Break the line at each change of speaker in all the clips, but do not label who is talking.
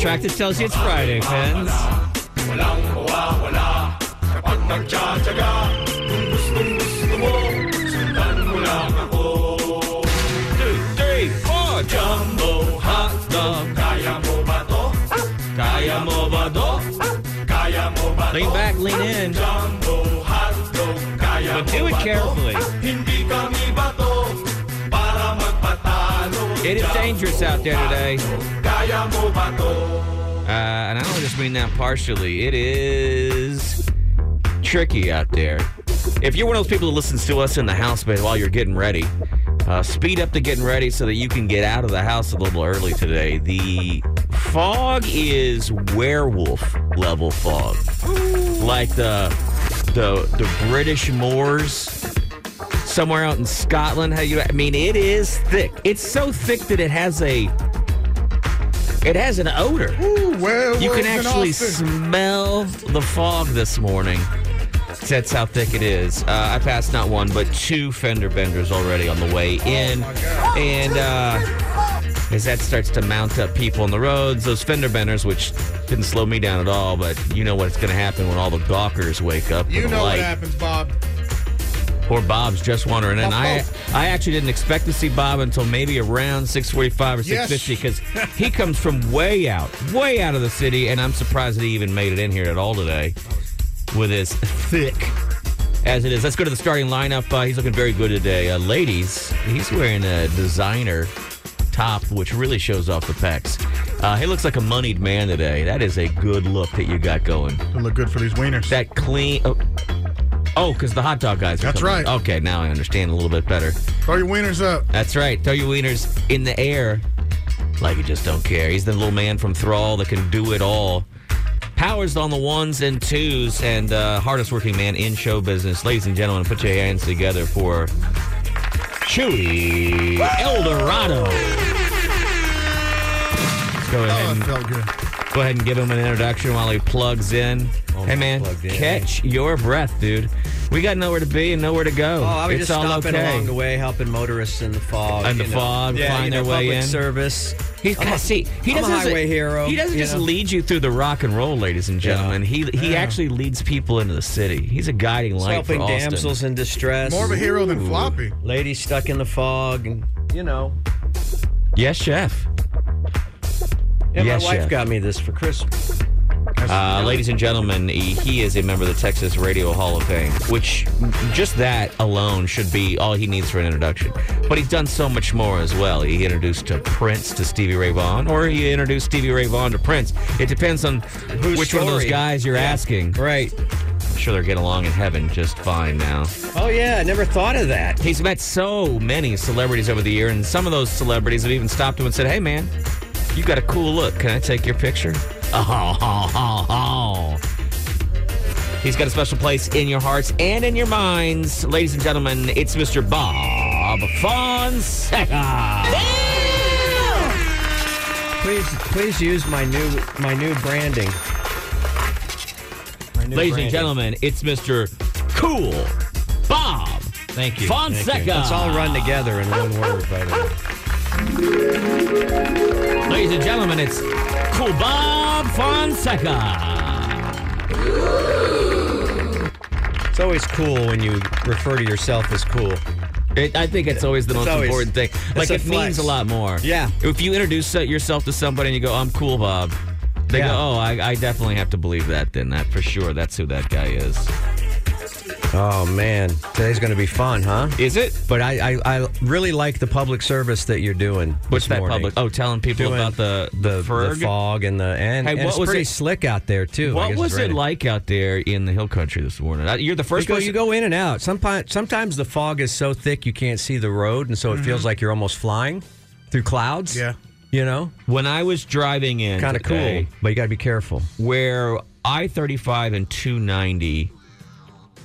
track that tells you it's Friday, fans. Two, three, four. Jumbo hot dog. Kaya mo ba to? Kaya mo ba to? Kaya mo ba to? Lean back, lean in. But do it carefully. It is dangerous out there today.
Oh,
Uh, and I don't just mean that partially. It is tricky out there. If you're one of those people that listens to us in the house bed while you're getting ready, uh, speed up the getting ready so that you can get out of the house a little early today. The fog is werewolf level fog, like the the the British moors somewhere out in Scotland. How you? I mean, it is thick. It's so thick that it has a it has an odor.
Ooh, well,
You
well,
can
it's in
actually
Austin.
smell the fog this morning. That's how thick it is. Uh, I passed not one, but two fender benders already on the way in. and uh, as that starts to mount up people on the roads, those fender benders, which didn't slow me down at all, but you know what's going to happen when all the gawkers wake up.
You
with a
know what
light.
happens, Bob.
Poor Bob's just wondering, and I, I actually didn't expect to see Bob until maybe around 6:45 or
Yes.
6:50 because he comes from way out, way out of the city, and I'm surprised that he even made it in here at all today with his thick as it is. Let's go to the starting lineup. Uh, he's looking very good today, uh, ladies. He's wearing a designer top, which really shows off the pecs. Uh, he looks like a moneyed man today. That is a good look that you got going.
It'll look good for these wieners.
That clean. Oh, oh, because the hot dog guys. Are
That's
coming.
right.
Okay, now I understand a little bit better.
Throw your wieners up.
That's right. Throw your wieners in the air, like you just don't care. He's the little man from Thrall that can do it all. Powers on the ones and twos, and uh, hardest working man in show business. Ladies and gentlemen, put your hands together for Chewy Eldorado. Let's go ahead
Oh,
and
it felt good.
Go ahead and give him an introduction while he plugs in. hey man,
Oh, plugged in.
catch your breath, dude. We got nowhere to be and nowhere to go.
Oh, I was
it's
just
all
stopping
okay.
along the way, helping motorists in the fog.
In the
you
fog,
yeah,
find
you
their
know,
way
public
in.
Service.
He's
I'm a-
see, he
I'm a
doesn't
highway hero,
He doesn't
you
just
know?
lead you through the rock and roll, ladies and gentlemen. He he actually leads people into the city. He's a guiding light
helping
for Austin.
damsels in distress.
More of a hero than Floppy.
Ladies stuck in the fog, and you know.
Yes, chef.
Yeah,
Yes,
my wife
chef.
got me this for Christmas.
Uh, ladies and gentlemen, he he is a member of the Texas Radio Hall of Fame, which just that alone should be all he needs for an introduction. But he's done so much more as well. He introduced to Prince to Stevie Ray Vaughan, or he introduced Stevie Ray Vaughan to Prince. It depends on
Whose
which one of those
story?
guys you're asking.
Right.
I'm sure they're getting along in heaven just fine now.
Oh yeah, I never thought of that.
He's met so many celebrities over the year, and some of those celebrities have even stopped him and said, "Hey, man, you got a cool look. Can I take your picture?" Oh, oh, oh, oh. He's got a special place in your hearts and in your minds, ladies and gentlemen. It's Mr. Bob Fonseca.
Please, please use my new, my new branding. My new
Ladies and
branding.
gentlemen, it's Mr. Cool Bob.
Thank you.
Fonseca.
Thank you. Let's all run together in one word, by the way.
Ladies and gentlemen, it's Cool Bob Fonseca.
It's always cool when you refer to yourself as cool.
It, I think it's always the most
always-
important thing.
it's
Like
a
it means
flex.
a lot more.
Yeah.
If you introduce uh, yourself to somebody and you go, "I'm cool, Bob," they
Yeah.
go, "Oh, I, I definitely have to believe that. Then that for sure, that's who that guy is."
Oh man, today's going to be fun, huh?
Is it?
But I, I, I really like the public service that you're doing.
What's
this
that
morning.
public? Oh, telling people
Doing
about the
the, the
Ferg?
fog and the and,
Hey,
and
what
it's
was
pretty
it-
slick out there too. I guess
What
it's
was it
raining.
like out there in the hill country this morning? I- You're the first
You go,
person.
you go in and out. Sometimes, sometimes the fog is so thick you can't see the road, and so it feels like you're almost flying through clouds.
Mm-hmm. Yeah.
you know,
When I was driving in,
kind of cool,
today,
but you got to be careful.
where I thirty five and two ninety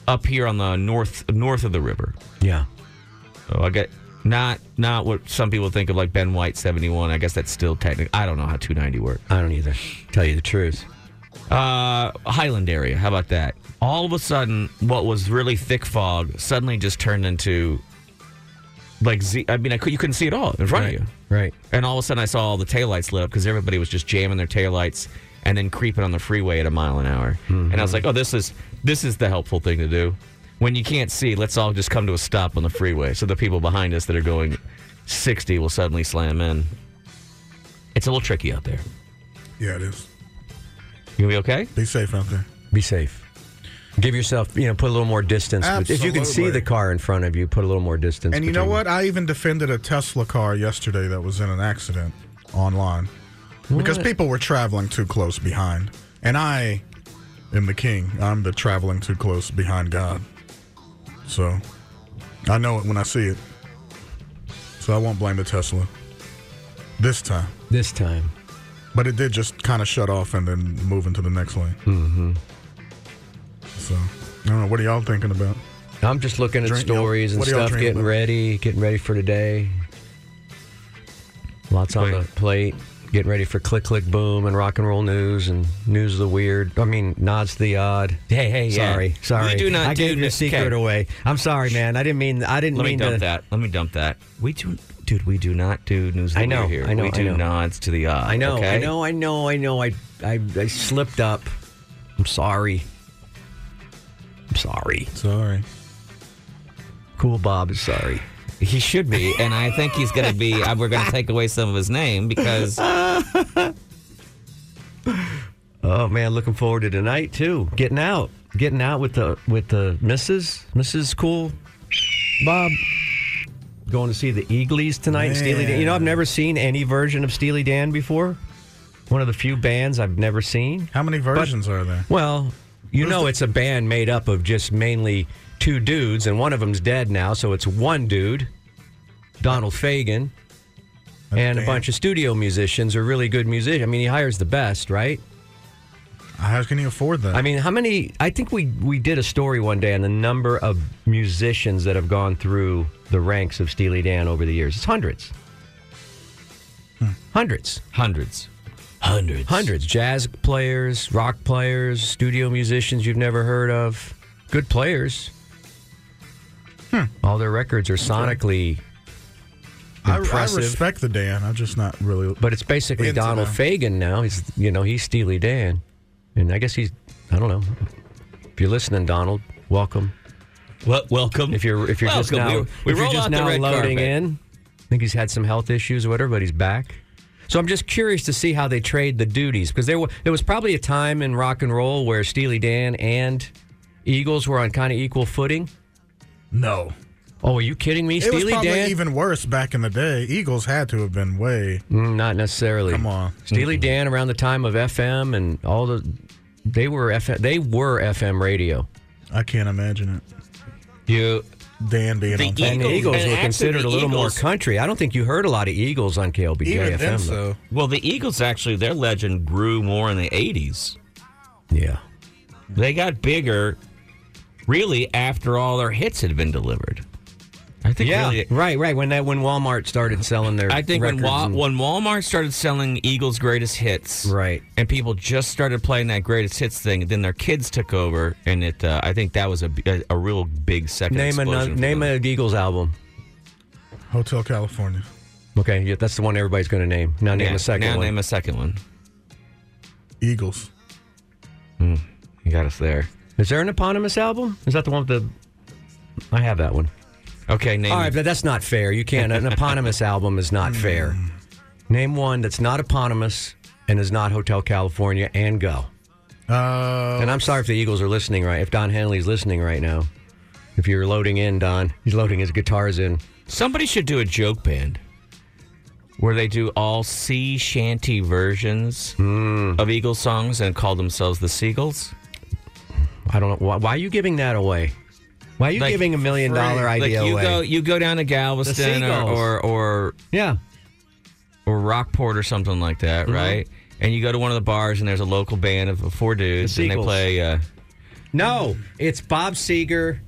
up here on the north north of the river.
Yeah,
Oh, I get not not what some people think of like Ben White seventy one. I guess that's still technical. I don't know how two ninety works.
I don't either. Tell you the truth.
Uh, Highland area. How about that? All of a sudden, what was really thick fog suddenly just turned into like Z. I mean, I could, you couldn't see it all in front
Right.
of you.
Right.
And all of a sudden, I saw all the taillights lit up because everybody was just jamming their taillights and then creeping on the freeway at a mile an hour.
Mm-hmm.
And I was like, oh, this is this is the helpful thing to do. When you can't see, let's all just come to a stop on the freeway so the people behind us that are going 60 will suddenly slam in. It's a little tricky out there.
Yeah, it is.
You gonna be okay?
Be safe out there.
Be safe. Give yourself, you know, put a little more distance. with- If you can see
Absolutely.
the car in front of you, put a little more distance.
And you know
between-
what? I even defended a Tesla car yesterday that was in an accident online because
What?
people were traveling too close behind. And I am the king. I'm the traveling too close behind God. So I know it when I see it. So I won't blame the Tesla this time.
This time.
But it did just kind of shut off and then move into the next lane. Mm-hmm. So I don't know. What are y'all thinking about?
I'm just looking at
Drink- y'all-
stories and
what are y'all
stuff,
drinking
getting
about?
ready, getting ready for today. Lots on the
Wait.
plate. Getting ready for click click boom and rock and roll news and news of the weird. I mean, nods to the odd.
Hey, hey, yeah.
sorry, sorry.
We do not
I
do
gave your
this-
secret
okay.
away. I'm sorry, man. I didn't mean. I didn't
Let me
mean
dump
to.
that. Let me dump that. We do, dude. We do not do news. of the
I know,
Weird here.
I know,
We
I
do
know.
nods to the odd.
I know,
Okay?
I know, I know, I know. I, I, I slipped up. I'm sorry. I'm sorry.
Sorry.
Cool Bob is sorry.
He should be, and I think he's going to be. uh, We're going to take away some of his name because
Oh man, looking forward to tonight too. Getting out, getting out with the with the Mrs. Mrs. Cool Bob. Going to see the Eagles tonight. and Steely Dan. You know, I've never seen any version of Steely Dan before. One of the few bands I've never seen.
How many versions are there?
Well, you
Who's
know,
the-
it's a band made up of just mainly two dudes, and one of them's dead now, so it's one dude, Donald Fagen, and a
band.
bunch of studio musicians or really good musicians. I mean, he hires the best, right?
How can you afford that?
I mean, how many? I think we we did a story one day on the number of musicians that have gone through the ranks of Steely Dan over the years. It's hundreds,
Hmm.
hundreds,
hundreds, hundreds,
hundreds. Jazz players, rock players, studio musicians you've never heard of, good players.
Hmm.
All their records are sonically
I, I
impressive.
respect the Dan. I'm just not really.
But it's basically
Into
Donald
them.
Fagen now. He's you know he's Steely Dan, and I guess he's I don't know. If you're listening, Donald, welcome.
Well, welcome.
If you're if you're just
Welcome.
now
we, we
if you're
roll
just
out
now
the red
loading
carpet.
in, I think he's had some health issues or whatever, but he's back. So I'm just curious to see how they trade the duties because there were there was probably a time in rock and roll where Steely Dan and Eagles were on kind of equal footing.
No.
Oh, are you kidding me?
It was
Steely
probably
Dan?
even worse back in the day. Eagles had to have been way.
Mm, not necessarily.
Come on.
Steely Dan around the time of FM and all the they were FM they were FM radio.
I can't imagine it.
You,
Dan being
The
on
And
top.
Eagles-
the Eagles
and
were
actually
considered
the
a little more
Eagles-
country. I don't think you heard a lot of Eagles on KLBJ FM. though.
well, the Eagles actually, their legend grew more in the '80s.
Yeah.
They got bigger, really, after all their hits had been delivered. I think
Yeah,
really,
right, right. When that when Walmart started selling their,
I think when
records
Wa-
and-
when Walmart started selling Eagles' greatest hits,
Right.
and people just started playing that greatest hits thing, then their kids took over, and it. Uh, I think that was a, a, a real big second.
name a
explosion for
name
them.
an Eagles album.
Hotel California.
Okay, yeah, that's the one everybody's going to name. Now name
Yeah,
a second
Now
one.
name a second one.
Eagles.
Hmm, You got us there.
Is there an eponymous album? Is that the one with the? I have that one.
Okay, name.
All right, but that's not fair. You can't. An eponymous album is not fair. Name one that's not eponymous and is not Hotel California and go.
Uh,
And I'm sorry if the Eagles are listening right. If Don Henley's listening right now, if you're loading in, Don, he's loading his guitars in.
Somebody should do a joke band where they do all sea shanty versions
Hmm.
of Eagles songs and call themselves the Seagulls.
I don't know why, why are you giving that away. Why are you
Like,
giving a million
free.
dollar
like
idea
you
away?
go, you go down to Galveston
Seagulls.
or, or or
yeah, Mm-hmm.
or Rockport or something like that, right? And you go to one of the bars and there's a local band of four dudes
The
and they
Seagulls.
play. Uh,
no, it's Bob Seger.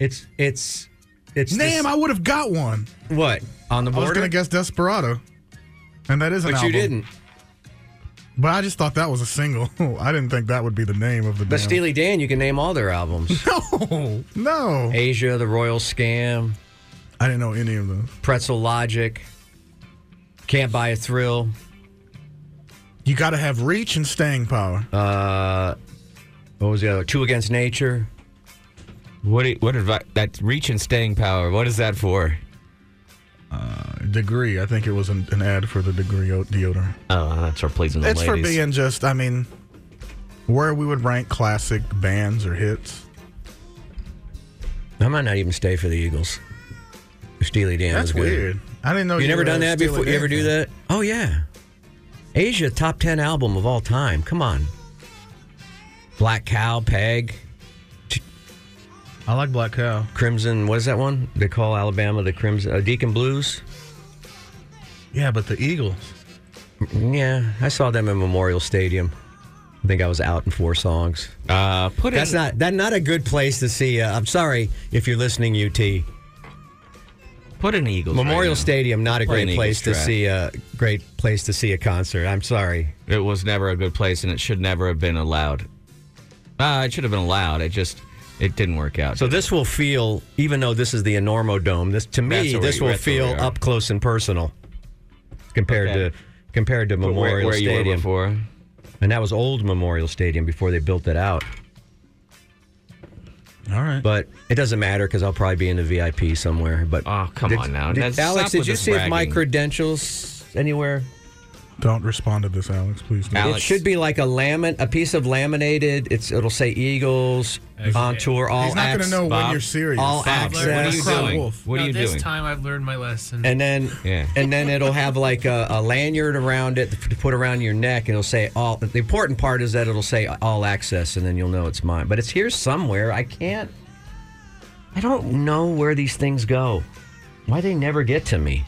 It's it's it's
damn, I would have got one.
I, what on the
I was
border?
going to guess Desperado. And that is an
but
album.
you didn't.
But I just thought that was a single. I didn't think that would be the name of the
But
damn-
Steely Dan, you can name all their albums:
No. No.
Asia, The Royal Scam,
I didn't know any of those.
Pretzel Logic, Can't buy a thrill.
You got to have reach and staying power.
Uh, What was the other? Two against nature.
What? do you- What advice? That reach and staying power. What is that for?
Uh, degree. I think it was an, an ad for the degree o- deodorant.
Oh, that's for pleasing the
It's for
ladies.
being just, I mean, where we would rank classic bands or hits.
I might not even stay for the Eagles. If Steely Dan
That's
was good.
weird. I didn't know
You never
were
done that
still a
before? You
band
ever do
fan.
that? Oh yeah. Asia top ten album of all time. Come on. Black Cow, Peg,
I like Black Cow.
Crimson. What is that one? They call Alabama the Crimson uh, Deacon Blues.
Yeah, but the Eagles.
Yeah, I saw them in Memorial Stadium. I think I was out in four songs.
Uh, put
That's
in,
not that not a good place to see. Uh, I'm sorry if you're listening, UT.
put in Eagles.
Memorial
right now.
Stadium not a
Play an
great
Eagles
place to
track.
see a great place to see a concert. I'm sorry.
It was never a good place, and it should never have been allowed. Uh, it should have been allowed. It just it didn't work out.
So this will feel, even though this is the Enormo Dome, this to
That's
me
where
this
we-
will
that's where
feel
we are.
up close and personal compared
Okay.
to compared to
But
Memorial
where, where you were
Stadium,
before.
and that was old Memorial Stadium before they built it out.
All right.
But it doesn't matter because I'll probably be in the VIP somewhere. But
Oh, come
Did-
on now.
did-
Now, stop
Alex, did
with
you
this
see if my
bragging.
credentials anywhere?
Don't respond to this, Alex. Please. don't.
Alex.
It should be like a lamin, a piece of laminated. It's it'll say Eagles on tour. All
He's not going to
acts-
know
Bob.
when you're serious.
all
Bob,
access.
what are you
Cry
doing?
wolf.
What are
Now,
you
this
doing?
time I've learned my lesson.
and then
Yeah.
and then it'll have like a, a lanyard around it to put around your neck and it'll say all the important part is that it'll say all access and then you'll know it's mine but it's here somewhere i can't i don't know where these things go why they never get to me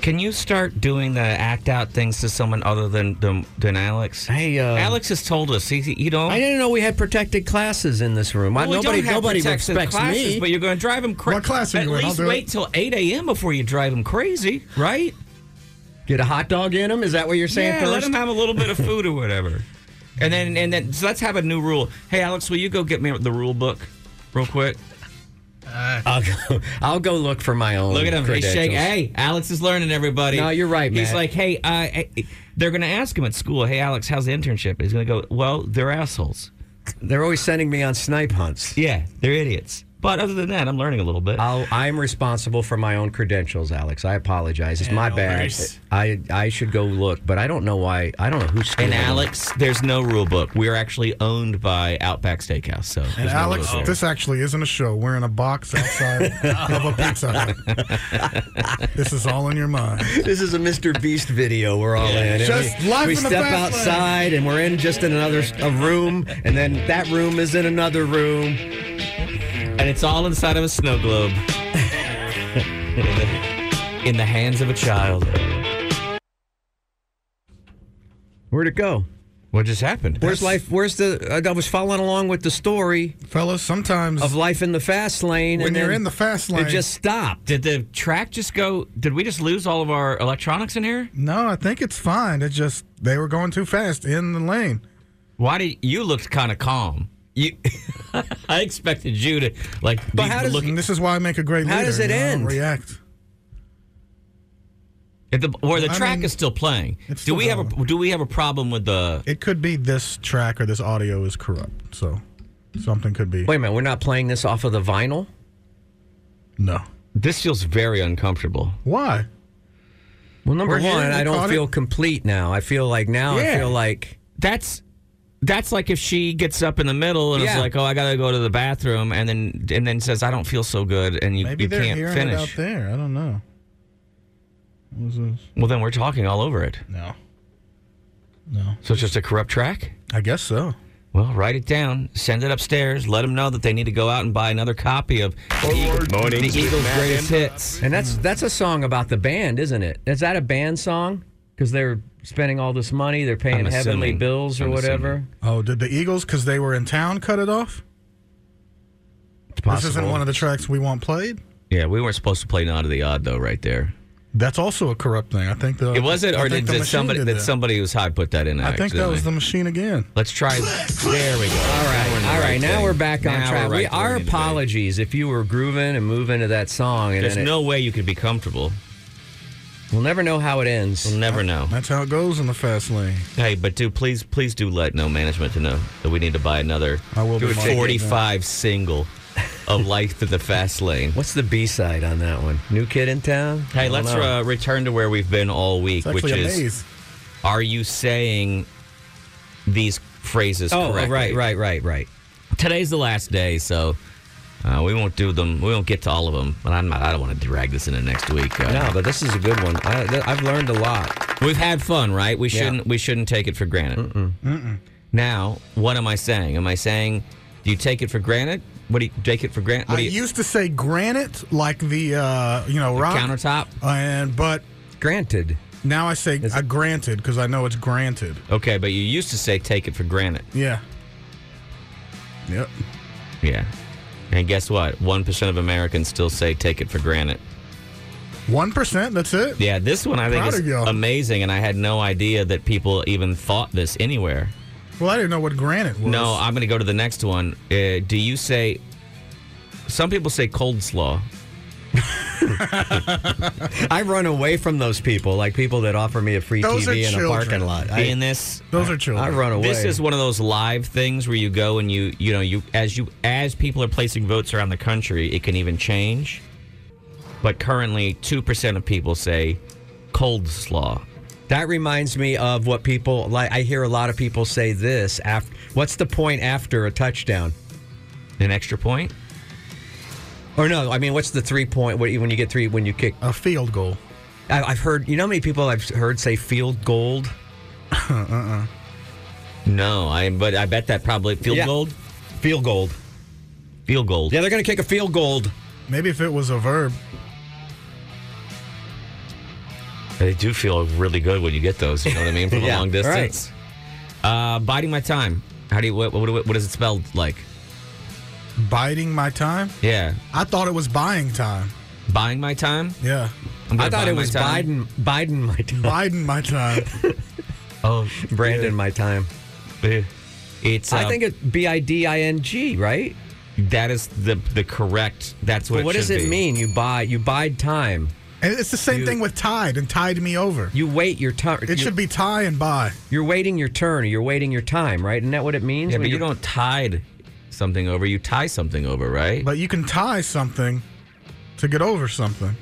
Can you start doing the act out things to someone other than than, than Alex?
Hey, uh,
Alex has told us. He, he- you know,
i didn't know we had protected classes in this room Why
Oh. Well, we
nobody
don't have
nobody
protections
respects
classes,
me
But you're going to drive him crazy.
What class are
At
you in? I'll
least
do it.
wait till 8 a.m. before you drive him crazy, right?
get a hot dog in him is that what you're saying
yeah,
first
let him have a little bit of food or whatever. And then and then so let's have a new rule. Hey, Alex, will you go get me the rule book real quick?
I'll, go, I'll go look for my own
Look at him. He's
credentials.
shaking. Hey, Alex is learning, everybody.
No, you're right,
He's
Matt.
like, hey, uh, hey, they're going to ask him at school, hey, Alex, how's the internship? He's going to go, well, they're assholes.
they're always sending me on snipe hunts
Yeah, they're idiots. But other than that, I'm learning a little bit.
I'll, I'm responsible for my own credentials, Alex. I apologize. It's my
no
bad.
worries.
I I should go look, but I don't know why. I don't know who.
and
screwed me.
Alex, there's no rule book. We're actually owned by Outback Steakhouse. So
And Alex, this actually isn't a show. We're in a box outside of a pizza. Hut. this is all in your mind.
This is a Mr. Beast video
Oh,
we're all in. And
Just
we,
life
we
in the
step
fast lane.
outside and we're in just in another s- a room, and then that room is in another room.
and it's all inside of a snow globe. in, the, in the hands of a child.
Where'd it go?
What just happened?
Where's life? Where's the? uh, I was following along with the story
Fellas, sometimes
of life in the fast lane.
when
and
you're
then
in the fast lane.
it just stopped.
Did the track just go? Did we just lose all of our electronics in here?
no, I think it's fine. It just, they were going too fast in the lane.
Why do you, you looked kind of calm? You, I expected you to like.
But
be
how does-
looking
And this is why I make a great
How
leader.
does it
you know,
end?
React.
at the, or the
I
track
mean,
is still playing?
it's
Do
still
we have a
going.
Do we have a problem with the?
It could be this track or this audio is corrupt. So something could be.
Wait a minute. We're not playing this off of the vinyl.
No.
This feels very uncomfortable.
Why?
Well, number
We're here,
one,
we
I don't
caught it.
feel complete now. I feel like now I
Yeah.
feel like
That's that's like if she gets up in the middle and is
Yeah.
like, "Oh, I gotta go to the bathroom," and then and then says, "I don't feel so good," and you,
Maybe
you
they're
can't
hearing it out
finish.
there. I don't know. What was this?
Well, then we're talking all over it.
No. No.
So it's just a corrupt track.
I guess so.
Well, write it down. Send it upstairs. Let them know that they need to go out and buy another copy of the, Eagle- the Eagles' greatest hits.
and that's that's a song about the band, isn't it? Is that a band song? Because they're spending all this money, they're paying
I'm
heavenly
assuming.
bills or
I'm
whatever.
assuming.
Oh, did the Eagles, because they were in town, cut it off?
It's
This isn't one of the tracks we want played?
Yeah, we weren't supposed to play Nod to the Odd though, right there.
That's also a corrupt thing. I think the.
It wasn't,
I
or
think
did,
the
did
machine
somebody
did
that
that.
somebody who was high put that in?
I think that was the machine again.
Let's try. There we go.
all right,
We're in the
all right.
right
now
thing.
we're back on
Now
track.
we're right
we,
where
our
we need to be.
apologies if you were grooving and moving to that song and
There's
then it-
no way you could be comfortable.
We'll never know how it ends.
We'll never know.
That's how it goes in the fast lane.
Hey, but do please, please do let no management to know that we need to buy another
I will be mindful of that.
45 single of Life to the Fast Lane.
What's the B side on that one? New kid in town? I
Hey,
don't
let's
know.
uh, return to where we've been all
It's
week,
actually
which
a
is
maze.
are you saying these phrases
Oh, oh,
correctly?
right, right, right, right.
Today's the last day, so uh, we won't do them. We won't get to all of them, but I'm not, I don't want to drag this into next week. Uh,
No, but this is a good one. I, th- I've learned a lot.
We've had fun, right? We
Yeah.
shouldn't we shouldn't take it for granted. Now, what am I saying? Am I saying do you take it for granted? What do you take it for granted? What
I
do you
used to say granite, like the uh, you know rock
countertop?
and but
Granted.
now I say I granted because I know it's granted.
Okay, but you used to say take it for granted.
Yeah. Yep.
Yeah. And guess what? 1% of Americans still say take it for granted.
One percent. That's it.
Yeah, this one I think
Proud
is
of y'all.
amazing, and I had no idea that people even thought this anywhere.
Well, I didn't know what granite was.
No, I'm going to go to the next one. Uh, do you say, some people say cold slaw.
I run away from those people, like people that offer me a free
Those
TV
are
in a
children.
parking lot. I,
In this,
those are children.
I run away.
This is one of those live things where you go and you you know you as you as people are placing votes around the country, it can even change. But currently, two percent of people say cold slaw.
That reminds me of what people like. I hear a lot of people say this after. What's the point after a touchdown?
An extra point?
Or no, I mean, what's the three point what, when you get three when you kick?
a field goal.
I, I've heard. You know how many people I've heard say field gold.
Uh-uh.
No, I but I bet that probably field
Yeah.
goal,
Field gold.
field goal.
Yeah, they're gonna kick a field gold.
Maybe if it was a verb.
They do feel really good when you get those. You know what I mean from
Yeah,
a long
all right.
distance. Uh, biding my time. How do you what, what what is it spelled like?
Biding my time.
Yeah,
I thought it was buying time.
buying my time.
Yeah.
I'm gonna
I thought
buy
it
my
was Biden.
time.
Biden my time.
Biding my time.
Oh,
Brandon my time.
eh. it's.
I
uh,
think it's B I D I N G. Right.
That is the the correct. That's what.
But what
it
does
should
it
be.
mean? You buy. You bide time.
and it's the same
You-
thing with tide and tide me over.
You wait your time.
It
you,
should be tie and buy.
You're waiting your turn. Or you're waiting your time. Right. Isn't that what it means?
Yeah,
when
but you
you're-
don't tide something over. You tie something over, right?
But you can tie something to get over something.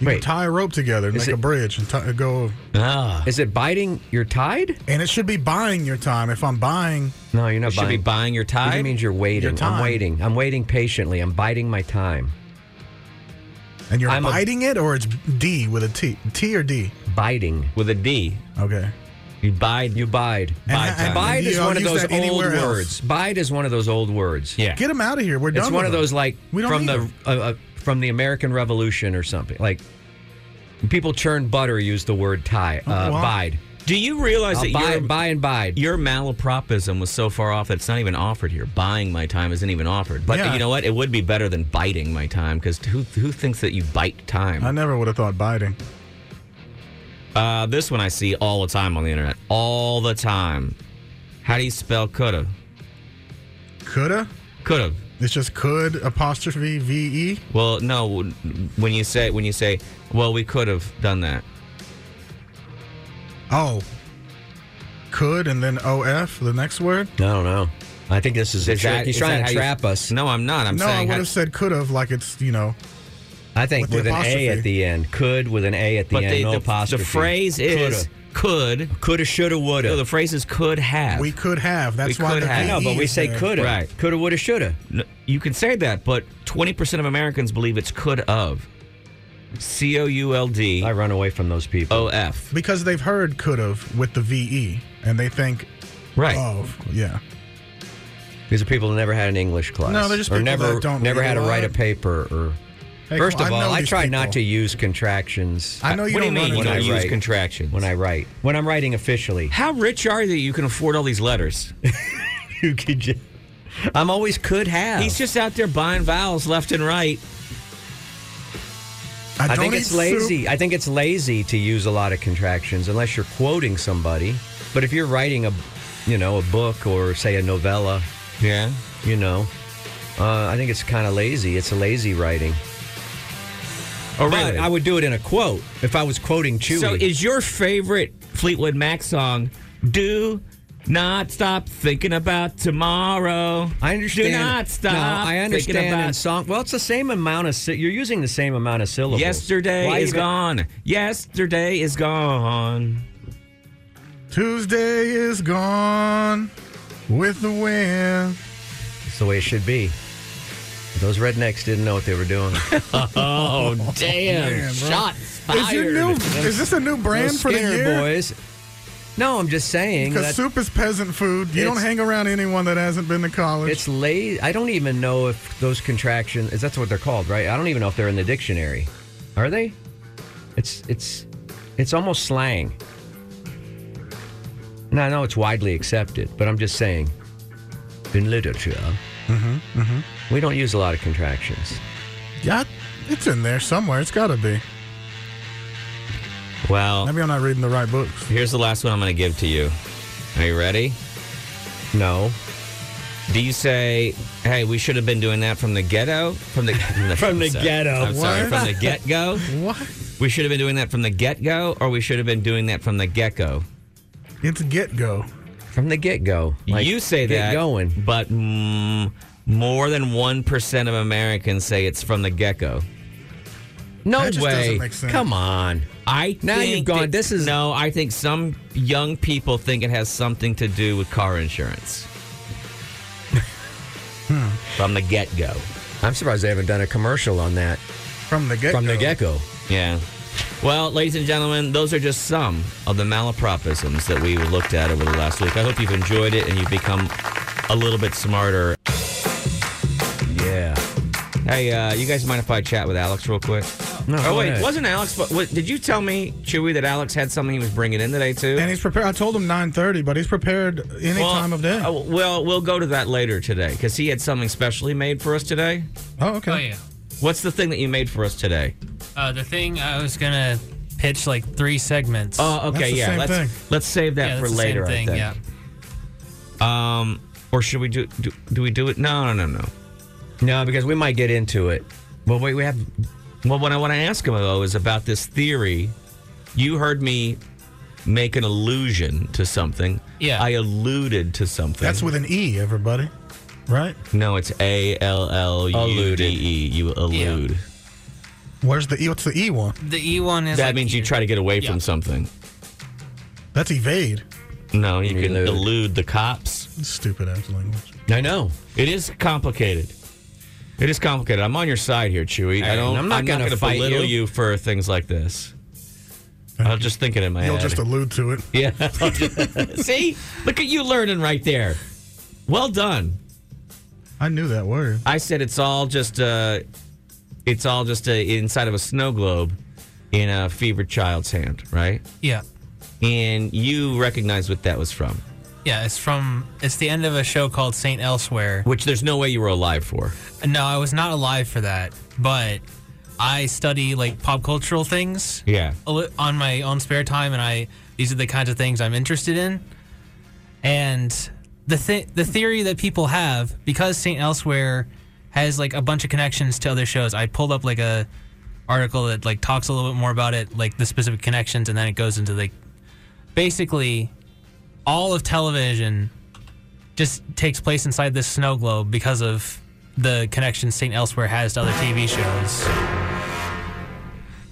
You
Wait.
can tie a rope together and
Is
make a
it-
bridge and tie, go.
ah,
Is it biting your tide?
And it should be buying your time. If I'm buying,
No, you're not
you should be
buying.
buying your
It
tide.
just means you're
Your
waiting. I'm
time.
waiting. I'm waiting patiently. I'm biding my time.
and you're
I'm a-
biting it, or it's D with a T, T or D.
Biding.
with a D.
Okay.
You bide.
You bide.
And
Bide
I-
time.
and
Bide
you-
is
I'll
one of
use
those
that
old
anywhere else.
words. Bide is one of those old words.
Yeah.
Get them out of here. We're done.
It's one
with
of
them.
those like
We don't
from
need
the
'em.
uh, uh, from the American Revolution or something. Like people churn butter use the word tie uh,
wow.
bide.
Do you realize
I'll
that
buy,
your,
buy and bide.
your malapropism was so far off that it's not even offered here. Buying my time isn't even offered. But
Yeah.
you know what? It would be better than biting my time because who who thinks that you bite time?
I never would have thought biting.
Uh, this one I see all the time on the internet. All the time. How do you spell coulda?
Coulda.
Coulda.
It's just could apostrophe V E.
Well, no. When you say when you say, well, we could have done that.
Oh. Could and then O F. The next word.
I don't know. I think this is a
Oh. Is
trick.
that-
He's
is
trying
that
to
how you-
trap us.
No, I'm not. I'm
no, I
saying
would
how-
have said could have like it's you know.
I think
With the
with, an A
apostrophe.
at the end. Could with an A at the
but
end.
the,
no
the,
apostrophe.
the phrase is could.
coulda, shoulda, woulda.
No, the phrase is could have.
We could have. That's
We
why
could
the
have.
I know, but
VE
we
is
say
there.
coulda.
Right.
Coulda, woulda, shoulda.
No, you can say that, but 20% of Americans believe it's could of. C O U L D
I run away from those people.
O F.
because they've heard could have with the VE and they think
Right.
of yeah.
These are people who never had an English class.
No, they're just
or
people
never
that don't
never
read
had to
a lot.
write a paper or.
Hey,
First
come
of
on,
all,
know
I
these
try not
people.
to use contractions
I know you
what do
don't
you mean
run
you
into
don't
these
use
write-
contractions?
when I write. When I'm writing officially,
How rich are you that you can afford all these letters?
you could just, I'm always could have.
He's just out there buying vowels left and right.
I,
I
don't
think
eat
it's
soup.
lazy. I think it's lazy to use a lot of contractions unless you're quoting somebody. But if you're writing a, you know, a book or say a novella,
Yeah.
you know, uh, I think it's kind of lazy. It's a lazy writing.
Oh,
But
really?
I would do it in a quote if I was quoting Chewy.
So, is your favorite Fleetwood Mac song "Do Not Stop Thinking About Tomorrow"?
I understand.
Do not stop.
No, I
Thinking
understand
about
in song. Well, it's the same amount of. si- You're using the same amount of syllables.
Yesterday
Why
is
even-
gone. Yesterday is gone.
Tuesday is gone with the wind.
It's the way it should be. Those rednecks didn't know what they were doing.
Oh damn!
man, bro.
Shots
Is your new? Is this a new brand
Those
for the
Skinner
year?
boys. No, I'm just saying
Because
that
soup is peasant food. You don't
It's-
hang around anyone that hasn't been to college.
it's lay. I don't even know if those contractions. Is that's what they're called, right? I don't even know if they're in the dictionary. Are they? It's it's it's almost slang. And I know it's widely accepted, but I'm just saying, in literature,
Mm-hmm.
we don't use a lot of contractions.
yeah, it's in there somewhere. It's got to be.
Well,
Maybe I'm not reading the right books.
here's the last one I'm going to give to you. Are you ready?
No,
Do you say, "Hey, we should have been doing that from the ghetto, from the from the,
From the ghetto.
I'm sorry,
What?
from the get go.
What?
We should have been doing that from the get go, or we should have been doing that from the get go.
It's get go.
from the get go.
you say
get
that,
going.
but mm, more than one percent of Americans say it's from the get go.
No
That just
way.
doesn't make sense.
Come on.
I
Now
think
you've gone-
that-
this is-
no. I think some young people think it has something to do with car insurance
Hmm.
from the get go.
I'm surprised they haven't done a commercial on that
From the get
from the get go.
Yeah. Well, ladies and gentlemen, those are just some of the malapropisms that we looked at over the last week. I hope you've enjoyed it and you've become a little bit smarter.
Yeah.
Hey, uh, you guys mind if I chat with Alex real quick?
No,
oh
go
wait,
ahead.
wasn't Alex? But what, did you tell me, Chewy, that Alex had something he was bringing in today too?
And he's prepared. I told him 9:30, but he's prepared any
Well,
time of day.
uh, well, we'll go to that later today because he had something specially made for us today.
Oh, okay.
Oh yeah.
What's the thing that you made for us today?
Uh, the thing I was gonna pitch like three segments.
Oh,
That's
okay,
the
yeah.
same
let's
thing.
let's save that
yeah,
for
that's the
later.
Same thing,
I think.
Yeah.
Um, or should we do, do? Do we do it? No, no, no, no.
No, because we might get into it. Well, wait, we have.
Well, what I want to ask him though is about this theory. You heard me make an allusion to something.
Yeah.
I alluded to something.
That's with an E, everybody. Right?
No, it's A L L U
Alluded.
D E. You allude.
Where's the E? What's the E one?
The E one is
That
like
means you
your-
try to get away
Yeah.
from something.
That's evade.
No, you can
Elude.
elude the cops.
Stupid ass language.
I know.
It is complicated. It is complicated. I'm on your side here, Chewy. I
right,
don't.
I'm not gonna
gonna
fight
belittle
you.
you. for things like this. I'm just thinking in my
You'll
head.
just allude to it.
yeah. See, look at you learning right there. Well done.
I knew that word.
I said it's all just uh it's all just uh inside of a snow globe in a fevered child's hand, right?
Yeah.
And you recognize what that was from,
Yeah. It's from. It's the end of a show called Saint Elsewhere.
which there's no way you were alive for.
No, I was not alive for that, but I study like pop cultural things.
Yeah.
a li- on my own spare time, and I these are the kinds of things I'm interested in. And the th- the theory that people have because Saint Elsewhere has like a bunch of connections to other shows. I pulled up like a article that like talks a little bit more about it, like the specific connections, and then it goes into like basically all of television just takes place inside this snow globe because of the connections Saint Elsewhere has to other TV shows.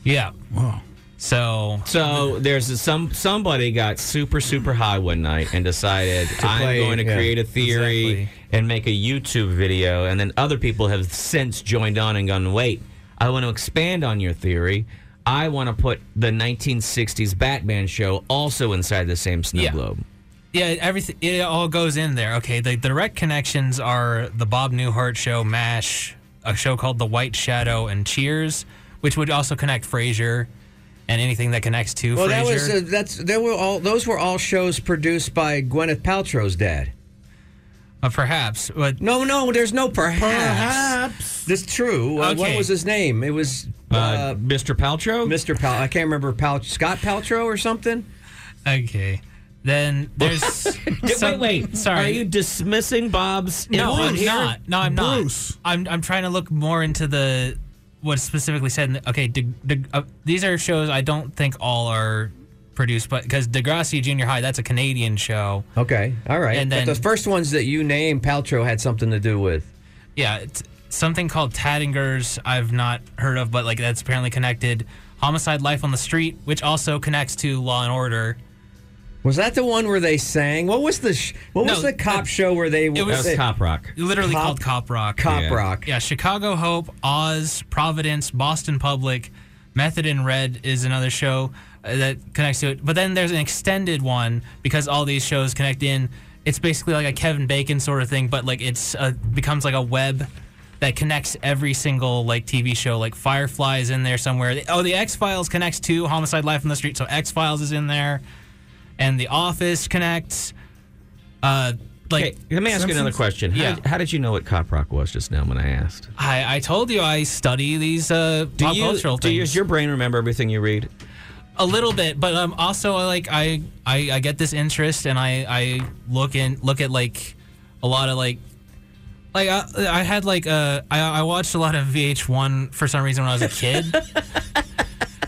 Yeah.
Wow.
So
So there's a- some somebody got super super high one night and decided I'm
play,
going to
yeah,
create a theory
exactly.
and make a YouTube video, and then other people have since joined on and gone, wait, I want to expand on your theory. I want to put the 1960s Batman show also inside the same snow
Yeah.
globe.
Yeah, everything it all goes in there. Okay, the direct connections are the Bob Newhart show, MASH, a show called The White Shadow, and Cheers, which would also connect Frasier and anything that connects to
Well,
Frasier.
that was uh, that's there were all those were all shows produced by Gwyneth Paltrow's dad.
Uh, perhaps, but
No, no, there's no perhaps.
Perhaps.
That's true. Uh, What
Okay.
was his name? It was uh,
Uh, Mr. Paltrow?
Mr. Pal. I can't remember Pal- Scott Paltrow or something.
okay. Then there's
wait,
some-
wait.
Sorry,
Are you dismissing Bob's
No,
input
I'm
here?
not. No, I'm
Bruce.
not. I'm I'm trying to look more into the what's specifically said. In the, okay, De, De, uh, these are shows I don't think all are produced, but because Degrassi Junior High, that's a Canadian show.
Okay, all right.
And then-
but the first ones that you named, Paltrow had something to do with.
Yeah, it's something called Tattingers I've not heard of, but like that's apparently connected. Homicide: Life on the Street, which also connects to Law and Order.
Was that the one where they sang? What was the sh- what was
No,
the cop
it-
show where they
was-
That was
It-
Cop Rock.
Literally
Cop-
called Cop Rock.
Cop
Yeah.
Rock?
Yeah, Chicago Hope, Oz, Providence, Boston Public, Method in Red is another show uh, that connects to it. But then there's an extended one because all these shows connect in. It's basically like a Kevin Bacon sort of thing, but like it's uh becomes like a web that connects every single like TV show. Like Firefly is in there somewhere. Oh, the X Files connects to Homicide: Life on the Street, so X Files is in there, and The Office connects. Uh, like
Okay, let me ask you another question. How,
Yeah.
did, how did you know what Cop Rock was just now when I asked?
I, I told you I study these uh, pop cultural
do you-
things
does your brain remember everything you read?
a little bit, but um, also I like I, I I get this interest and I I look in look at like a lot of like like I, I had like uh I, I watched a lot of VH1 for some reason when I was a kid.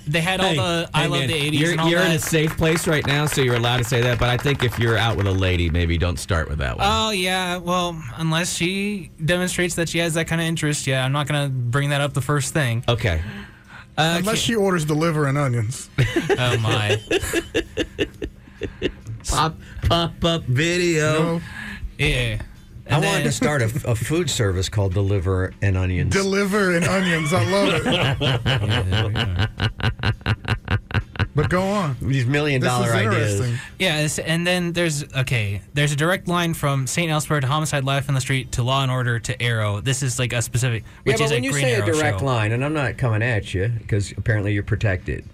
they had all the I
Hey,
love
man,
the 80s
You're,
and all
you're in a
that.
safe place right now, so you're allowed to say that. But I think if you're out with a lady, maybe don't start with that one.
Oh yeah, well, unless she demonstrates that she has that kind of interest, yeah, I'm not gonna bring that up the first thing.
okay.
Unless she orders the liver and onions.
Uh, Oh my.
Pop pop up video.
No.
Yeah.
I
And
wanted to
then-
start a, a food service called Deliver and Onions.
Deliver and onions. I love it. But go on.
These million
This
dollar
is
ideas.
interesting.
Yes, and then there's okay. There's a direct line from St. Elsewhere to Homicide: Life on the Street to Law and Order to Arrow. This is like a specific,
Yeah,
which
but
is
when
a
you
Green
say a
Arrow
direct
show.
line, and I'm not coming at you because apparently you're protected.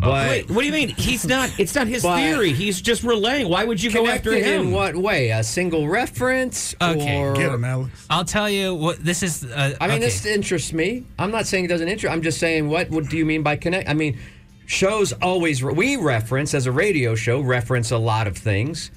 Oh.
But
Wait, what do you mean? He's not. It's not his
But-
theory. He's just relaying. Why would you go after
connected
him?
in what way? A single reference?
Okay.
Or,
Get him, Alex.
I'll tell you what this is. Uh,
I mean,
okay.
this interests me. I'm not saying it doesn't interest. I'm just saying, what, what do you mean by connect? I mean, shows always re- we reference as a radio show reference a lot of things.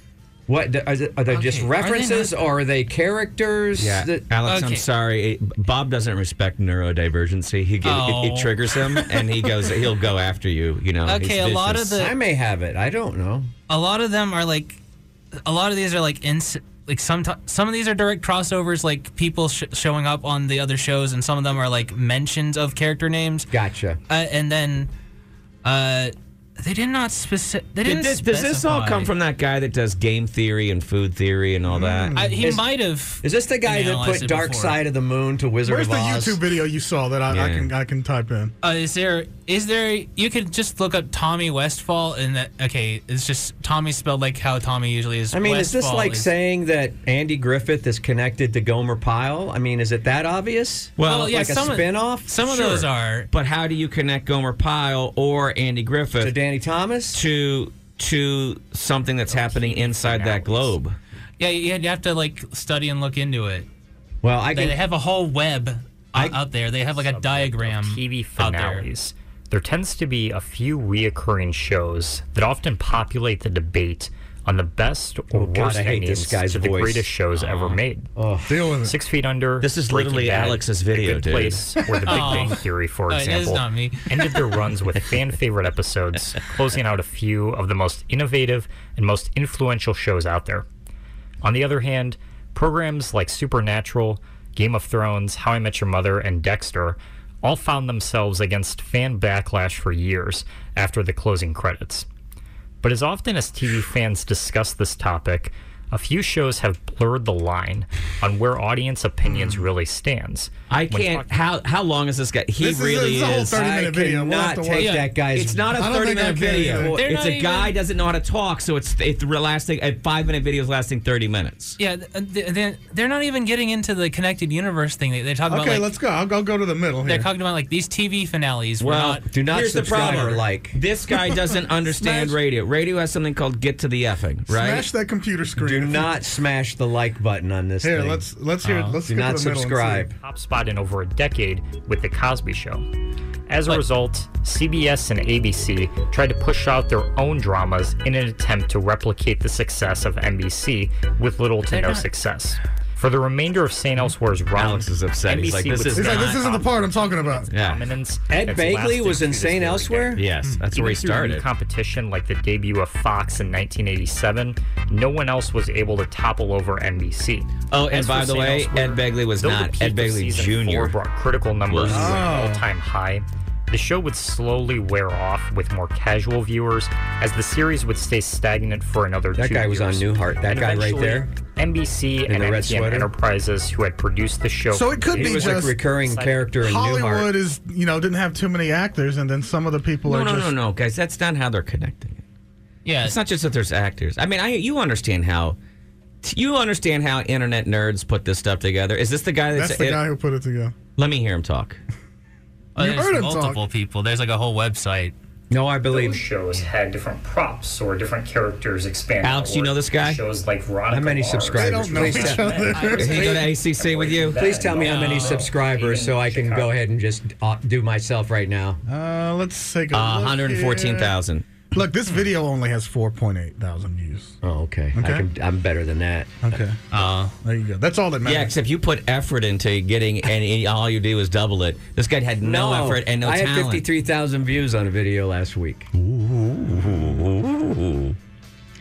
What are they just
Okay, are they
references
not-
or are they characters?
Yeah,
that-
Alex, I'm
Okay.
sorry. It- Bob doesn't respect neurodivergency. He get, it,
Oh.
it triggers him, and he goes. He'll go after you. You know.
Okay,
he's
a lot of
vicious.
the-
I may have it. I don't know.
a lot of them are like, a lot of these are like ins like some some of these are direct crossovers, like people sh- showing up on the other shows, and some of them are like mentions of character names.
Gotcha.
Uh, and then, uh, they did not specific. They
Did
didn't.
this, does this all come
specify.
from that guy that does game theory and food theory and all that?
Mm. I, he
Is-
might have.
Is this the guy that
analyzed
put
it
Dark
before.
Side of the Moon to Wizard
Where's
of
the
Oz?
YouTube video you saw that I, I
Yeah.
can I can type in?
Uh, is there? Is there? You could just look up Tommy Westfall, and that okay, it's just Tommy spelled like how Tommy usually is.
I mean, is this
Westfall
like saying that Andy Griffith is connected to Gomer Pyle? I mean, is it that obvious?
Well,
Well, yeah,
like a
some of-
spin-off?
Some of
Sure.
those are.
But how do you connect Gomer Pyle or Andy
to
Griffith to
Danny Thomas?
to, something that's happening inside that globe?
Yeah, you you have to like study and look into it.
Well, I
They
can.
they have a whole web uh, out there. They have like a diagram
TV
out there.
finales. There tends to be a few reoccurring shows that often populate the debate on the best or
Oh, God,
worst
I hate this
endings
guy's
to the
voice. Ah.
greatest shows ever made.
Deal with it.
Six Feet Under.
This is
Breaking
literally
Bad,
Alex's video,
The Good
dude.
Place, or The Big Bang Theory, for
Uh, it is
example,
not me.
ended their runs with fan favorite episodes, closing out a few of the most innovative and most influential shows out there. On the other hand, programs like Supernatural, Game of Thrones, How I Met Your Mother, and Dexter all found themselves against fan backlash for years after the closing credits. But as often as TV fans discuss this topic, a few shows have blurred the line on where audience opinions really stands.
Hmm. I
When
can't.
talking-
How how long is this guy? He
This is-
really
this is a whole
is.
30
I
minute video. We'll have
cannot
to watch
take
it.
that guy's.
It's not a
I don't
30
think I
minute
can
video.
either.
They're
It's
not
a guy
even-
doesn't know how to talk, so it's it's the lasting a five minute video is lasting 30 minutes.
Yeah, th- uh, th- they're- they're not even getting into the connected universe thing. They, they talk about
Okay,
like
let's go. I'll, I'll go to the middle
they're
here.
talking about like these TV finales. were
Well,
not,
Do not
Here's the
subscribe
problem.
or like.
This guy doesn't understand
Smash-
radio. Radio has something called get to the effing, right?
Smash that computer screen.
Do not smash the like button on this.
Here,
thing.
let's let's
Oh.
hear. it. let's
Do
get
not
to the middle and see.
subscribe.
top spot in over a decade with The Cosby Show. As a result, CBS and ABC tried to push out their own dramas in an attempt to replicate the success of NBC with little to
They're
no
not-
success. For the remainder of St. Elsewhere's run,
Hmm? Alex is upset. He's
NBC
like, this
would
is
He's
It's
like, this
not
isn't the part I'm talking about.
Yeah.
dominance
Ed
that's
Bagley
lasted
was
to this
insane
very
elsewhere.
day.
Yes, that's
Even
where he
through new
started.
competition like the debut of Fox in 1987, no one else was able to topple over NBC.
Oh, and
As for
by the
St.
way,
Elsewhere,
Ed Begley was
though the
not.
peak
Ed
of
Begley
season
Jr..
four brought critical numbers to
Oh.
an all-time high. The show would slowly wear off with more casual viewers as the series would stay stagnant for another
That
two
guy was on
years.
Newhart. That
And
guy right
eventually,
there.
NBC and
the red
MTN
sweater.
Enterprises, who had produced the show.
So it could
He
be
was
just
like recurring character in Newhart.
Hollywood is you know didn't have too many actors, and then some of the people
No,
are
no,
just
no, no, guys. That's not how they're connecting it.
Yeah,
It's not just that there's actors. I mean, I you understand how you understand how internet nerds put this stuff together. Is this the guy that's
That's the guy who put it together.
Let me hear him talk.
Oh,
You
there's
heard him talk.
multiple people. There's like a whole website.
No, I
Those
believe.
shows had different props or different characters expanded.
Alex, you know this guy?
Shows like Veronica
How many
Mars,
They
subscribers?
don't know
Please,
each
tell-
other.
Did he go to ACC with you?
please tell me how many subscribers so I can go ahead and just uh, do myself right now.
Uh, let's take a
Uh,
look here.
114,000.
Look, this video only has 4.8 thousand views.
Oh, okay.
Okay.
I can, I'm better than that.
Okay.
Uh,
There you go. That's all that
Yeah,
matters.
except you put effort into getting, and, and all you do is double it. This guy had no, effort and no
I
talent.
had 53,000 views on a video last week.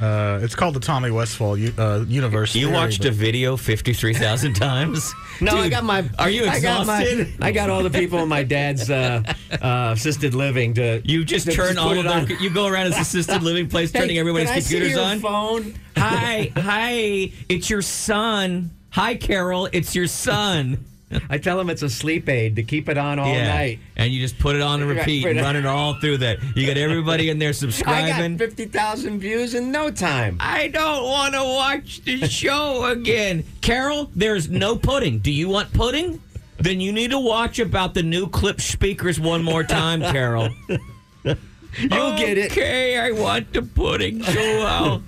Uh, it's called the Tommy Westfall U- uh, Universe.
You
Theory,
watched a
but-
video 53,000 times?
No, I
Dude,
got my.
Are you
I got, my-
exhausted?
I got all the people in my dad's uh, uh, assisted living to.
You just
to
turn
put
all of
it
their,
on.
you go around as assisted living place,
Hey,
turning everybody's
can I see
computers
your
on.
Phone.
Hi, hi, it's your son. Hi, Carol, it's your son.
I tell him it's a sleep aid to keep it on all night.
And you just put it on and
Right,
repeat and
right.
run it all through that. You got everybody in there
I
subscribing.
got fifty thousand views in no time.
I don't want to watch the show again. Carol, there's no pudding. Do you want pudding? Then you need to watch about the new clip speakers one more time, Carol.
You'll get it.
Okay, I want the pudding so well.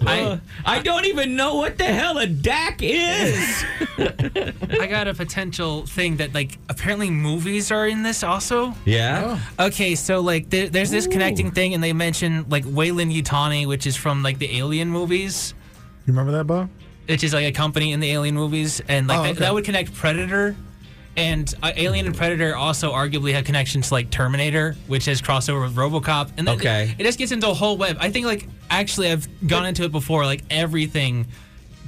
I, I don't even know what the hell a DAC is.
I got a potential thing that like apparently movies are in this also.
Yeah.
Okay, so like there, there's this connecting thing, and they mention like Wayland Utani, which is from like the Alien movies,
You remember that, Bob?
which is like a company in the Alien movies, and like
Oh,
that-
okay.
that would connect Predator, and uh, Alien and Predator also arguably have connections to like Terminator, which has crossover with RoboCop, and then
Okay.
it, it just gets into a whole web. I think like actually I've gone into it before, like everything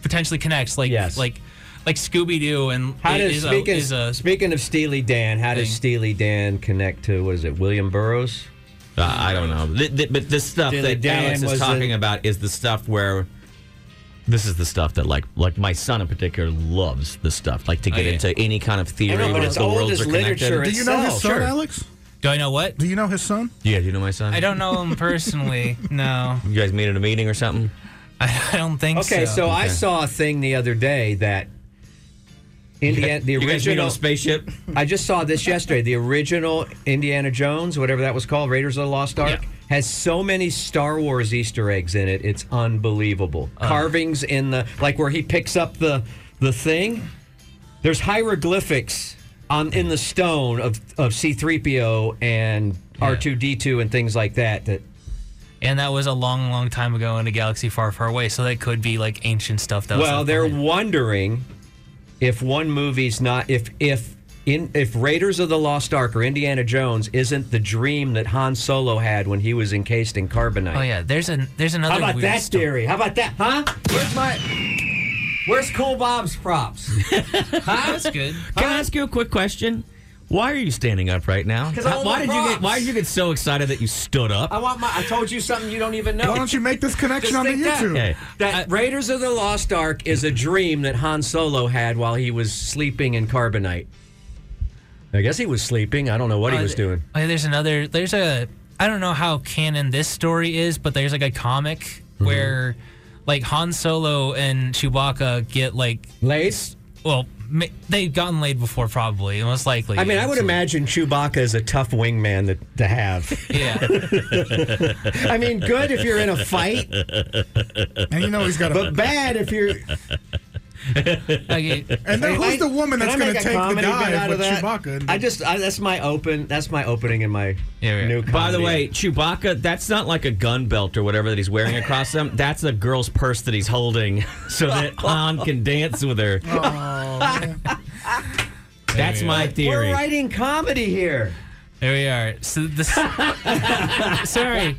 potentially connects, like
Yes.
like like Scooby Doo and
How
it
does
is a-
speaking,
is a
speaking of Steely Dan? How does
thing.
Steely Dan connect to what is it? William Burroughs?
Uh, I don't know. Th- th- but the stuff
Dilly
that
Dan
Alex is
was
talking
a-
about is the stuff where this is the stuff that like like my son in particular loves this stuff. Like to get
yeah.
into any kind of theory
Oh, know, but
where
it's
the
old
worlds
as
are connected.
literature.
Do you know his
Itself,
son,
sure.
Alex?
Do I know what?
Do you know his son?
Yeah, do you know my son?
I don't know him personally. No,
You guys meet at a meeting or something?
I, I don't think so.
Okay, so, I saw a thing the other day that Indiana, the
you guys meet
original.
on a spaceship?
I just saw this yesterday. The original Indiana Jones, whatever that was called, Raiders of the Lost Ark,
Yeah.
has so many Star Wars Easter eggs in it. It's unbelievable.
Uh.
Carvings in the like where he picks up the the thing. There's hieroglyphics on in the stone of of C3PO and R2D2 and things like that. That
and that was a long, long time ago in a galaxy far, far away. So that could be like ancient stuff. That was
well,
left
they're
behind.
wondering if one movie's not if if in if Raiders of the Lost Ark or Indiana Jones isn't the dream that Han Solo had when he was encased in carbonite.
Oh yeah, there's an there's another.
How about
weird
that
story.
theory? How about that? Huh? Where's my Where's Cool Bob's props?
That's good.
Can I ask you a quick question? Why are you standing up right now?
'Cause I want
why
my
did you get
props.
Why did you get so excited that you stood up?
I want my I told you something you don't even
Why
know.
don't you make this connection
Just
on the
think that.
YouTube?
Okay.
That Raiders of the Lost Ark is a dream that Han Solo had while he was sleeping in carbonite. I guess he was sleeping. I don't know what he
Uh,
was doing.
oh, yeah, there's another. There's a. I don't know how canon this story is, but there's like a comic
Mm-hmm.
where, like Han Solo and Chewbacca get like
Late?
well. ma- They've gotten laid before, probably, most likely.
I mean, I would
So-
imagine Chewbacca is a tough wingman to, to have.
Yeah.
I mean, good if you're in a fight,
And you know he's got a
but bad if you're.
Like it,
And then who's
I-
the woman
can
that's
I
going
make
to take
a
the
comedy bit
dive
out of
with
that?
Chewbacca?
I just I, that's my open that's my opening in my
Yeah, yeah.
new.
By the
comedy.
way, Chewbacca, that's not like a gun belt or whatever that he's wearing across him. That's a girl's purse that he's holding so that Han can dance with her.
Oh,
That's my theory.
we're writing comedy here.
there we are. So this. sorry,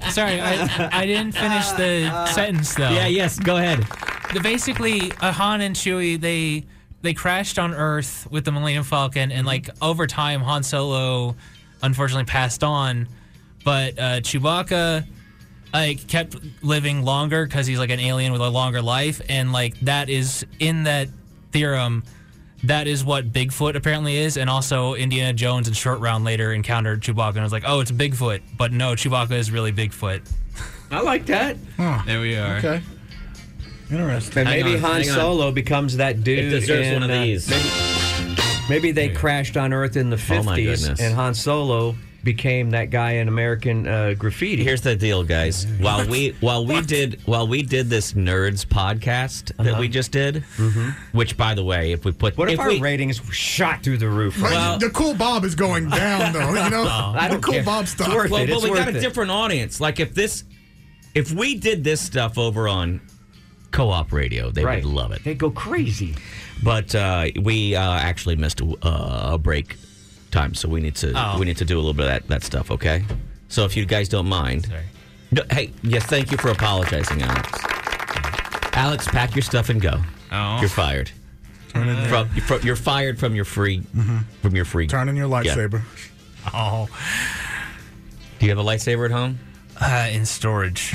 sorry. I, I didn't finish the sentence though.
Yeah, yes, go ahead.
The- basically, uh, Han and Chewie they they crashed on Earth with the Millennium Falcon, and like over time, Han Solo unfortunately passed on, but uh, Chewbacca like kept living longer because he's like an alien with a longer life, and like that is in that theorem. That is what Bigfoot apparently is, and also Indiana Jones and Short Round later encountered Chewbacca and was like, "Oh, it's Bigfoot," but no, Chewbacca is really Bigfoot.
I like that.
There we are.
okay. Interesting.
And
Hang
maybe
on,
Han
hang on.
Solo becomes that dude.
It deserves
in,
one of
uh,
these.
Maybe they crashed on Earth in the
Oh, my
50s,
goodness.
and Han Solo became that guy in American uh, Graffiti.
Here's the deal, guys. While we while we did while we did this nerds podcast that we just did, which by the way, Uh-huh. Mm-hmm. if we put
what if, our
we,
ratings were shot through the roof?
But
right?
Well- Oh,
the cool Bob is going down, though. You know,
I
the
don't
cool
care.
Bob
It's
stuff.
worth
well,
it.
but
It's
we got
worth
a
it.
different audience. Like if this if we did this stuff over on co-op radio, they
Right.
would love it.
They go crazy.
But uh, we uh, actually missed a, uh, a break time, so we need to
Oh.
we need to do a little bit of that, that stuff. Okay. So if you guys don't mind,
Sorry.
No, hey, yes, thank you for apologizing, Alex. Alex, pack your stuff and go.
Oh.
You're fired. From, from, you're fired from your free from your free.
Turn in Mm-hmm. your lightsaber.
Oh,
Do you have a lightsaber at home?
uh, in storage.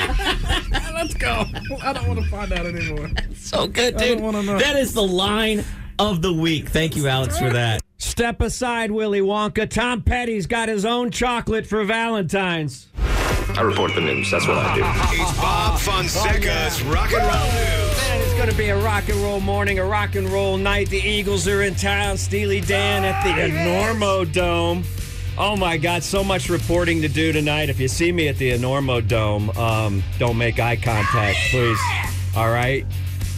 Let's go. I don't want to find out anymore.
So good,
don't
dude.
wanna know.
That is the line of the week. Thank you, Alex, for that.
Step aside, Willy Wonka. Tom Petty's got his own chocolate for Valentine's.
I report the news. That's what I do.
It's Bob Fonseca's Rock and Roll News.
Man, it's going to be a rock and roll morning, a rock and roll night. The Eagles are in town. Steely Dan at the Enormo Dome. Oh my God, so much reporting to do tonight. If you see me at the Enormo Dome, um, don't make eye contact, please. All right.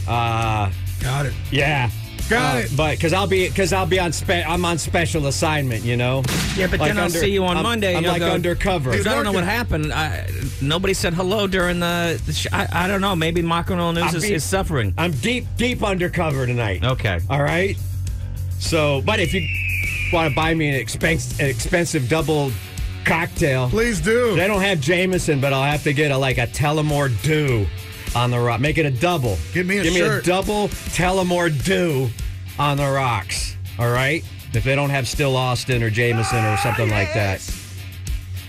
Uh,
Got it.
yeah.
Got
Uh,
it.
But because I'll be because I'll be on spe- I'm on special assignment, you know.
Yeah, but
Like
then I'll
under-
see you on
I'm-
Monday.
I'm
and you'll
like
go,
undercover.
Dude, I don't know what
Working.
happened. I, nobody said hello during the. the sh- I, I don't know. Maybe Mock and Roll News
I'll
is,
be-
is suffering.
I'm deep deep undercover tonight.
Okay.
All right. So, but if you want to buy me an, expense, an expensive double cocktail,
Please do.
they don't have Jameson, but I'll have to get a like a Telemore Dew on the rock. Make it a double.
Give me a
Give me a
shirt.
double Telemore Dew on the rocks. All right. If they don't have Still Austin or Jameson or something like that.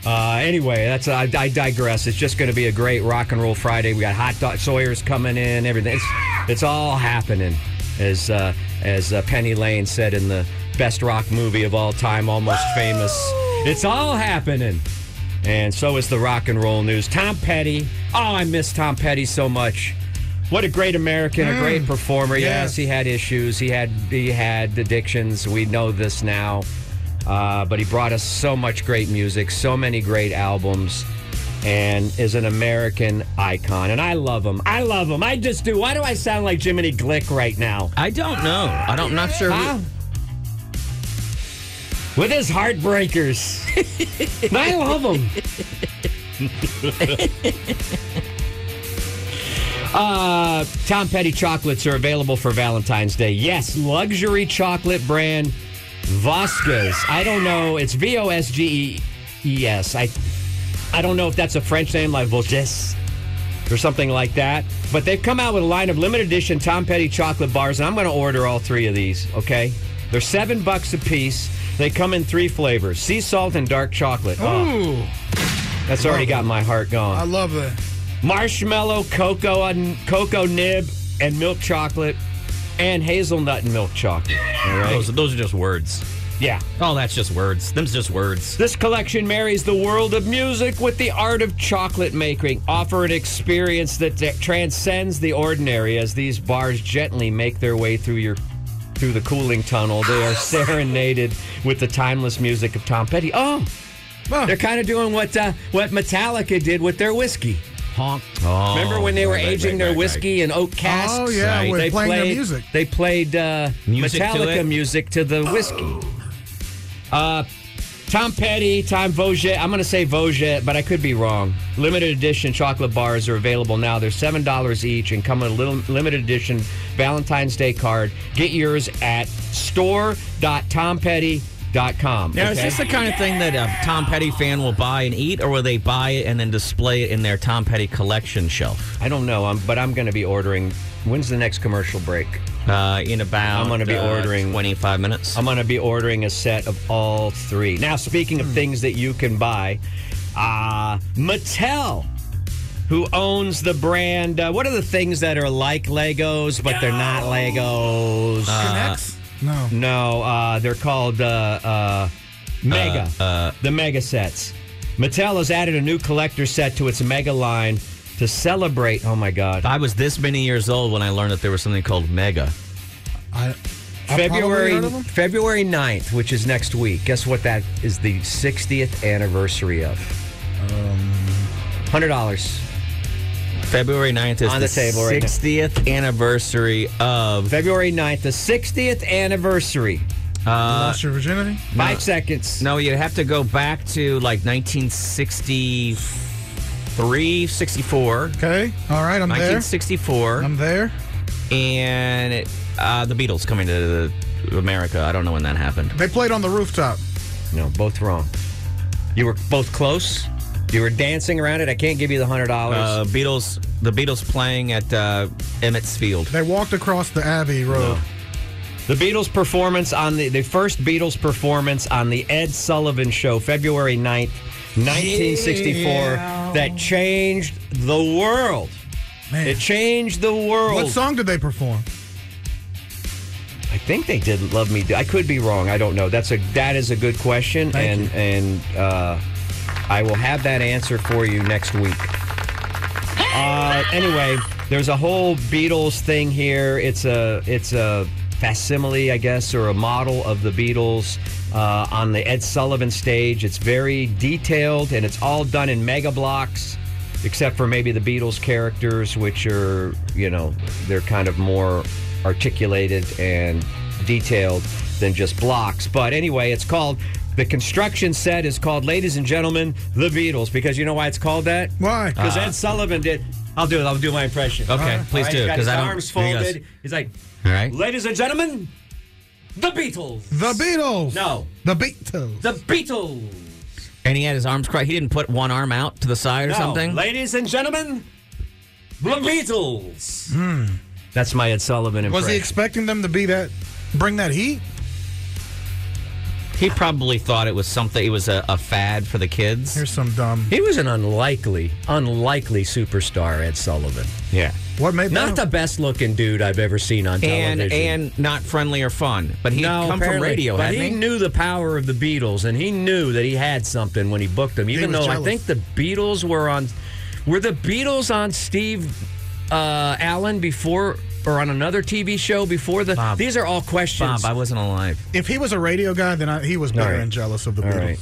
Uh, anyway, that's I, I digress. It's just going to be a great rock and roll Friday. We got hot dog Sawyer's coming in. Everything. It's, it's all happening, as uh, as uh, Penny Lane said in the best rock movie of all time, almost famous. It's all happening, and so is the rock and roll news. Tom Petty. Oh, I miss Tom Petty so much. What a great American, a great
Mm.
performer. Yes, he had issues. He had he had addictions. We know this now. Uh, but he brought us so much great music, so many great albums, and is an American icon. And I love him. I love him. I just do. Why do I sound like Jiminy Glick right now?
I don't know. I don't. Not sure. who-
Huh? With his heartbreakers. I love him. uh, Tom Petty chocolates are available for Valentine's Day. Yes, luxury chocolate brand Vosges. I don't know. It's V O S G E E S. I I don't know if that's a French name like Vosges or something like that. But they've come out with a line of limited edition Tom Petty chocolate bars, and I'm going to order all three of these. Okay, they're seven bucks a piece. They come in three flavors: sea salt and dark chocolate. Oh,
Ooh,
that's already got my heart
I
Um,
going.
love that.
Marshmallow, cocoa, and cocoa nib, and milk chocolate, and hazelnut and milk chocolate. All right.
Those, those are just words.
Yeah.
Oh, that's just words. Them's just words.
This collection marries the world of music with the art of chocolate making, offer an experience that t- transcends the ordinary as these bars gently make their way through your through the cooling tunnel. They are serenaded with the timeless music of Tom Petty. Oh,
Oh.
they're kind of doing what uh, what Metallica did with their whiskey.
Honk.
Remember when they were
Oh, right, right,
aging
right,
their
right,
whiskey in oak casks?
Oh, yeah,
Right.
with
They
playing
played
their music.
They played uh,
Music to
Metallica
it?
music to the whiskey. Uh, Tom Petty, Tom Voget. I'm going to say Voget, but I could be wrong. Limited edition chocolate bars are available now. They're seven dollars each and come in a little limited edition Valentine's Day card. Get yours at store.tompetty.com.
Now, is
okay?
this the kind of thing that a Tom Petty fan will buy and eat, or will they buy it and then display it in their Tom Petty collection shelf
I don't know, um, but I'm going to be ordering. When's the next commercial break?
uh, in about
I'm gonna be
uh,
ordering-
25 minutes?
I'm going to be ordering a set of all three. Now, speaking of things that you can buy, uh, Mattel, who owns the brand, uh, what are the things that are like Legos, but they're not Legos?
No.
no, uh, they're called uh, uh, Mega, the Mega sets. Mattel has added a new collector set to its Mega line to celebrate. Oh, my God.
I was this many years old when I learned that there was something called Mega.
I, I probably
February
heard of them.
February 9th, which is next week. Guess what that is the 60th anniversary of? Um, $100.
February 9th is
On the table right now.
60th anniversary of.
February 9th, the 60th anniversary.
Lost your virginity?
Five seconds.
Uh, No, you'd have to go back to like 1963, 64.
Okay. All right. I'm there.
1964,
I'm there.
and it, uh, the Beatles coming to the, America. I don't know when that happened.
They played on the rooftop.
No, both wrong. You were both close. You were dancing around it. I can't give you the $100.
Uh, Beatles, the Beatles playing at uh, Emmett's Field.
They walked across the Abbey Road.
The Beatles performance on the the first Beatles performance on the Ed Sullivan Show, February 9th, 1964, that changed the world.
Man.
It changed the world.
What song did they perform?
I think they did "Love Me Do." I could be wrong. I don't know. That's a that is a good question,
Thank
and and uh, I will have that answer for you next week. Uh, anyway, there's a whole Beatles thing here. It's a it's a facsimile, I guess, or a model of the Beatles uh, on the Ed Sullivan stage. It's very detailed, and it's all done in mega blocks, except for maybe the Beatles characters, which are you know they're kind of more articulated and detailed than just blocks. But anyway, it's called. The construction set is called, ladies and gentlemen, the Beatles, because you know why it's called that?
Why?
Because Ed Sullivan did. I'll do it. I'll do my impression.
Okay, please
All right,
do,
he's got
'cause
his
I don't-
arms
you guys-
folded. He's like,
All right.
ladies and gentlemen, the Beatles.
The Beatles.
No.
The Beatles.
The Beatles.
And he had his arms crossed. He didn't put one arm out to the side or
No,
something.
Ladies and gentlemen, the Beatles.
Hmm,
That's my Ed Sullivan impression.
Was he expecting them to be that? Bring that heat?
He probably thought it was something. It was a, a fad for the kids.
Here's some dumb.
he was an unlikely, unlikely superstar, Ed Sullivan.
Yeah.
What made
Not the
them?
best looking dude I've ever seen on
And
television.
and not friendly or fun, but he
no,
would come from
apparently.
radio,
But
hadn't
he knew the power of the Beatles, and he knew that he had something when he booked them. Even
was
though I
jealous.
think the Beatles were on, were the Beatles on Steve uh, Allen before or on another TV show before the?
Bob.
these are all questions.
Bob, I wasn't alive.
If he was a radio guy, then I, he was bitter
right.
and jealous of the
All
Beatles.
right.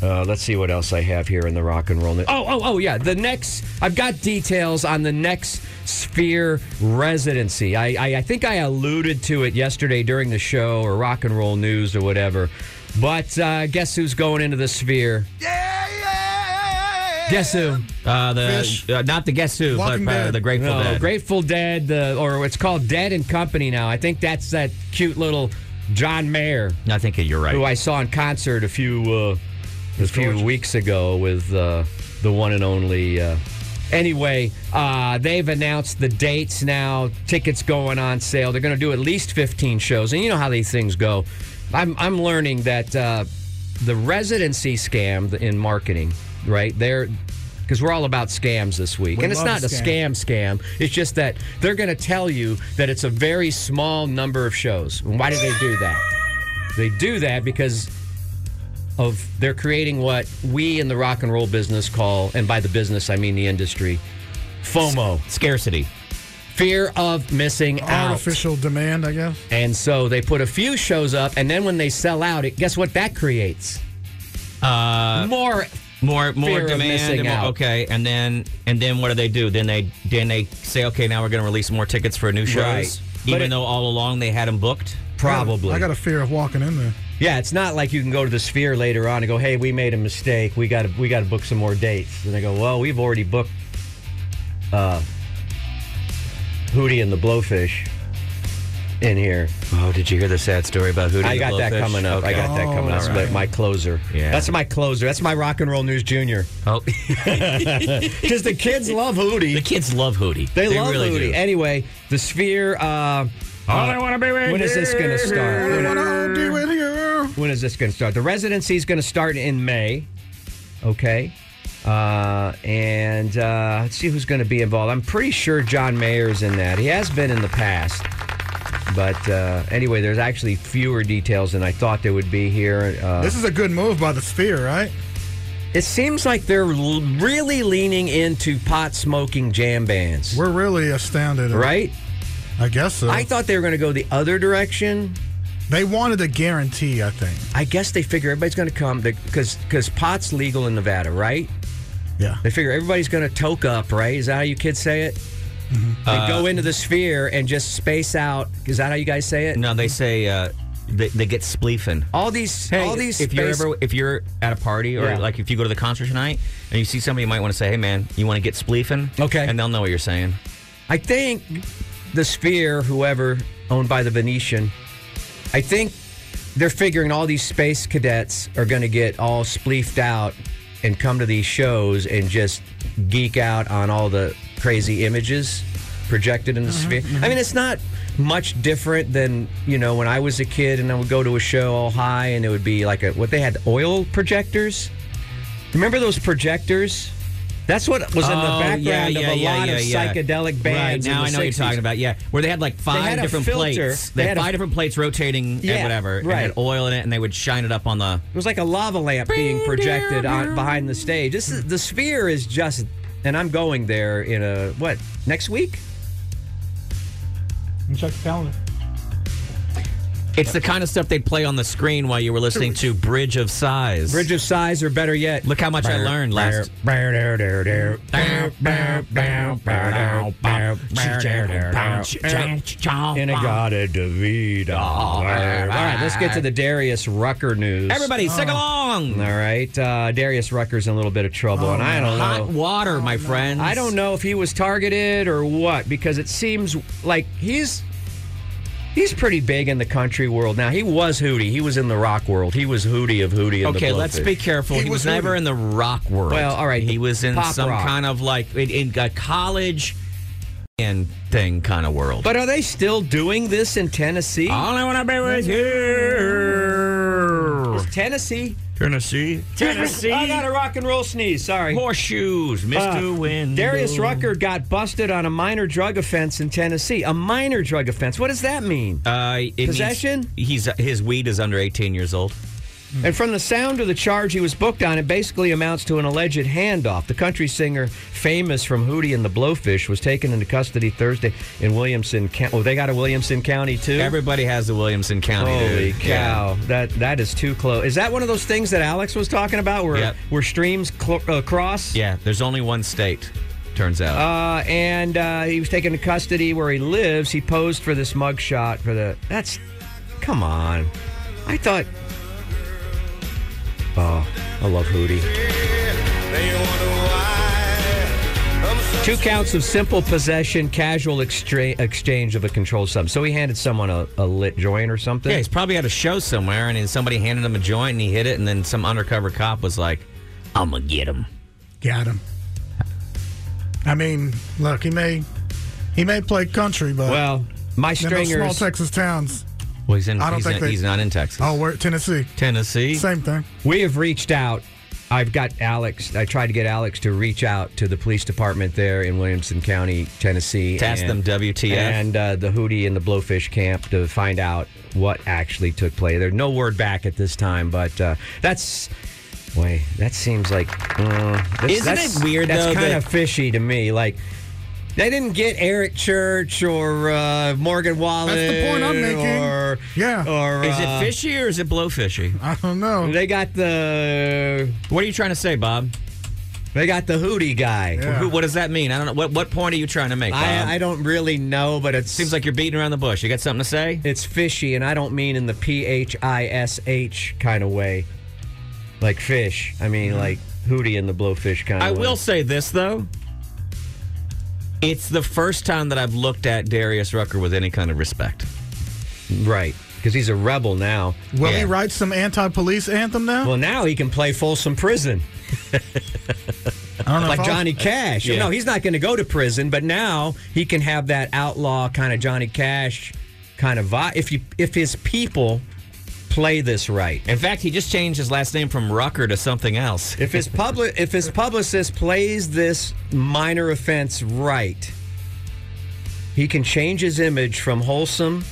Uh, let's see what else I have here in the rock and roll. News. Oh, oh, oh, yeah. The next, I've got details on the next Sphere residency. I, I, I think I alluded to it yesterday during the show or rock and roll news or whatever. But uh, guess who's going into the Sphere? Guess who?
Uh, the
Fish.
uh, not the guess who,
Walking
but uh,
Dead.
the Grateful
No,
Dead.
Oh. Grateful Dead, the, or it's called Dead and Company now. I think that's that cute little John Mayer
uh, I think you're right.
who I saw in concert a few uh, a few weeks ago with uh, the one and only. Uh, anyway, uh, they've announced the dates now. Tickets going on sale. They're going to do at least fifteen shows, and you know how these things go. I'm I'm learning that uh, the residency scam in marketing, right? They're because we're all about scams this week, and it's
love
not
a
a
scam.
scam scam scam. It's just that they're going to tell you that it's a very small number of shows. And why do they do that? They do that because of they're creating what we in the rock and roll business call, and by the business I mean the industry, FOMO,
Scarcity.
fear of missing out.
Artificial demand, I guess.
And so they put a few shows up, and then when they sell out, it guess what that creates? Uh, More
more more
Fear of
demand.
missing
and more-
out.
okay, and then and then what do they do? Then they then they say, okay, now we're going to release more tickets for new shows,
Right. But
even
it-
though all along they had them booked.
Probably.
I got a fear of walking in there.
Yeah, it's not like you can go to the Sphere later on and go, "Hey, we made a mistake. We got to we got to book some more dates." And they go, "Well, we've already booked uh, Hootie and the Blowfish in here.
Oh, did you hear the sad story about Hootie?
I got that coming up. I got that coming up. But my closer.
Yeah.
That's my closer. That's my rock and roll news junior.
Oh,
Because the kids love Hootie.
the kids love Hootie.
They, love
really
Hootie.
do.
Anyway, the Sphere. Uh,
All I want to be with
when is this going to start? When- when is this going to start? The residency is going to start in May. Okay. Uh, and uh, let's see who's going to be involved. I'm pretty sure John Mayer's in that. He has been in the past. But uh, anyway, there's actually fewer details than I thought there would be here. Uh,
This is a good move by the Sphere, right?
it seems like they're l- really leaning into pot smoking jam bands,
We're really astounded.
right?
I guess so.
I thought they were going to go the other direction.
they wanted a guarantee, I think.
I guess they figure everybody's going to come because because pot's legal in Nevada, right?
Yeah.
They figure everybody's going to toke up, right? Is that how you kids say it?
Mm-hmm.
They
Uh,
go into the sphere and just space out. Is that how you guys say it?
No, they say uh, they, they get spleefing.
All these,
Hey,
all these.
if you're
space-
ever if you're at a party or
Yeah.
like if you go to the concert tonight and you see somebody, you might want to say, "Hey, man, you want to get spleefing?"
Okay.
and they'll know what you're saying.
I think the sphere, whoever owned by the Venetian, I think they're figuring all these space cadets are going to get all spleefed out and come to these shows and just geek out on all the crazy images projected in the sphere. I mean, it's not much different than you know when I was a kid and I would go to a show all high and it would be like a what they had oil projectors. Remember those projectors? That's what was in the
Oh,
background
yeah, yeah,
of a
yeah,
lot of
yeah, yeah.
psychedelic bands.
Right, now
in the
I know what you're
60s.
talking about. Yeah, where they had like five
had a
different
filter.
plates.
They
They, had
had a-
five different plates rotating
Yeah,
and whatever. and
right.
had oil in it, and they would shine it up on the.
It was like a lava lamp being projected on behind the stage. This is the sphere is just, and I'm going there in a what next week?
Check the calendar.
It's the kind of stuff they'd play on the screen while you were listening to Bridge of Size.
Bridge of Size, or better yet,
Look how much I learned last.
Inagata Davida. All right, let's get to the Darius Rucker news. Oh.
Everybody, sing
All
along.
right, uh, Darius Rucker's in a little bit of trouble, and I don't
Hot
know.
water, my friends.
I don't know if he was targeted or what because it seems like he's he's pretty big in the country world now. He was Hootie. He was in the rock world. He was Hootie of Hootie. And the
Okay, let's
Blowfish.
be careful. He,
He
was,
was
never
who?
in the rock world.
Well, all right,
He was in
pop
some
rock.
kind of like in, in a college and thing kind of world.
But are they still doing this in Tennessee?
all I want to be with you.
Is Tennessee.
Tennessee,
I
Tennessee,
got a rock and roll sneeze. Sorry.
horseshoes, Mister
Uh,
Wind.
Darius Rucker got busted on a minor drug offense in Tennessee. A minor drug offense. What does that mean?
Uh, it means
Possession?
he's his weed is under eighteen years old.
And from the sound of the charge he was booked on, it basically amounts to an alleged handoff. The country singer, famous from Hootie and the Blowfish, was taken into custody Thursday in Williamson County. Oh, they got a Williamson County too.
Everybody has the Williamson County.
Holy
dude. Yeah.
cow! That that is too close. Is that one of those things that Alex was talking about, where
Yep.
where streams cl- uh, cross?
Yeah, there's only one state. Turns out.
Uh, and uh, he was taken into custody where he lives. He posed for this mugshot for the. That's. Come on. I thought. Oh, I love Hootie. Two counts of simple possession, casual extra- exchange of a controlled substance. So he handed someone a, a lit joint or something.
Yeah, he's probably at a show somewhere, and then somebody handed him a joint, and he hit it, and then some undercover cop was like, "I'm gonna get him."
Got him. I mean, look, he may he may play country, but
well, my
in those small
stringers.
Texas towns.
Well, he's in.
I don't
he's,
think
in-
they-
he's not in Texas.
Oh, we're Tennessee.
Tennessee.
Same thing.
We have reached out. I've got Alex. I tried to get Alex to reach out to the police department there in Williamson County, Tennessee.
Task
and-
them WTF.
And uh, the Hootie and the Blowfish camp to find out what actually took place. There's no word back at this time, but uh, that's. Boy, that seems like. Uh, this-
Isn't
that's-
it weird,
That's
though,
kind of
that-
fishy to me. Like, They didn't get Eric Church or uh, Morgan Wallen.
That's the point I'm making.
Or,
Yeah.
Or
Is
uh,
it fishy or is it blow fishy?
I don't know.
They got the
What are you trying to say, Bob?
they got the Hootie guy.
Yeah.
Who, what does that mean? I don't know. What what point are you trying to make? Bob?
I, I don't really know, but it
Seems like you're beating around the bush. You got something to say?
it's fishy, and I don't mean in the P H I S H kind of way, like fish. I mean like Hootie and the Blowfish kind of.
I
way.
will say this though. It's the first time that I've looked at Darius Rucker with any kind of respect.
right because he's a rebel now.
Will
Yeah.
he write some anti-police anthem now?
Well, now he can play Folsom Prison
I don't know. if
like
I was-
Johnny Cash.
Yeah.
No, he's not going to go to prison, but now he can have that outlaw kind of Johnny Cash kind of vibe. If you if his people play this right.
In fact, he just changed his last name from Rucker to something else.
If his public, if his publicist plays this minor offense right, he can change his image from wholesome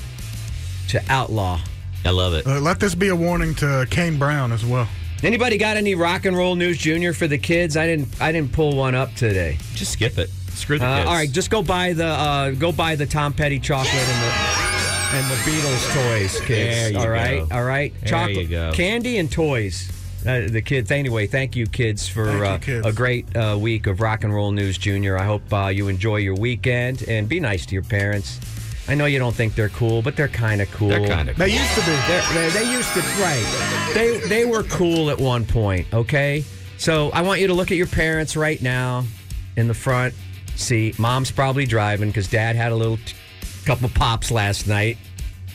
to outlaw.
I love it.
Uh, let this be a warning to Kane Brown as well.
Anybody got any rock and roll news, Junior, for the kids? I didn't. I didn't pull one up today.
Just skip it. Screw the
Uh,
kids.
all right, just go buy the uh, go buy the Tom Petty chocolate and the and the Beatles toys, kids.
There you
all right,
go.
all right,
There
chocolate,
you go.
candy, and toys. Uh, the kids. Anyway, thank you, kids, for
Thank you,
uh,
kids.
a great uh, week of rock and roll news, Junior. I hope uh, you enjoy your weekend and be nice to your parents. I know you don't think they're cool, but they're kind of cool.
They're kind of.
They used to be.
They're- They, they used to right. They they were cool at one point. Okay, so I want you to look at your parents right now in the front seat. Mom's probably driving because Dad had a little t- couple pops last night.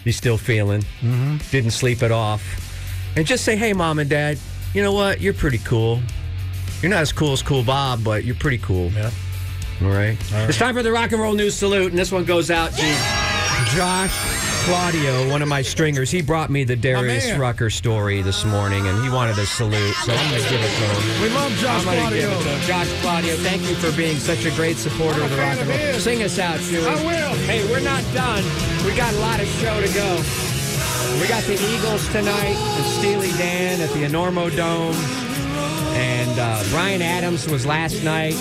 He's still feeling. Mm-hmm. Didn't sleep it off. And just say, hey, Mom and Dad, you know what? You're pretty cool. You're not as cool as Cool Bob, but you're pretty cool.
Yeah.
All right. It's time for the rock and roll news salute, and this one goes out to Josh Claudio, one of my stringers. He brought me the Darius
man.
Rucker story this morning, and he wanted a salute, so I'm going to give it to him.
We love Josh
I'm going to give
Claudio.
it to him. Josh Claudio, thank you for being such a great supporter of the rock and roll. Sing us out, Chewy. I will. Hey, we're not done. We got a lot of show to go. We got the Eagles tonight, the Steely Dan at the Enormo Dome, and uh, Brian Adams was last night.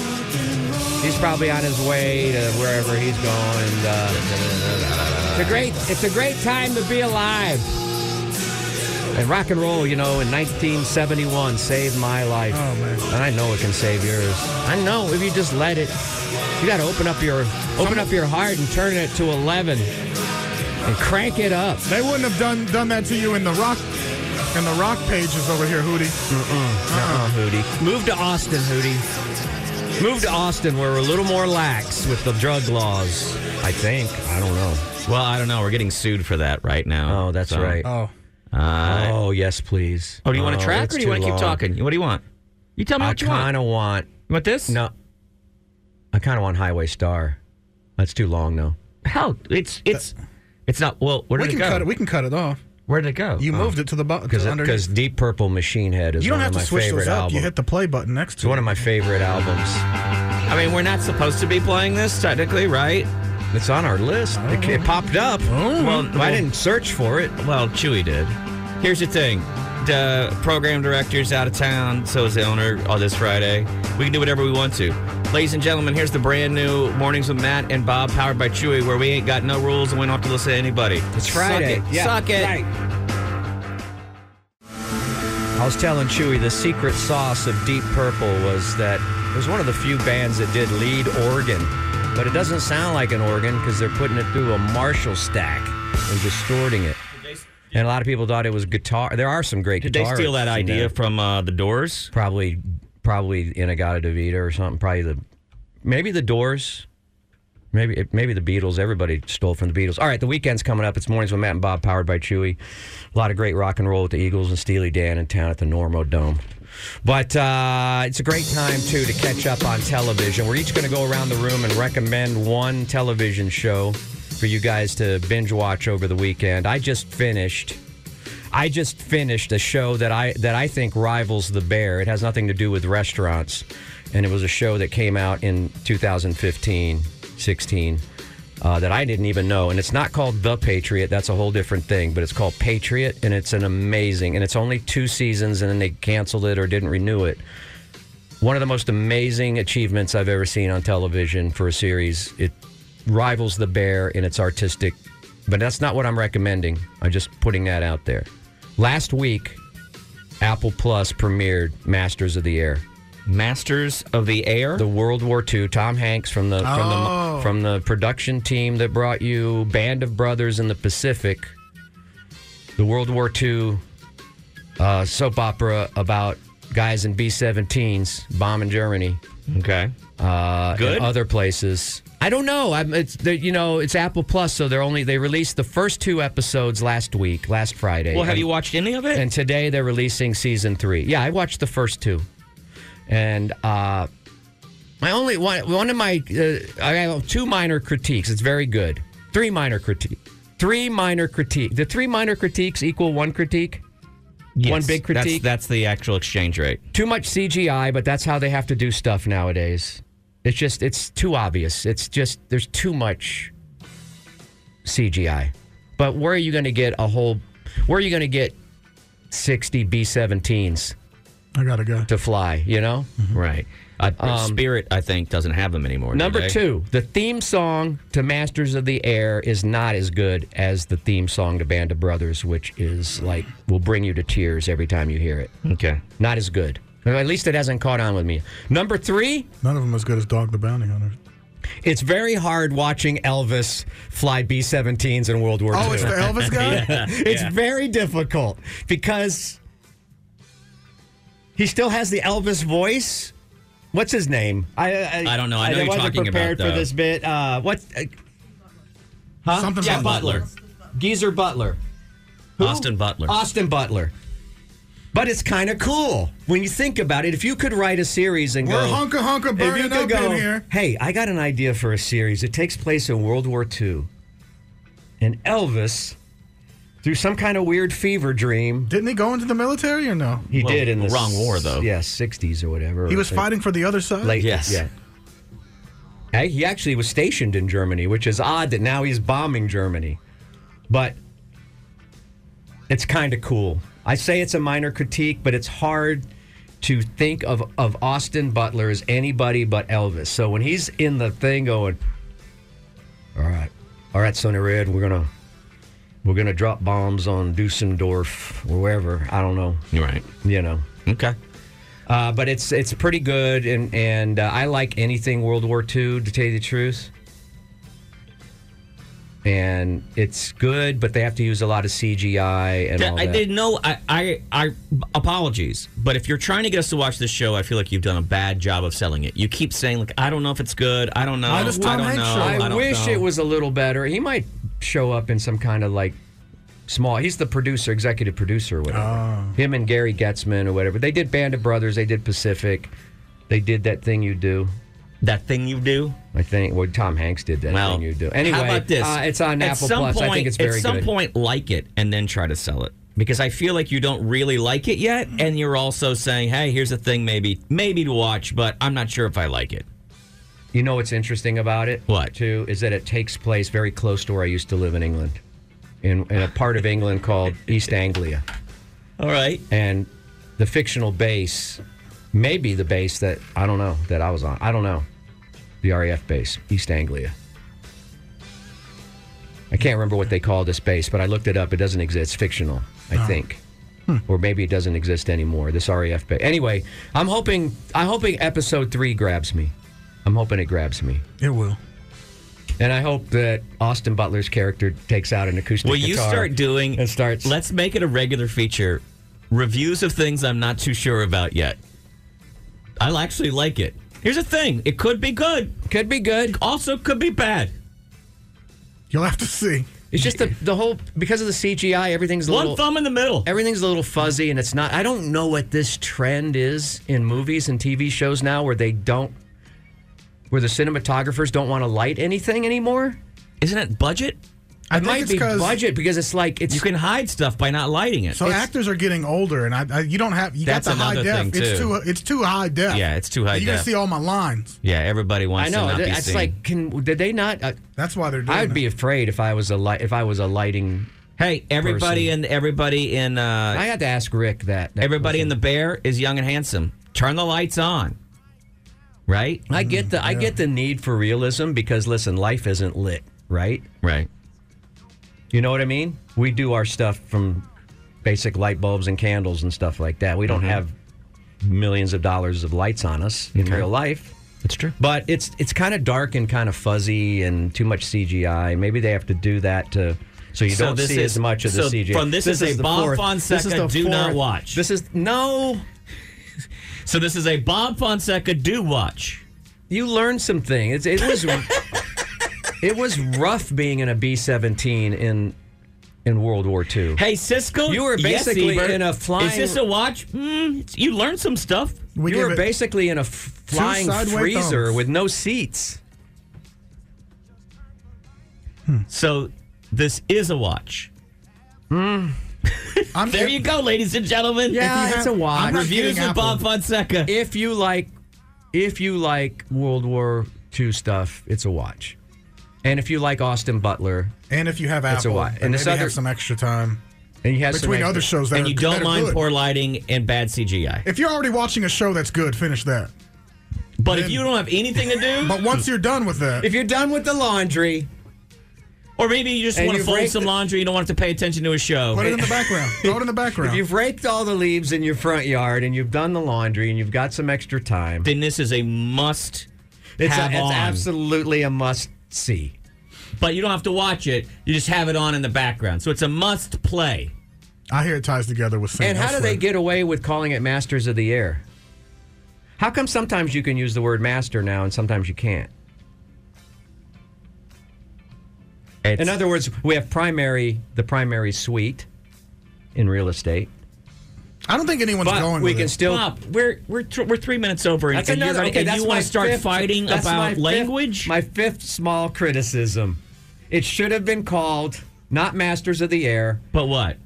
He's probably on his way to wherever he's going. And, uh, it's a great, it's a great time to be alive. And rock and roll, you know, in 1971 saved my life.
Oh, man.
And I know it can save yours. I know if you just let it. You got to open up your, open up your heart and turn it to 11, and crank it up.
They wouldn't have done done that to you in the rock in the rock pages over here, Hootie.
Uh-uh, Hootie. Move to Austin, Hootie. Move to Austin where we're a little more lax with the drug laws. I think. I don't know.
Well, I don't know. We're getting sued for that right now.
Oh, that's
So,
right.
Oh.
Uh,
oh, yes, please.
oh, do you want
Oh,
to track
it's
or do you want
too
to keep
long.
talking? What do you want? You tell me
I
what you want.
kind of want.
You want this?
No. I kind of want Highway Star. That's too long, though.
Hell, it's it's it's not. Well, where
We
did
can
it go?
cut it. We can cut it off.
Where did it go?
You
Oh.
moved it to the bottom.
Because Deep Purple Machine Head is
you don't
one
have
of
to
my
switch
favorite
those up. You
albums.
hit the play button next
It's
to
one
it.
of my favorite albums.
I mean, we're not supposed to be playing this technically, right?
It's on our list. It, it popped up.
Well,
I didn't search for it.
Well, Chewy did. Here's the thing. The program director's out of town, so is the owner on this Friday. We can do whatever we want to. Ladies and gentlemen, here's the brand new Mornings with Matt and Bob powered by Chewy, where we ain't got no rules and we don't have to listen to anybody.
It's Friday.
Suck it.
Yeah,
Suck it.
right. I was telling Chewy the secret sauce of Deep Purple was that it was one of the few bands that did lead organ, but it doesn't sound like an organ because they're putting it through a Marshall stack and distorting it. And a lot of people thought it was guitar. There are some great
Did they
guitarists.
steal that
in
idea
there.
from uh, the Doors?
Probably, probably Inagata DeVita or something. Probably the, maybe the Doors, maybe maybe the Beatles. Everybody stole from the Beatles. All right, the weekend's coming up. It's mornings with Matt and Bob, powered by Chewy. A lot of great rock and roll with the Eagles and Steely Dan in town at the Normo Dome. But uh, it's a great time too to catch up on television. We're each going to go around the room and recommend one television show for you guys to binge watch over the weekend. I just finished. I just finished a show that I that I think rivals The Bear. It has nothing to do with restaurants, and it was a show that came out in 2015, 16, uh, that I didn't even know. And it's not called The Patriot. That's a whole different thing. But it's called Patriot, and it's an amazing. And it's only two seasons, and then they canceled it or didn't renew it. one of the most amazing achievements I've ever seen on television for a series. It rivals The Bear in its artistic, but that's not what I'm recommending. I'm just putting that out there. Last week, Apple Plus premiered Masters of the Air.
Masters of the Air. Oh.
The World War II. Tom Hanks from the from the from the production team that brought you Band of Brothers in the Pacific. The World War II uh, soap opera about guys in B-17s bombing Germany
okay.
uh,
Good?
and other places. I don't know. I'm, it's they're- you know it's Apple Plus, so they're only they released the first two episodes last week, last Friday.
Well, have
And-
you watched any of it?
and today they're releasing season three. Yeah, I watched the first two, and uh, my only one one of my uh, I have two minor critiques. It's very good. Three minor critique. Three minor critique. The three minor critiques equal one critique. one big
That's-
critique.
that's the actual exchange rate.
Too much CGI, but that's how they have to do stuff nowadays. It's just it's too obvious. It's just there's too much CGI. But where are you going to get a whole? Where are you going to get sixty B-17s?
I got to go.
to fly, you know?
Right. I, Spirit, I think, doesn't have them anymore. do
Um, Number
they?
two, the theme song to Masters of the Air is not as good as the theme song to Band of Brothers, which is like, will bring you to tears every time you hear it.
Okay.
Not as good. Well, At least it hasn't caught on with me. Number three,
None of them as good as Dog the Bounty Hunter.
it's very hard watching Elvis fly B 17s in World War
Oh, it's the Elvis guy?
it's very difficult because he still has the Elvis voice. What's his name? I uh, I,
I don't know. I know you're
wasn't
talking about,
prepared
though.
for this bit. Uh, what? Uh, huh?
Something
yeah,
from
Butler. Geezer Butler. Who?
Austin Butler.
Austin Butler. But it's kind of cool when you think about it. If you could write a series and
We're
go,
hunka hunka
if you
burning
could
up
go,
in here.
hey, I got an idea for a series. It takes place in World War II, and Elvis, through some kind of weird fever dream,
Didn't he go into the military or no?
he
Well,
did in the
wrong war, though.
Yeah, sixties or whatever.
He
or
was
like-
fighting for the other side.
Late,
Yes.
Yeah. Hey, He actually was stationed in Germany, which is odd that now he's bombing Germany. But it's kind of cool. I say it's a minor critique, but it's hard to think of, of Austin Butler as anybody but Elvis. So when he's in the thing going, all right, all right, Sonny Red, we're going to. We're gonna drop bombs on Dusseldorf or wherever. I don't know.
You're right.
You know,
Okay.
uh, but it's it's pretty good, and and uh, I like anything World War II to tell you the truth. And it's good, but they have to use a lot of CGI and all
I
that.
didn't know. I, I, I, apologies. But if you're trying to get us to watch this show, I feel like you've done a bad job of selling it. You keep saying, like, I don't know if it's good. I don't know. I,
just
don't
Tom
know.
Hanks show.
I
I,
don't
wish
know."
it was a little better. He might show up in some kind of like small. He's the producer, executive producer, or whatever.
Oh.
Him and Gary Getzman or whatever. They did Band of Brothers. They did Pacific. They did that thing you do.
that thing you do.
I think. Well, Tom Hanks did that
Well,
thing you do. Anyway,
how about this?
Uh, it's on
At
Apple
some
Plus. I
point-
think it's very
At some
good.
point, like it and then try to sell it because I feel like you don't really like it yet, and you're also saying, "Hey, here's a thing, maybe, maybe to watch, but I'm not sure if I like it."
You know what's interesting about it?
What?
Too is that it takes place very close to where I used to live in England, in, in a part of England called East Anglia,
All right.
and the fictional base, maybe the base that I don't know that I was on. I don't know, the RAF base, East Anglia. I can't remember what they call this base, but I looked it up. It doesn't exist. It's fictional, I
Oh.
think. Or maybe it doesn't exist anymore. This RAF base. Anyway, I'm hoping I'm hoping episode three grabs me. I'm hoping it grabs me.
It will.
And I hope that Austin Butler's character takes out an acoustic
Well,
guitar.
you start doing
and starts-
Let's make it a regular feature. Reviews of things I'm not too sure about yet. I'll actually like it. Here's the thing: it could be good,
Could be good.
also could be bad.
You'll have to see.
It's just the, the whole because of the CGI, everything's a
One
little
thumb in the middle.
everything's a little fuzzy, and it's not. I don't know what this trend is in movies and TV shows now, where they don't, where the cinematographers don't want to light anything anymore.
Isn't it budget?
I
It
think
might
it's
be
'cause-
budget because it's like it's
You can hide stuff by not lighting it.
So actors are getting older, and I, I you don't have you
That's
got the high
another
def.
thing,
It's
too.
too it's too high def.
Yeah, it's too high
You can
def.
see all my lines.
yeah, everybody
I
wants
know
to not be
that's
seen.
like can did they not? Uh,
That's why they're doing.
I would be
it.
afraid if I was a light if I was a lighting.
hey, everybody in everybody in uh,
I had to ask Rick that. that
everybody
was-
in the bear is young and handsome. Turn the lights on. right?
I get the I get the need for realism because listen, life isn't lit, right?
Right.
You know what I mean? We do our stuff from basic light bulbs and candles and stuff like that. We don't have millions of dollars of lights on us in real life.
It's true.
But it's it's kind of dark and kind of fuzzy and too much CGI. Maybe they have to do that to so you
So
don't
this
see
is-
as much of
so
the CGI.
from this is a
the
Bob
fourth-
Fonseca
this is the
do not
fourth-
watch.
This is no.
So this is a Bob Fonseca do watch.
You learned something. It's, it was it was rough being in a B seventeen in in World War II.
Hey, Cisco,
You were
yes,
basically
Ebert.
in a flying-
Is this a watch? Hmm, it's- you learned some stuff.
We
you
give
were
it-
basically in a f- flying
sideways
freezer
thumbs.
with no seats.
Hmm.
So this is a watch.
I'm,
There you go, ladies and gentlemen.
Hmm. Yeah, it's a watch.
I'm not
Reviews
kidding,
with Bob
Apple.
Fonseca.
If you like, if you like World War II stuff, it's a watch. And if you like Austin Butler,
And if you have Apple,
It's a lot.
then
And this
maybe
other-
have some extra time
and you have some
between
extra-
other shows that
And
are,
you
that
don't
are
mind
good.
poor lighting and bad CGI.
If you're already watching a show that's good, finish that.
But if
then-
you don't have anything to do,
But once you're done with that,
If you're done with the laundry,
or maybe you just
And
want to
you've
fold
raked
some
the-
laundry, you don't want to pay attention to a show.
put it in the background. Throw it in the
if
background.
you've raked all the leaves in your front yard and you've done the laundry and you've got some extra time,
Then this is a must.
it's, a,
have
it's
on.
absolutely a must see.
But you don't have to watch it. You just have it on in the background. So it's a must play.
I hear it ties together with Saint
And how do
elsewhere.
they get away with calling it Masters of the Air? How come sometimes you can use the word master now and sometimes you can't? In other words, we have primary, the primary suite in real estate,
I don't think anyone's
but
going.
we
with
can
it.
still.
Bob, we're we're thr- we're three minutes over, and,
That's
and, you're
another.
gonna-
Okay,
and
that's
you want
my
to start
fifth-
fighting
that's my
about
fifth-
language?
my fifth small criticism. It should have been called not Masters of the Air,
but what?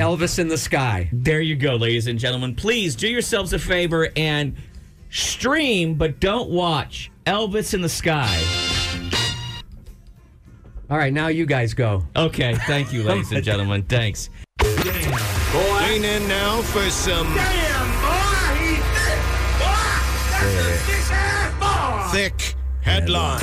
Elvis in the Sky.
There you go, ladies and gentlemen. Please do yourselves a favor and stream, but don't watch Elvis in the Sky.
All right, now you guys go.
Okay, thank you, ladies and gentlemen. Thanks.
Lean in now for some thick headlines.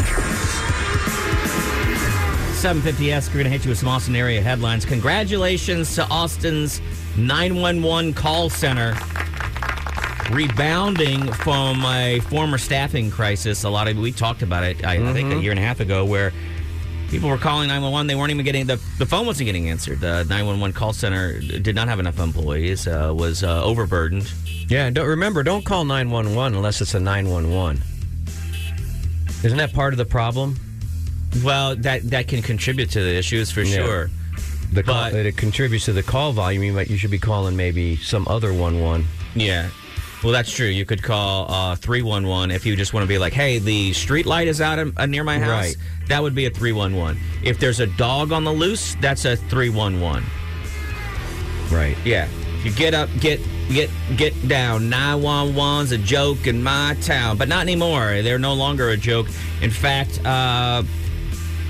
750S, we're going to hit you with some Austin area headlines. Congratulations to Austin's 911 call center rebounding from a former staffing crisis. A lot of we talked about it, I, I
Mm-hmm.
think, a year and a half ago, where people were calling 911. They weren't even getting the the phone wasn't getting answered. The 911 call center did not have enough employees. Uh, was uh, overburdened.
Yeah, don't remember, don't call 911 unless it's a 911. Isn't that part of the problem?
Well, that that can contribute to the issues for
Yeah.
sure.
The call,
But-
that it contributes to the call volume. You might you should be calling maybe some other one one.
Yeah. Well, that's true. You could call uh, 311 if you just want to be like, hey, the street light is out uh, near my house.
Right.
That would be a 311. If there's a dog on the loose, that's a 311.
Right.
Yeah. If you get up, get get get down. 911's a joke in my town, but not anymore. They're no longer a joke. In fact, uh,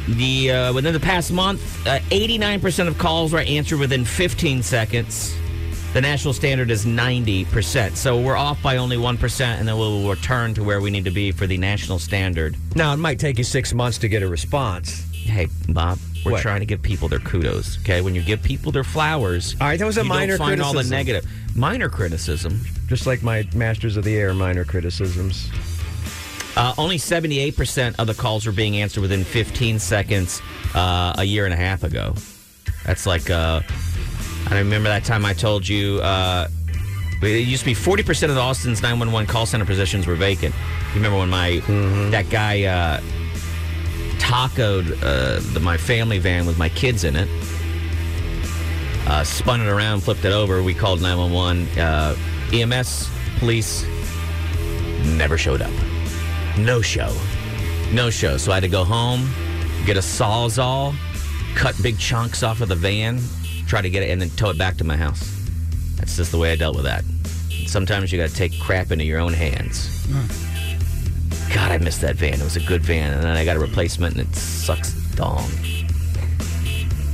the uh, within the past month, uh, 89% of calls were answered within 15 seconds. The national standard is 90%. So we're off by only 1%, and then we'll return to where we need to be for the national standard.
Now it might take you six months to get a response.
Hey, Bob, we're
What?
trying to give people their kudos, okay? When you give people their flowers,
All right, that was a
you
minor
don't find all the
criticism.
negative. Minor criticism.
Just like my Masters of the Air minor criticisms.
Uh, only 78% of the calls were being answered within 15 seconds uh, a year and a half ago. That's like, uh, I remember that time I told you uh, it used to be 40% of the Austin's 911 call center positions were vacant. You remember when my, that guy uh, tacoed uh, the, my family van with my kids in it, uh, spun it around, flipped it over. We called 911. Uh, EMS, police, never showed up no show. No show. So I had to go home, get a sawzall, cut big chunks off of the van, try to get it, and then tow it back to my house. That's just the way I dealt with that. Sometimes you got to take crap into your own hands. God, I miss that van. It was a good van, and then I got a replacement, and it sucks dong.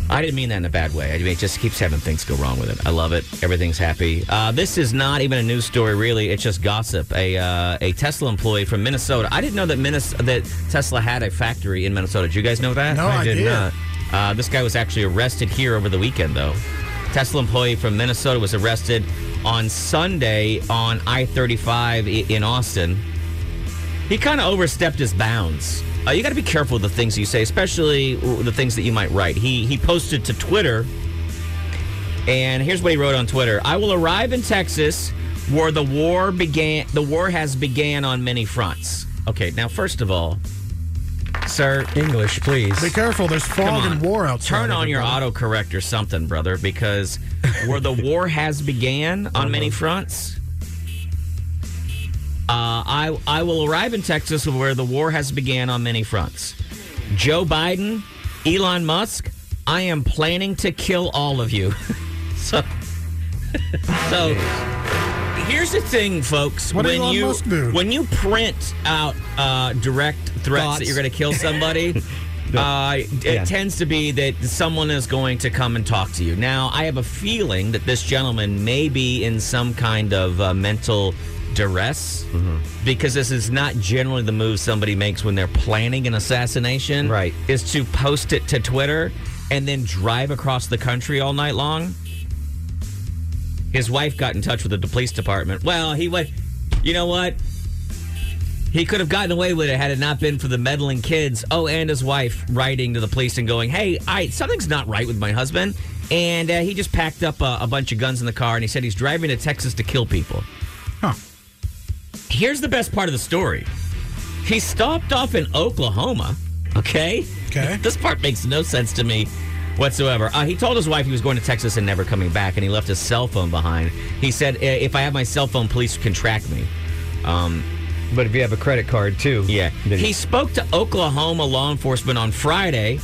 I didn't mean that in a bad way. I mean, it just keeps having things go wrong with it. I love it. Everything's happy. Uh, this is not even a news story, really. It's just gossip. A uh, a Tesla employee from Minnesota. I didn't know that Minnes- that Tesla had a factory in Minnesota. Did you guys know that?
No, I
did
did.
not. Uh, this guy was actually arrested here over the weekend, though. Tesla employee from Minnesota was arrested on Sunday on I 35 in Austin. He kind of overstepped his bounds. Uh, you got to be careful with the things you say, especially w- the things that you might write. He he posted to Twitter, and here's what he wrote on Twitter: "I will arrive in Texas, where the war began. The war has began on many fronts." Okay, now first of all, sir,
English, please.
Be careful. There's
Come
fog
on.
and war outside.
Turn on your
everybody.
autocorrect or something, brother, because where the war has began on many fronts. Uh, I I will arrive in Texas where the war has began on many fronts. Joe Biden, Elon Musk, I am planning to kill all of you. so, so here's the thing, folks.
What did
when
Elon
you
Musk do?
when you print out uh, direct threats that
Thoughts.
you're going to kill somebody, uh, it
Yeah.
tends to be that someone is going to come and talk to you. Now, I have a feeling that this gentleman may be in some kind of uh, mental duress
Mm-hmm.
because this is not generally the move somebody makes when they're planning an assassination.
Right.
Is to post it to Twitter and then drive across the country all night long. His wife got in touch with the police department. Well, he went, you know what? He could have gotten away with it had it not been for the meddling kids. Oh, and his wife writing to the police and going, "Hey, I something's not right with my husband." And uh, he just packed up a, a bunch of guns in the car, and he said he's driving to Texas to kill people.
Huh.
Here's the best part of the story: he stopped off in Oklahoma. Okay.
Okay.
This part makes no sense to me whatsoever. Uh, he told his wife he was going to Texas and never coming back, and he left his cell phone behind. He said, "Eh, "If I have my cell phone, police can track me." Um,
But if you have a credit card too,
yeah.
then-
He spoke to Oklahoma law enforcement on Friday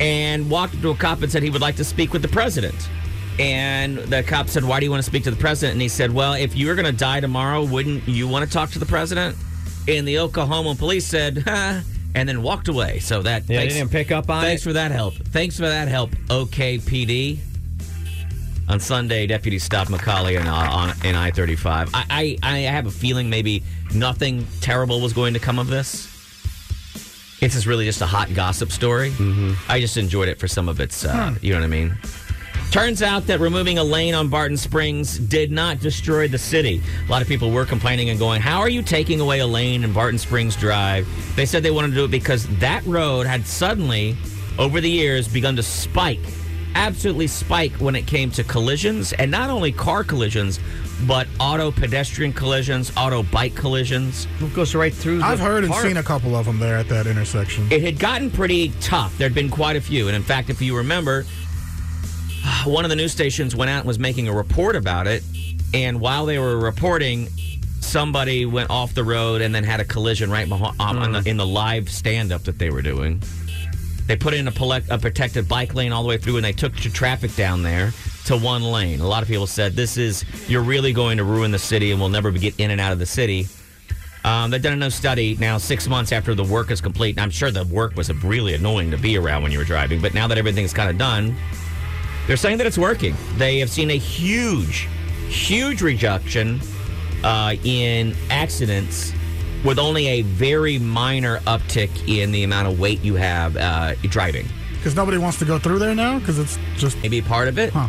and walked up to a cop and said he would like to speak with the president. And the cop said, Why do you want to speak to the president? And he said, Well, if you were going to die tomorrow, wouldn't you want to talk to the president? And the Oklahoma police said, Huh? And then walked away. So that.
yeah, they
thanks-
didn't pick up on
Thanks
it.
for that help. Thanks for that help, OKPD. On Sunday, deputies stopped McCauley in, uh, on, in I-35. I, I, I have a feeling maybe nothing terrible was going to come of this. It's just really just a hot gossip story. Mm-hmm. I just enjoyed it for some of its, uh, you know what I mean? Turns out that removing a lane on Barton Springs did not destroy the city. A lot of people were complaining and going, How are you taking away a lane in Barton Springs Drive? They said they wanted to do it because that road had suddenly, over the years, begun to spike, absolutely spike when it came to collisions, and not only car collisions, but auto pedestrian collisions, auto bike collisions.
It goes right through.
I've
the
heard and
park.
seen a couple of them there at that intersection.
it had gotten pretty tough. There'd been quite a few. And in fact, if you remember, one of the news stations went out and was making a report about it. And while they were reporting, somebody went off the road and then had a collision right behind, um, on the, in the live stand up that they were doing. They put in a, pole- a protected bike lane all the way through, and they took tr- traffic down there to one lane. A lot of people said, "This is you're really going to ruin the city, and we'll never be- get in and out of the city." Um, they've done another study now, six months after the work is complete. And I'm sure the work was really annoying to be around when you were driving, but now that everything's kind of done, they're saying that it's working. They have seen a huge, huge reduction uh, in accidents with only a very minor uptick in the amount of weight you have uh, driving.
Because nobody wants to go through there now because it's just.
Maybe part of it.
Huh.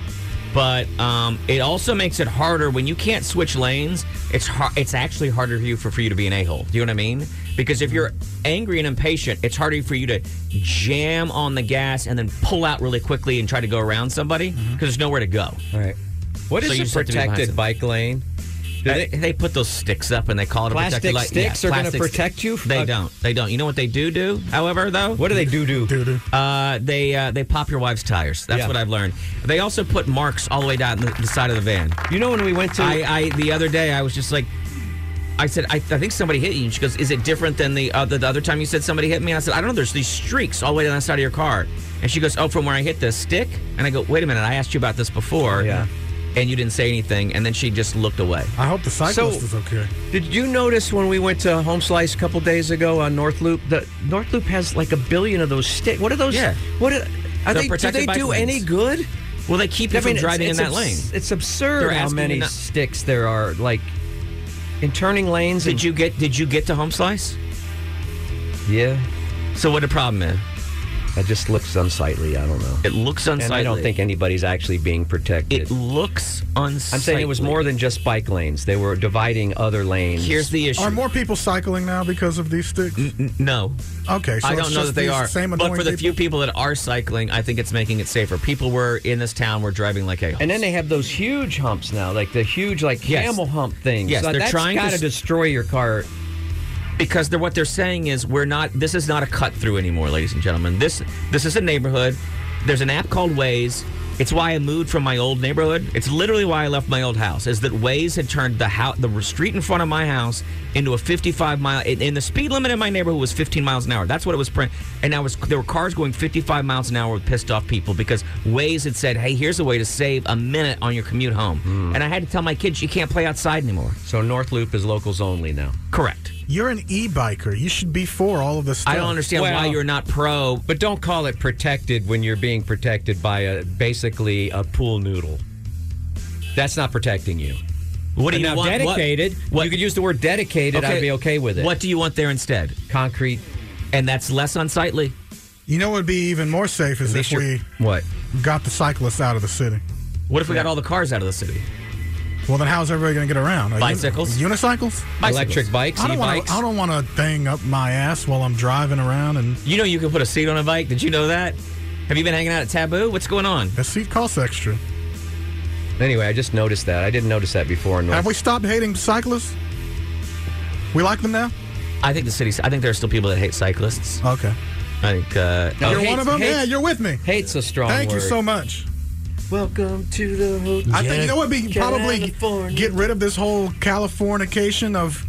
But um, it also makes it harder when you can't switch lanes. It's har- it's actually harder for you for, for you to be an a hole. Do you know what I mean? Because if you're angry and impatient, it's harder for you to jam on the gas and then pull out really quickly and try to go around somebody because there's nowhere to go.
All Mm-hmm. right. What
So
is
you
a
just have to be mindful.
protected bike lane? Do
They,
they-
they put those sticks up and they call it a protective
Plastic
light.
sticks are gonna
plastic
protect you?
They
Uh,
don't. They don't. You know what they do do? However, though,
what do they do do?
Doo-doo.
Uh, they uh, they pop your wife's tires. That's
Yeah.
what I've learned. They also put marks all the way down the, the side of the van.
You know when we went to
I, I the other day I was just like, I said I, I think somebody hit you. And she goes, Is it different than the other the other time you said somebody hit me? And I said I don't know. There's these streaks all the way down the side of your car. And she goes, Oh, from where I hit the stick. And I go, Wait a minute. I asked you about this before.
Yeah.
And you didn't say anything. And then she just looked away.
I hope the cyclist
So-
is okay.
Did you notice when we went to Home Slice a couple days ago on North Loop? The North Loop has like a billion of those sticks. What are those?
Yeah.
What? Are,
Are
They're
they, do
protected
they
by
do
planes.
any good?
Well, they keep you from
it's-
driving
it's
in that
abs-
lane.
It's
They're
absurd how
asking you
many
not-
sticks there are. Like in turning lanes.
Did you get Did you get to home slice?
Yeah,
So what the problem is?
that just looks unsightly. I don't know.
It looks
And
unsightly.
I don't think anybody's actually being protected.
it looks unsightly.
I'm saying it was more than just bike lanes. They were dividing other lanes.
Here's the issue.
Are more people cycling now because of these sticks?
N- no,
Okay, so
I
it's
don't know
just
that they
these
are.
Same
but
annoying
for the
people?
few people that are cycling, I think it's making it safer. People were in this town were driving like a.
and then they have those huge humps now, like the huge like
Yes.
camel hump things.
Yes,
So
they're
that's
trying to
gotta
s-
destroy your car.
because they're what they're saying is we're not this is not a cut through anymore ladies and gentlemen this this is a neighborhood there's an app called waze it's why i moved from my old neighborhood it's literally why i left my old house is that waze had turned the house the street in front of my house into a 55 mile and, and the speed limit in my neighborhood was 15 miles an hour that's what it was print and i was there were cars going 55 miles an hour with pissed off people because waze had said hey here's a way to save a minute on your commute home and i had to tell my kids you can't play outside anymore
Hmm. So North Loop is locals only now.
correct
You're an e-biker. You should be for all of this stuff.
I don't understand why
Well-
you're not pro
But don't call it protected when you're being protected by a basically a pool noodle. That's not protecting you.
What do
And
you
now
want? What-
dedicated,
What,
you could use the word dedicated. I'd be okay with it.
What do you want there instead?
concrete?
And that's less unsightly.
You know what would be even more safe is if
least you're-
we
What?
got the cyclists out of the city.
What if we got all the cars out of the city?
Well, then how's everybody going to get around? Are
Bicycles.
Uni- unicycles?
Bicycles.
Electric bikes,
I don't want
e-bikes.
to. I don't want to thing up my ass while I'm driving around, and
You know you can put a seat on a bike. Did you know that? Have you been hanging out at Taboo? What's going on?
that seat costs extra.
Anyway, I just noticed that. I didn't notice that before. In North
Have we stopped hating cyclists? We like them now.
I think the city's. I think there are still people that hate cyclists.
Okay,
I think. Uh,
No,
you're
hates-
one of them.
hates-
Yeah, you're with me.
Hates a strong
Thank you
word.
so much.
Welcome to the hotel.
I think you know what would be probably
California.
get rid of this whole Californication of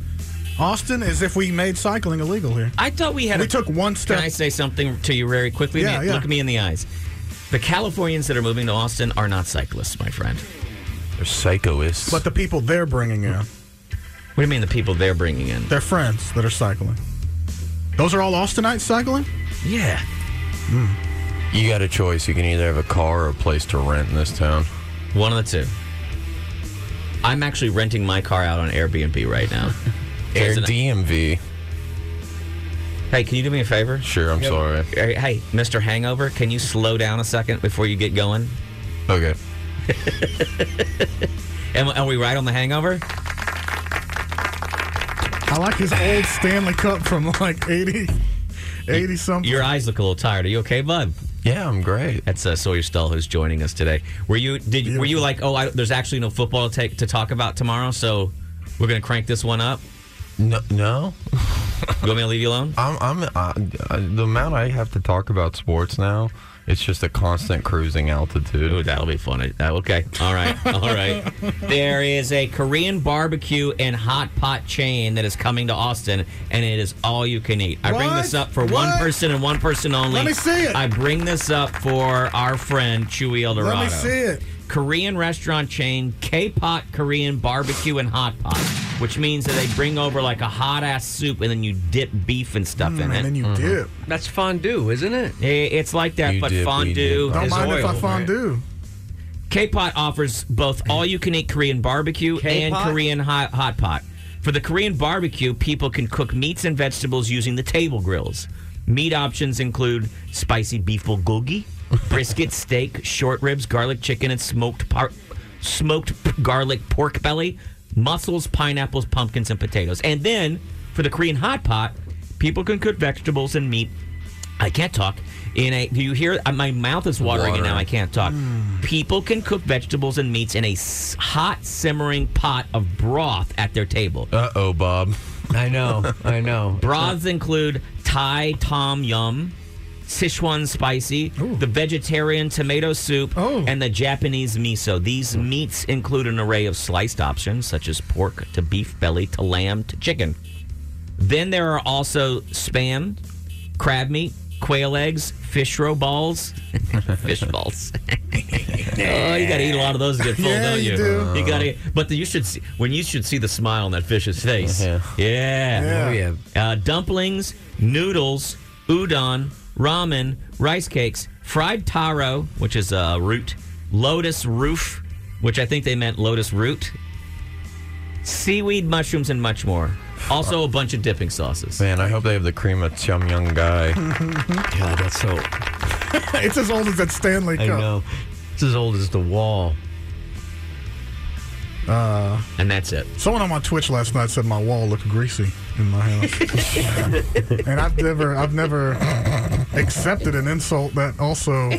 Austin is if we made cycling illegal here.
I thought we had.
We
a,
took one
Can
step.
I say something to you very quickly?
Yeah,
man?
yeah.
Look me in the eyes. The Californians that are moving to Austin are not cyclists, my friend.
They're psychoists.
But the people they're bringing in,
What do you mean the people they're bringing in?
their friends that are cycling. Those are all Austinites cycling?
Yeah.
you got a choice. You can either have a car or a place to rent in this town.
One of the two. I'm actually renting my car out on Airbnb right now.
Air
There's an-
DMV.
hey, can you do me a favor?
Sure, I'm sorry.
Hey, hey, Mr. Hangover, can you slow down a second before you get going?
Okay.
And are we right on the Hangover?
I like his old Stanley Cup from like 80, 80 something.
Your eyes look a little tired. Are you okay, bud?
Yeah, I'm great.
That's uh, Sawyer Stull who's joining us today. Were you did were you like, oh, I, there's actually no football to take to talk about tomorrow, so we're gonna crank this one up.
No, no.
You want me to leave you alone?
I'm, I'm I, I, the amount I have to talk about sports now. It's just a constant cruising
Ooh,
altitude.
that'll be funny. Uh, okay. All right. All right. there is a Korean barbecue and hot pot chain that is coming to Austin, and it is all you can eat. I bring
What?
this up for one
What?
person and one person only.
Let me see it.
I bring this up for our friend Chewy Eldorado.
Let me see it.
Korean restaurant chain K-Pot Korean Barbecue and Hot Pot, which means that they bring over like a hot ass soup and then you dip beef and stuff in it.
Hmm,
Mm-hmm.
And then you dip.
Mm-hmm. That's fondue, isn't it?
I- it's like that,
You
but
dip, we
fondue
dip.
Don't
is
mind if
oil.
I fondue.
K-Pot offers both all-you-can-eat Korean barbecue
K-pot?
and Korean hot, hot pot. For the Korean barbecue, people can cook meats and vegetables using the table grills. Meat bulgogi include spicy beef bulgogi, brisket, steak, short ribs, garlic chicken, and smoked par- smoked p- garlic pork belly, mussels, pineapples, pumpkins, and potatoes. And then for the Korean hot pot, people can cook vegetables and meat. I can't talk. In a, do you hear? uh, My mouth is watering, and now I
Watering.
I can't talk. People can cook vegetables and meats in a s- hot simmering pot of broth at their table.
Uh oh, Bob.
I know. I know.
Broths include Thai Tom Yum, Sichuan Spicy, the vegetarian tomato soup,
Oh.
and the Japanese miso. These meats include an array of sliced options such as pork to beef belly to lamb to chicken. Then there are also spam, crab meat, quail eggs, fish roe balls, fish balls. oh, you gotta eat a lot of those to get full,
Yeah,
don't you?
you do.
You gotta. But the, you should see when you should see the smile on that fish's face.
Uh-huh.
Yeah.
yeah.
Yeah.
Oh yeah.
Uh, dumplings, noodles, udon, ramen, rice cakes, fried taro, which is a root, lotus roof, which I think they meant lotus root, seaweed mushrooms, and much more. Also, a bunch of dipping sauces.
Man, I hope they have the cream of chum young guy.
God, that's so.
it's as old as that Stanley
I
Cup.
know. It's as old as the wall.
And that's it.
Uh, Someone on my Twitch last night said my wall looked greasy in my house, and I've never, I've never accepted an insult that also.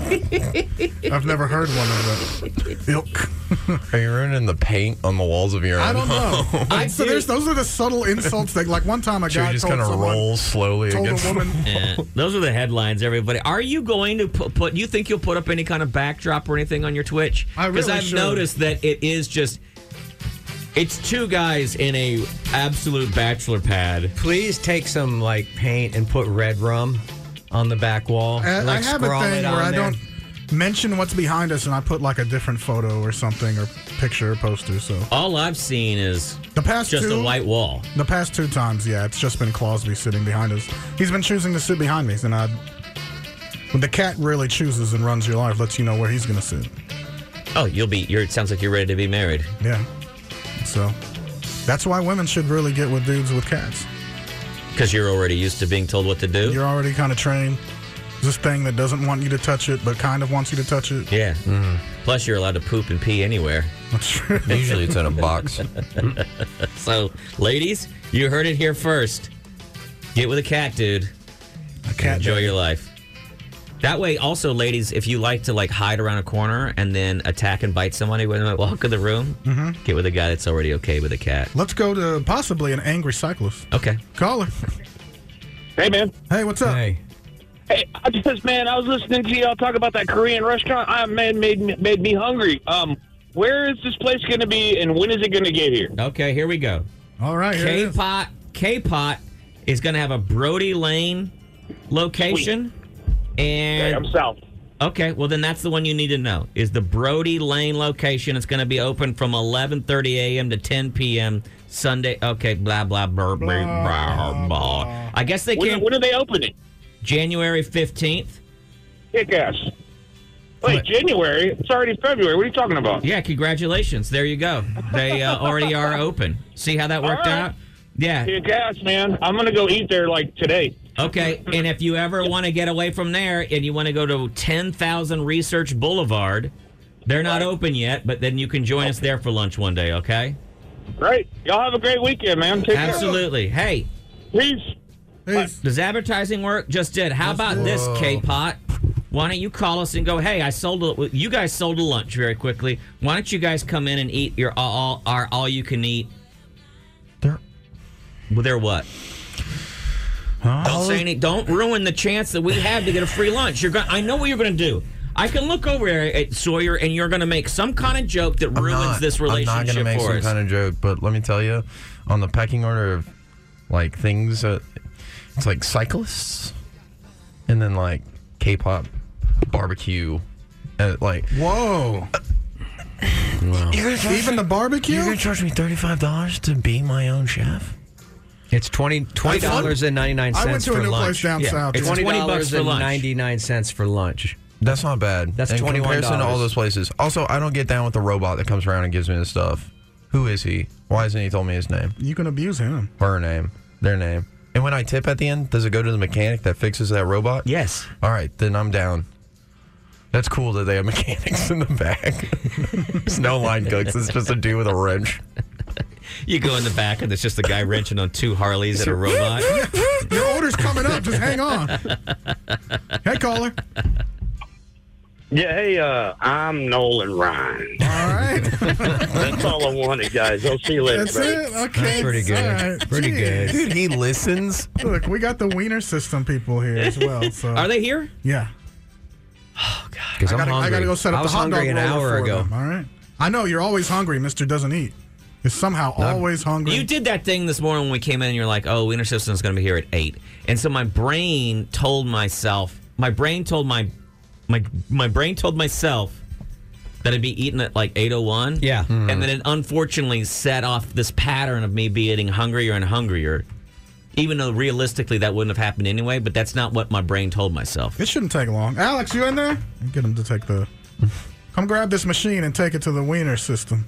I've never heard one of that ilk.
Are you ruining the paint on the walls of your own
I don't
home?
know. so there's, those are the subtle insults that, like one time a
Should we
guy
just
told
kind of
someone,
roll slowly
told
against
a woman,
Eh, those are the headlines, everybody. Are you going to put, put? You think you'll put up any kind of backdrop or anything on your Twitch?
I really
I've
should.
noticed that it is just. It's two guys in a absolute bachelor pad.
Please take some like paint and put red rum on the back wall.
I,
and, like,
I have a
scrawl it
thing
on
where I
there.
don't mention what's behind us, and I put like a different photo or something or picture or poster. So
All I've seen is
the past
just
two,
a white wall.
the past two times, yeah, it's just been Clausby sitting behind us. He's been choosing to sit behind me, and I. When the cat really chooses and runs your life, lets you know where he's gonna sit.
Oh, you'll be. You're, it sounds like you're ready to be married.
Yeah, so that's why women should really get with dudes with cats.
Because you're already used to being told what to do?
You're already kind of trained. This thing that doesn't want you to touch it, but kind of wants you to touch it.
yeah. Plus, you're allowed to poop and pee anywhere.
Mm-hmm. That's true.
Usually it's in a box.
So, ladies, you heard it here first. Get with a cat, dude.
A cat.
Enjoy your life. That way, also, ladies, if you like to like hide around a corner and then attack and bite somebody when they walk in the room, get with a guy that's already okay with a cat.
Mm-hmm. Let's go to possibly an angry cyclist.
Okay.
Caller.
Hey, man.
Hey, what's up?
Hey,
Hey, I just man, I was listening to y'all talk about that Korean restaurant. I man made me- made me hungry. Um, where is this place going to be, and when is it going to get here?
Okay. Here we go.
All right. here it
K
is.
pot. K pot is going to have a Brody Lane location,
Hey,
and
I'm south.
Okay, well then that's the one you need to know is the Brody Lane location. It's going to be open from 11:30 a.m. to 10 p.m. Sunday. Okay, blah blah blah blah blah. blah. I guess they
When,
can't.
when are they opening?
January 15th.
Kick ass. Wait, January? It's already February. What are you talking about?
Yeah, congratulations. There you go. They uh, already are open. See how that worked
All right.
out? Yeah.
Kick ass, man. I'm going to go eat there like today.
Okay. And if you ever want to get away from there and you want to go to 10,000 Research Boulevard, they're not open yet, but then you can join us there for lunch one day, okay?
Right? Y'all have a great weekend, man. Take
Absolutely. Hey,
care. Peace.
Peace.
Does advertising work? Just did. How about this, K-Pot? Why don't you call us and go, hey, I sold a, you guys sold a lunch very quickly. Why don't you guys come in and eat your all, all our all you can eat?
They're-
Well, they're what? Don't say any, don't ruin the chance that we have to get a free lunch. You're going I know what you're gonna do. I can look over at Sawyer and you're gonna make some kind of joke that
I'm
ruins
not-
this relationship
I'm not gonna make
for
some
us.
kind of joke, but let me tell you, on the pecking order of like things, uh, it's like cyclists, and then like K-pop, barbecue, and like
Whoa. Even the barbecue?
charge me thirty five dollars to be my own chef?
it's 20 dollars and ninety nine
I
cents
went to
for
a new
lunch.
place down south.
it's
It's-
Twenty
20 bucks
dollars
for
and
lunch.
ninety nine cents for lunch.
That's not bad.
That's
in
$21.
comparison to all those places. Also, I don't get down with the robot that comes around and gives me this stuff. Who is he? Why hasn't he told me his name?
you can abuse him.
Her name? Their name? And when I tip at the end, does it go to the mechanic that fixes that robot?
yes.
All right, then I'm down. That's cool that they have mechanics in the back. There's no line cooks. It's just a dude with a wrench.
You go in the back and there's just a guy wrenching on two Harleys and a robot.
Your order's coming up. Just hang on. Hey, caller.
Yeah, hey, uh, I'm Nolan Ryan.
All right.
That's all I wanted, guys. I'll see you later.
That's it. Okay.
That's pretty good.
All right.
Pretty
Jeez.
Dude, he listens.
Look, we got the wiener system people here as well. So
Are they Oh, here?
Yeah.
Because
I
I'm
gotta, I
hungry.
gotta go set up
I was
the hot
hungry
dog
an
roller
hour
for
ago.
them, All right. I know you're always hungry. Mister doesn't eat. Is somehow always hungry.
You did that thing this morning when we came in, and you're like, "Oh, Wiener System's going to be here at 8. And so my brain told myself, my brain told my, my, my brain told myself that I'd be eating at like 8:01.
Yeah.
Hmm.
And then it unfortunately set off this pattern of me be getting hungrier and hungrier, even though realistically that wouldn't have happened anyway. But that's not what my brain told myself.
It shouldn't take long. Alex, you in there? Get him to take the. Come grab this machine and take it to the wiener system.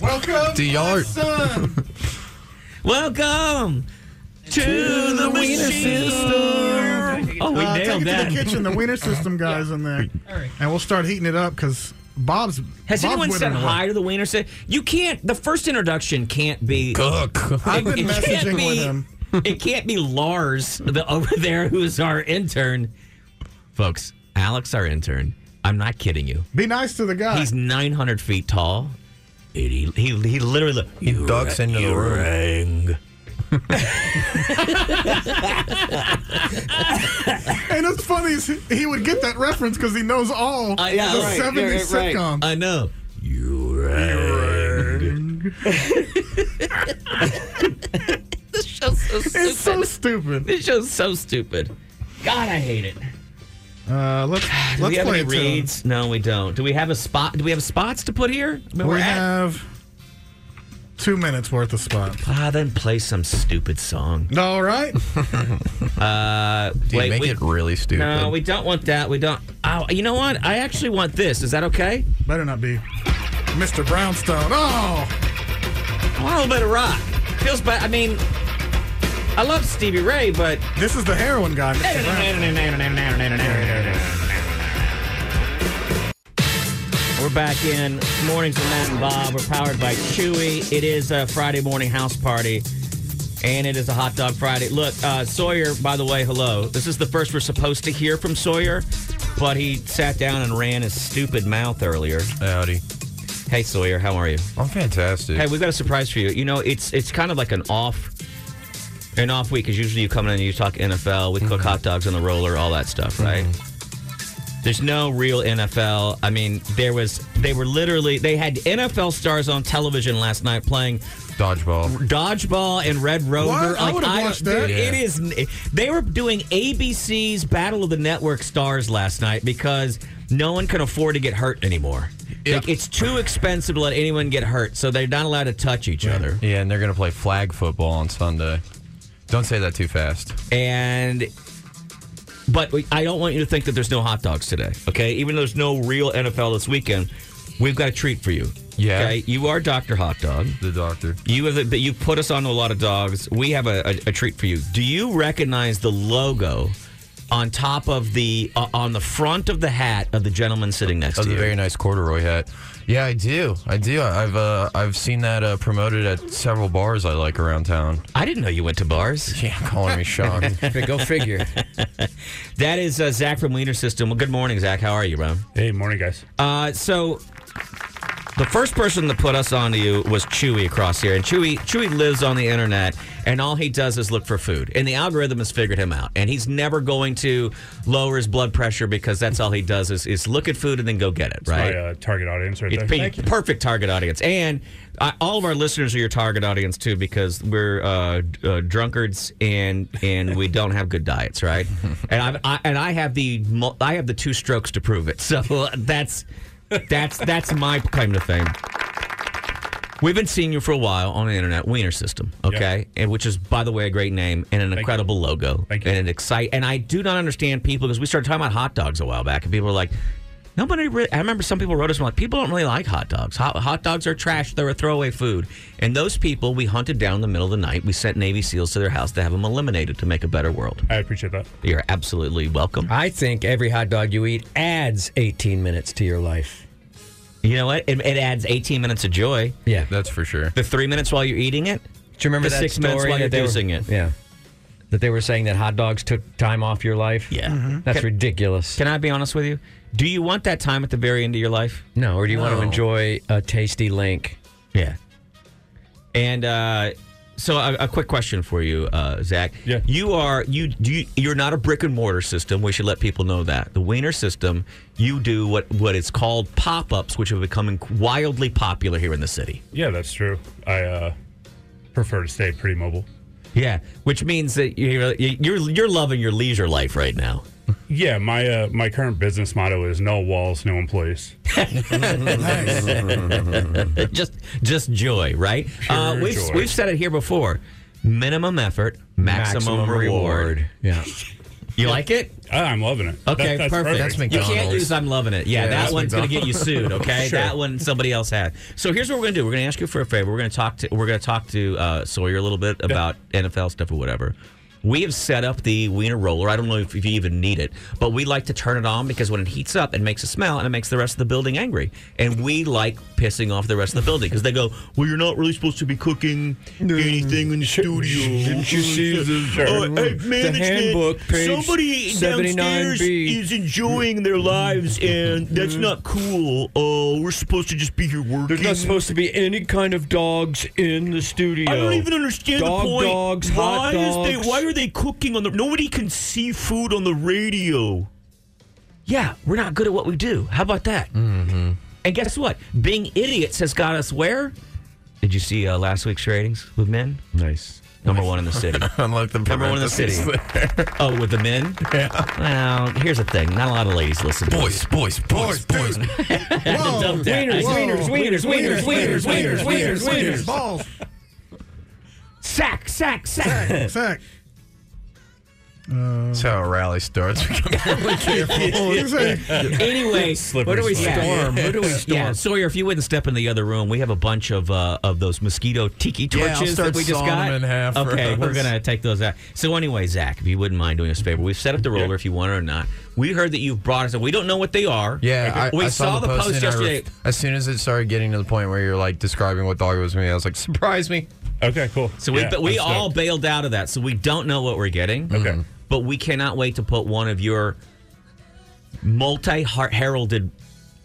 Welcome,
Do y'all are-
Welcome to, the wiener system. Oh, we
Uh,
nailed
take It
that.
to the kitchen, the winter system guys in there, and we'll start heating it up because Bob's.
Has
Bob's
anyone said
withering
hi to the wiener system? You can't. The first introduction can't be
Cook.
I've been
can't
messaging with him.
It can't be Lars the, over there who's our intern, folks. Alex, our intern. I'm not kidding you.
Be nice to the guy.
He's 900 feet tall. It- he, he, he literally look- you
ducks into the
you
room.
rang.
and it's funny is he- he would get that reference because he knows all
Uh, yeah,
the
right,
'70s
yeah, right.
sitcom.
I know. You rang. this show's so stupid.
It's so stupid.
this show's so stupid. God, I hate it.
Uh, let's
Do we
let's
have
play
any
a tune.
reads? No, we don't. Do we have a spot? Do we have spots to put here? I mean,
We
we're at-
have two minutes worth of spot.
Ah, then play some stupid song.
All right.
Uh,
Dude,
wait,
make
we,
it really stupid.
no, we don't want that. We don't. Oh, you know what? I actually want this. Is that okay?
Better not be Mr. Brownstone. Oh,
I want a little bit of rock. Feels bad. I mean, I love Stevie Ray, but
this is the heroin guy. Mr. Brownstone.
We're back in mornings with Matt and Bob. We're powered by Chewy. It is a Friday morning house party, and it is a hot dog Friday. Look, uh, Sawyer. By the way, hello. This is the first we're supposed to hear from Sawyer, but he sat down and ran his stupid mouth earlier.
Howdy.
Hey, Sawyer, how are you?
I'm fantastic.
Hey, we've got a surprise for you. You know, it's it's kind of like an off an off week because usually you come in and you talk NFL, we
Mm-hmm.
cook hot dogs on the roller, all that stuff, right? There's no real NFL. I mean, there was they were literally they had NFL stars on television last night playing
Dodgeball.
dodgeball and Red Rover.
What? I would've
don't-
watched that.
dude, It is. They were doing ABC's Battle of the Network Stars last night because no one can afford to get hurt anymore.
Yeah.
Like, it's too expensive to let anyone get hurt, so they're not allowed to touch each other.
Yeah, and they're gonna play flag football on Sunday. Don't say that too fast.
And. But we- I don't want you to think that there's no hot dogs today, okay? Even though there's no real NFL this weekend, we've got a treat for you.
Yeah.
Okay? You are Dr. Hot Dog.
The doctor.
You have but you put us on a lot of dogs. We have a, a, a treat for you. Do you recognize the logo on top of the uh, on the front of the hat of the gentleman sitting next
That's
to
a
you?
very nice corduroy hat. Yeah, I do. I do. I've uh, I've seen that uh, promoted at several bars I like around town.
I didn't know you went to bars.
Yeah, calling me shocked.
Go figure.
That is uh, Zach from Wiener System. Well, good morning, Zach. How are you, bro?
Hey, morning, guys.
Uh, so the first person to put us on to you was Chewy across here, and Chewy Chewy lives on the internet, and all he does is look for food, and the algorithm has figured him out, and he's never going to lower his blood pressure because that's all he does is is look at food and then go get it,
My
right?
uh, target audience right
It's
there.
pe- perfect target audience, and uh, all of our listeners are your target audience too, because we're uh, d- uh, drunkards and and we don't have good diets, right? And I've, I and I have the mul- I have the two strokes to prove it. So uh, that's that's that's my claim to fame. We've been seeing you for a while on the internet, Wiener System, okay, and which is, by the way, a great name and an incredible logo
Thank you.
and an excite. And I do not understand people because we started talking about hot dogs a while back, and people were like, "Nobody." Really, I remember some people wrote us and were like, "People don't really like hot dogs. Hot, hot dogs are trash. They're a throwaway food." And those people we hunted down in the middle of the night. We sent Navy SEALs to their house to have them eliminated to make a better world.
I appreciate that.
You're absolutely welcome.
I think every hot dog you eat adds 18 minutes to your life.
You know what? It, it adds 18 minutes of joy.
Yeah.
That's for sure.
The three minutes while you're eating it.
Do you remember
The
that
six
story
minutes while
that
you're
they were-
dosing it.
Yeah. That they were saying that hot dogs took time off your life.
Yeah.
That's ridiculous.
Hmm? Can I be honest with you? Do you want that time at the very end of your life?
no, or do you want
No.
to enjoy a tasty link?
Yeah. And uh, so, a, a quick question for you, uh, Zach.
Yeah.
You are you, do you you're not a brick and mortar system. We should let people know that the Wiener system. You do what what is called pop ups, which are becoming wildly popular here in the city.
Yeah, that's true. I uh, prefer to stay pretty mobile.
Yeah. Which means that you're you're you're loving your leisure life right now.
Yeah, my uh, my current business motto is no walls, no employees.
just just joy, right? uh,
Pure
we've
joy.
we've said it here before. Minimum effort, maximum,
Maximum
reward.
reward.
Yeah. You like it?
I'm loving it.
Okay,
That- that's
perfect.
perfect. That's
you can't
McDonald's.
use "I'm loving it." Yeah,
Yeah,
that
that's
one's going to get you
McDonald's.
sued. Okay,
Sure.
that one somebody else had. So here's what we're going to do. We're going to ask you for a favor. We're going to talk to we're going to talk to uh, Sawyer a little bit about NFL stuff or whatever. We have set up the wiener roller. I don't know if, if you even need it, but we like to turn it on because when it heats up, it makes a smell and it makes the rest of the building angry. And we like pissing off the rest of the building because they go, "Well, you're not really supposed to be cooking anything in the studio."
Didn't you see the-
Oh, hey,
The
management,
handbook, page
somebody downstairs
79B.
is enjoying their lives, and that's not cool. Oh, we're supposed to just be here working.
Mm-hmm. There's not supposed to be any kind of dogs in the studio.
I don't even understand
Dog
the point.
dogs,
why
hot
Is
dogs.
they, why are they cooking on the? Nobody can see food on the radio. Yeah, we're not good at what we do. How about that? Mm-hmm. And guess what? Being idiots has got us where? Did you see uh, last week's ratings with men? Nice. Number one in the city.
Unlike the
Number one in the city.
parentheses
oh, with the men? Yeah. Well, here's the thing. Not a lot of ladies listen. Boys, boys, boys, boys.
Wieners, wieners, wieners, wieners, wieners, wieners, wieners, wieners. Balls.
Sack, sack, sack.
Sack.
Uh,
That's how a rally starts.
anyway,
Slippery slope. Yeah.
Yeah, Sawyer, if you wouldn't step in the other room, we have a bunch of uh, of those mosquito tiki
Yeah, I'll
torches
start
that we just
sawing
got.
them in half for
okay, we're
us.
gonna take those out. So anyway, Zach, if you wouldn't mind doing us a favor, we've set up the roller if you want it or not. We heard that you've brought us, and we don't know what they are.
Yeah, I,
we
I
saw, the post,
and I re-
yesterday.
as soon as it started getting to the point where you're like describing what dog it was to me, I was like, surprise me.
Okay, cool.
So we but we all bailed out of that, so we don't know what we're getting. Okay. But we cannot wait to put one of your multi-heralded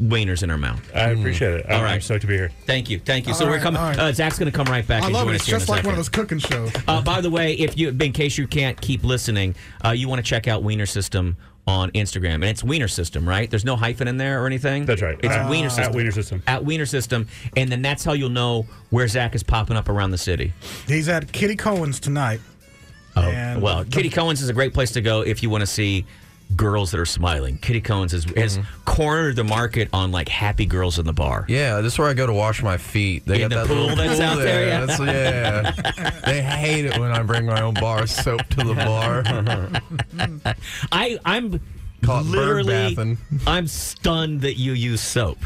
wieners in our mouth.
I appreciate it.
All
I'm
right.
stoked to be here.
Thank you. Thank you. so
All
we're
right,
coming.
all right.
Uh, Zach's going to come right back.
I
and
love
join
it.
us
It's
here in a
just like one of
second.
those cooking shows.
Uh, by the way, if you, in case you can't keep listening, uh, you want to check out Wiener System on Instagram, and it's Wiener System, right? There's no hyphen in there or anything. That's right. It's
Uh, At-
Wiener
at
System.
Wiener System.
At Wiener System, and then that's how you'll know where Zach is popping up around the city.
He's at Kitty Cohen's tonight.
Oh,
And
uh,
well, Kitty Cohen's is a great place to go if you want to see girls that are smiling. Kitty Cohen's is, has
Mm-hmm.
cornered the market on like happy girls in the bar.
Yeah, this is where I go to wash my feet. They got
In
that
the pool
little
that's
pool
out there, yeah.
That's- yeah. they hate it when I bring my own bar of soap to the bar.
I I'm
Call it bird
literally
bathing.
I'm stunned that you use soap.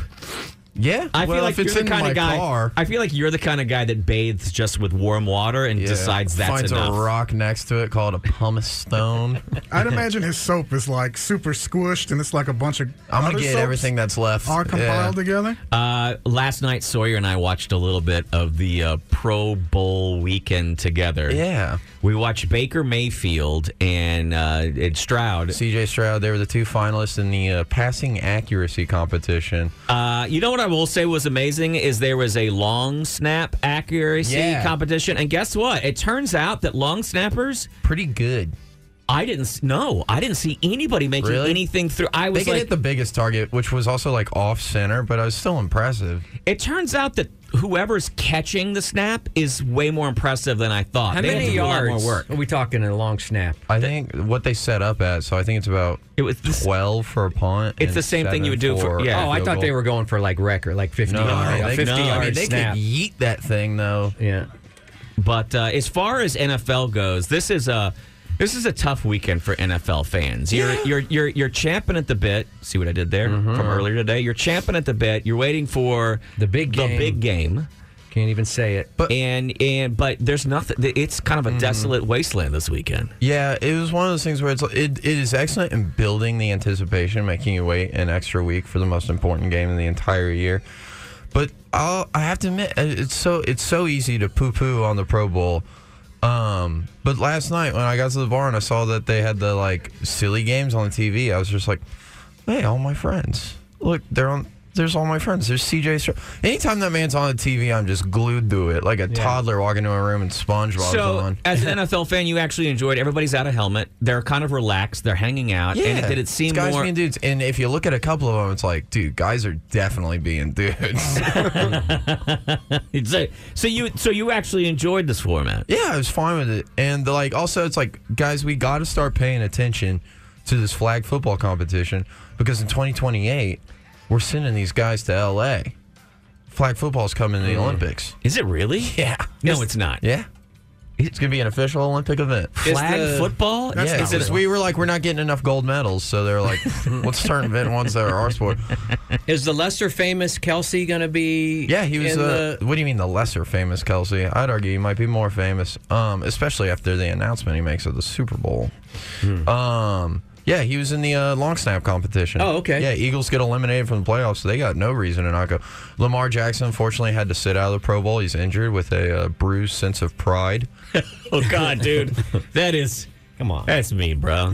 Yeah,
I feel
well,
like
if it's
you're
in
the kind
my
of guy.
car-
I feel like you're the kind of guy that bathes just with warm water and
Yeah.
decides that's
Finds
enough.
a rock next to it, call it a pumice stone.
I'd imagine his soap is like super squished, and it's like a bunch of.
I'm
other
gonna get
soaps
everything that's left.
Are
Yeah.
compiled together.
Uh, last night, Sawyer and I watched a little bit of the uh, Pro Bowl weekend together.
Yeah.
We watched Baker Mayfield and uh, and Stroud.
CJ Stroud, they were the two finalists in the uh, passing accuracy competition.
Uh, you know what I will say was amazing is there was a long snap accuracy
Yeah.
competition, and guess what? It turns out that long snappers
pretty good.
I didn't s- no, I didn't see anybody making
Really?
anything through. I
They
was
could
like,
hit the biggest target, which was also like off center, but I was still impressive.
it turns out that whoever's catching the snap is way more impressive than I thought.
How
They had
many
to do a lot more
yards
work.
are we talking in a long snap?
I think what they set up at, so I think it's about
it was
twelve for a punt.
It's
and
the same thing you would do
seven
for- yeah.
a
Oh, I
field
thought
goal.
they were going for like record, like 50
No,
yard,
they-
50
no, I mean,
yard
they could
snap.
yeet that thing though.
Yeah.
But uh, as far as NFL goes, this is a this is a tough weekend for NFL fans. You're you're you're you're champing at the bit. See what I did there
Mm-hmm.
from earlier today. You're champing at the bit. You're waiting for the big the
game.
big game.
Can't even say it.
But and and but there's nothing. It's kind
Mm-hmm.
of a desolate wasteland this weekend.
Yeah, it was one of those things where it's like- it, it is excellent in building the anticipation, making you wait an extra week for the most important game in the entire year. But I'll, I have to admit, uh, it's so it's so easy to poo poo on the Pro Bowl. Um, but last night when I got to the bar and I saw that they had the like silly games on the TV, I was just like, hey, all my friends, look, they're on. There's all my friends. There's CJ. Stroud. Anytime that man's on the TV, I'm just glued to it, like a toddler walking to a room and SpongeBob's
So,
on.
as an NFL fan, you actually enjoyed. Everybody's out of helmet. They're kind of relaxed. They're hanging out. And it, did it
It's
seem
guys
more?
being dudes? And if you look at a couple of them, it's like, dude, guys are definitely being dudes.
It's a- so you so you actually enjoyed this format?
yeah, I was fine with it. And like, also, it's like, guys, we got to start paying attention to this flag football competition because in 2028 we're sending these guys to LA. Flag football's coming to the
Mm.
Olympics.
Is it really?
Yeah.
No, it's not.
Yeah. It's going to be an official Olympic event.
Is Flag the- football? That's
Yeah,
not
because
real.
we were like, we're not getting enough gold medals. So they're like, let's turn event ones that are our sport.
Is the lesser famous Kelsey going to be?
Yeah, he was.
in
Uh,
the-
what do you mean the lesser famous Kelsey? I'd argue he might be more famous, um, especially after the announcement he makes of the Super Bowl.
Hmm.
Um, yeah, he was in the uh, long snap competition.
Oh, okay.
Yeah, Eagles get eliminated from the playoffs, so they got no reason to not go. Lamar Jackson, unfortunately, had to sit out of the Pro Bowl. He's injured with a uh, bruised sense of pride.
oh God, dude, that is. Come on, that's mean, bro.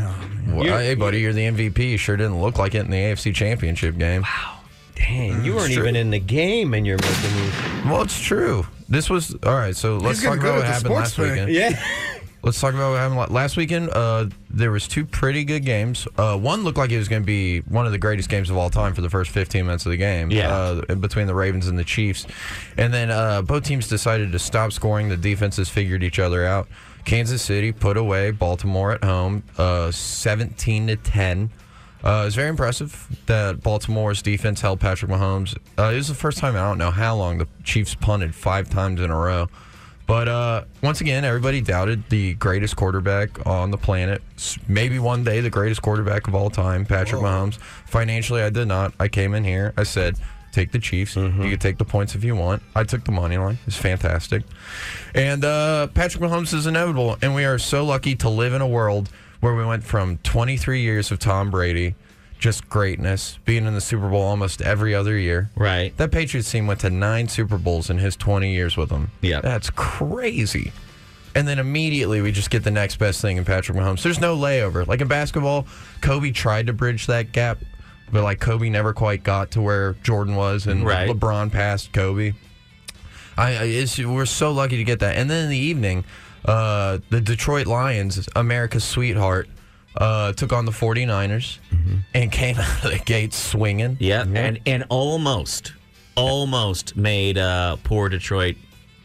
Well, hey, buddy, you're the MVP. Sure didn't look like it in the AFC Championship game. Wow.
Dang, you weren't even in the game and you're making me.
Mm, Well, it's true. This was. All right, so let's
getting
talk
good
about what
at the
happened
sports
last
thing.
weekend.
Yeah.
Let's talk about what happened la- last weekend. Uh, there was two pretty good games. Uh, one looked like it was going to be one of the greatest games of all time for the first 15 minutes of the game. Yeah. Uh, between the Ravens and the Chiefs, and then uh, both teams decided to stop scoring. The defenses figured each other out. Kansas City put away Baltimore at home, uh, 17 to 10. Uh, it was very impressive that Baltimore's defense held Patrick Mahomes. Uh, it was the first time in I don't know how long the Chiefs punted five times in a row. But uh, once again, everybody doubted the greatest quarterback on the planet. S- Maybe one day the greatest quarterback of all time, Patrick Mahomes. Financially, I did not. I came in here. I said, take the Chiefs. You can take the points if you want. I took the money line. It's fantastic. And uh, Patrick Mahomes is inevitable. And we are so lucky to live in a world where we went from 23 years of Tom Brady, just greatness, being in the Super Bowl almost every other year.
Right.
That Patriots team went to nine Super Bowls in his 20 years with them. Yeah. That's crazy. And then immediately we just get the next best thing in Patrick Mahomes. There's no layover. Like in basketball, Kobe tried to bridge that gap, but like Kobe never quite got to where Jordan was, and
Right.
LeBron passed Kobe. I, I it's, we're so lucky to get that. And then in the evening, uh, the Detroit Lions, America's sweetheart, uh, took on the 49ers and came out of the gate swinging.
Mm-hmm. Yeah, and and almost, almost made uh, poor Detroit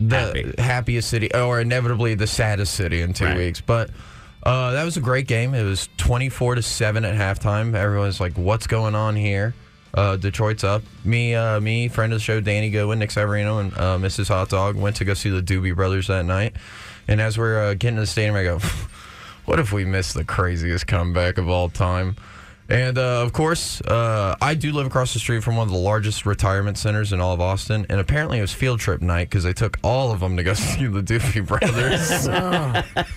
the happiest city, or inevitably the saddest city in two weeks. But uh, that was a great game. It was twenty-four to seven at halftime. Everyone's like, "What's going on here?" Uh, Detroit's up. Me, uh, me, friend of the show, Danny Goodwin, Nick Severino, and uh, Mrs. Hot Dog went to go see the Doobie Brothers that night. And as we're uh, getting to the stadium, I go, "What if we miss the craziest comeback of all time?" And uh, of course, uh, I do live across the street from one of the largest retirement centers in all of Austin. And apparently, it was field trip night because they took all of them to go see the Doofy
Oh.
Brothers.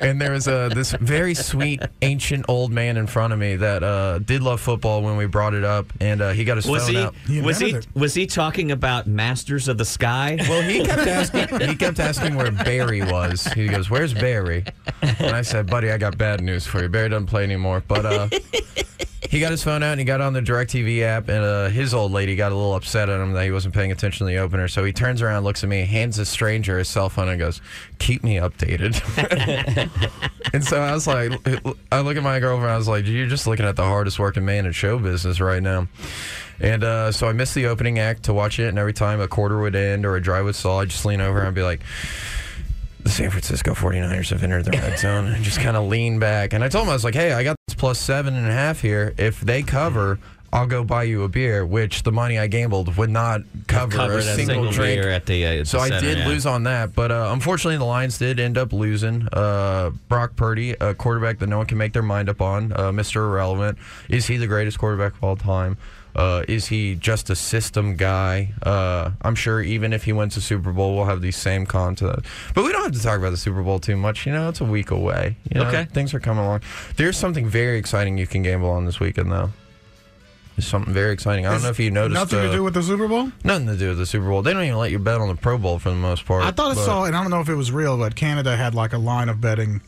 and there was uh, this very sweet, ancient old man in front of me that uh, did love football when we brought it up, and uh, he got his
was
phone
he,
out.
was he was he talking about Masters of the Sky?
Well, he kept asking. He kept asking where Barry was. He goes, "Where's Barry?" And I said, "Buddy, I got bad news for you. Barry doesn't play anymore." But uh, he got his phone out and he got on the DirecTV app, and uh, his old lady got a little upset at him that he wasn't paying attention to the opener. So he turns around, looks at me, hands a stranger his cell phone, and goes, "Keep me updated." and so I was like, I look at my girlfriend. I was like, you're just looking at the hardest working man in show business right now. And uh, so I missed the opening act to watch it, and every time a quarter would end or a drive would stall, I'd just lean over and be like, the San Francisco 49ers have entered the red zone and just kind of lean back. And I told him, I was like, hey, I got this plus seven and a half here. If they cover, I'll go buy you a beer, which the money I gambled would not cover
covered
a single, drink.
beer at the. Uh, at the
So I
center,
did
yeah.
lose on that, but uh, unfortunately the Lions did end up losing. Uh, Brock Purdy, a quarterback that no one can make their mind up on, uh, Mr. Irrelevant. Is he the greatest quarterback of all time? Uh, is he just a system guy? Uh, I'm sure even if he wins the Super Bowl, we'll have these same content. But we don't have to talk about the Super Bowl too much. You know, it's a week away. You know,
Okay.
Things are coming along. There's something very exciting you can gamble on this weekend, though. There's something very exciting. I don't
It's
know if you noticed.
Nothing
uh,
to do with the Super Bowl.
Nothing to do with the Super Bowl. They don't even let you bet on the Pro Bowl for the most part.
I thought I
but-
saw, and I don't know if it was real, but Canada had like a line of betting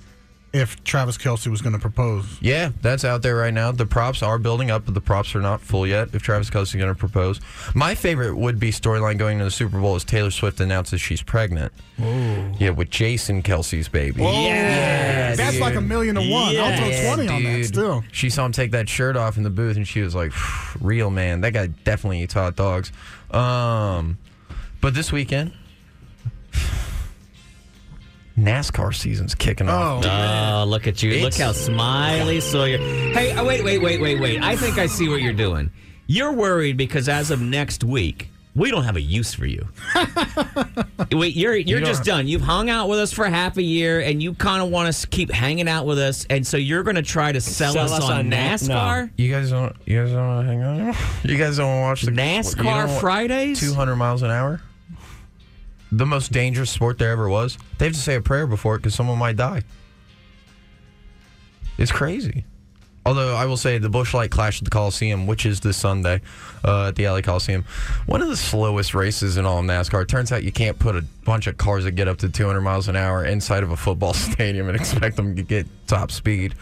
if Travis Kelsey was going to propose.
Yeah, that's out there right now. The props are building up, but the props are not full yet. If Travis Kelsey's going to propose, my favorite would be storyline going to the Super Bowl is Taylor Swift announces she's pregnant.
Whoa.
Yeah, with Jason Kelsey's baby.
Yeah, that's like a million to one. I'll throw
Yes,
20 on that
dude.
still.
She saw him take that shirt off in the booth, and she was like, "Phew, "Real man, that guy definitely eats hot dogs." Um, but this weekend, NASCAR season's kicking off.
Oh, look at you. look how smiley Sawyer. Hey, oh, wait, wait, wait, wait, wait. I think I see what you're doing. You're worried because as of next week, we don't have a use for you. wait, you're you're
don't
just
have-
done. You've hung out with us for half a year and you kind of want to keep hanging out with us and so you're going to try to sell, us, on, NASCAR?
You guys don't. You guys don't want to hang out anymore. You guys don't want to watch the
NASCAR Fridays.
Two hundred miles an hour. The most dangerous sport there ever was. They have to say a prayer before it because someone might die. It's crazy. Although I will say the Bushlight Clash at the Coliseum, which is this Sunday uh, at the Alley Coliseum, one of the slowest races in all of NASCAR. It turns out you can't put a bunch of cars that get up to 200 miles an hour inside of a football stadium and expect them to get top speed.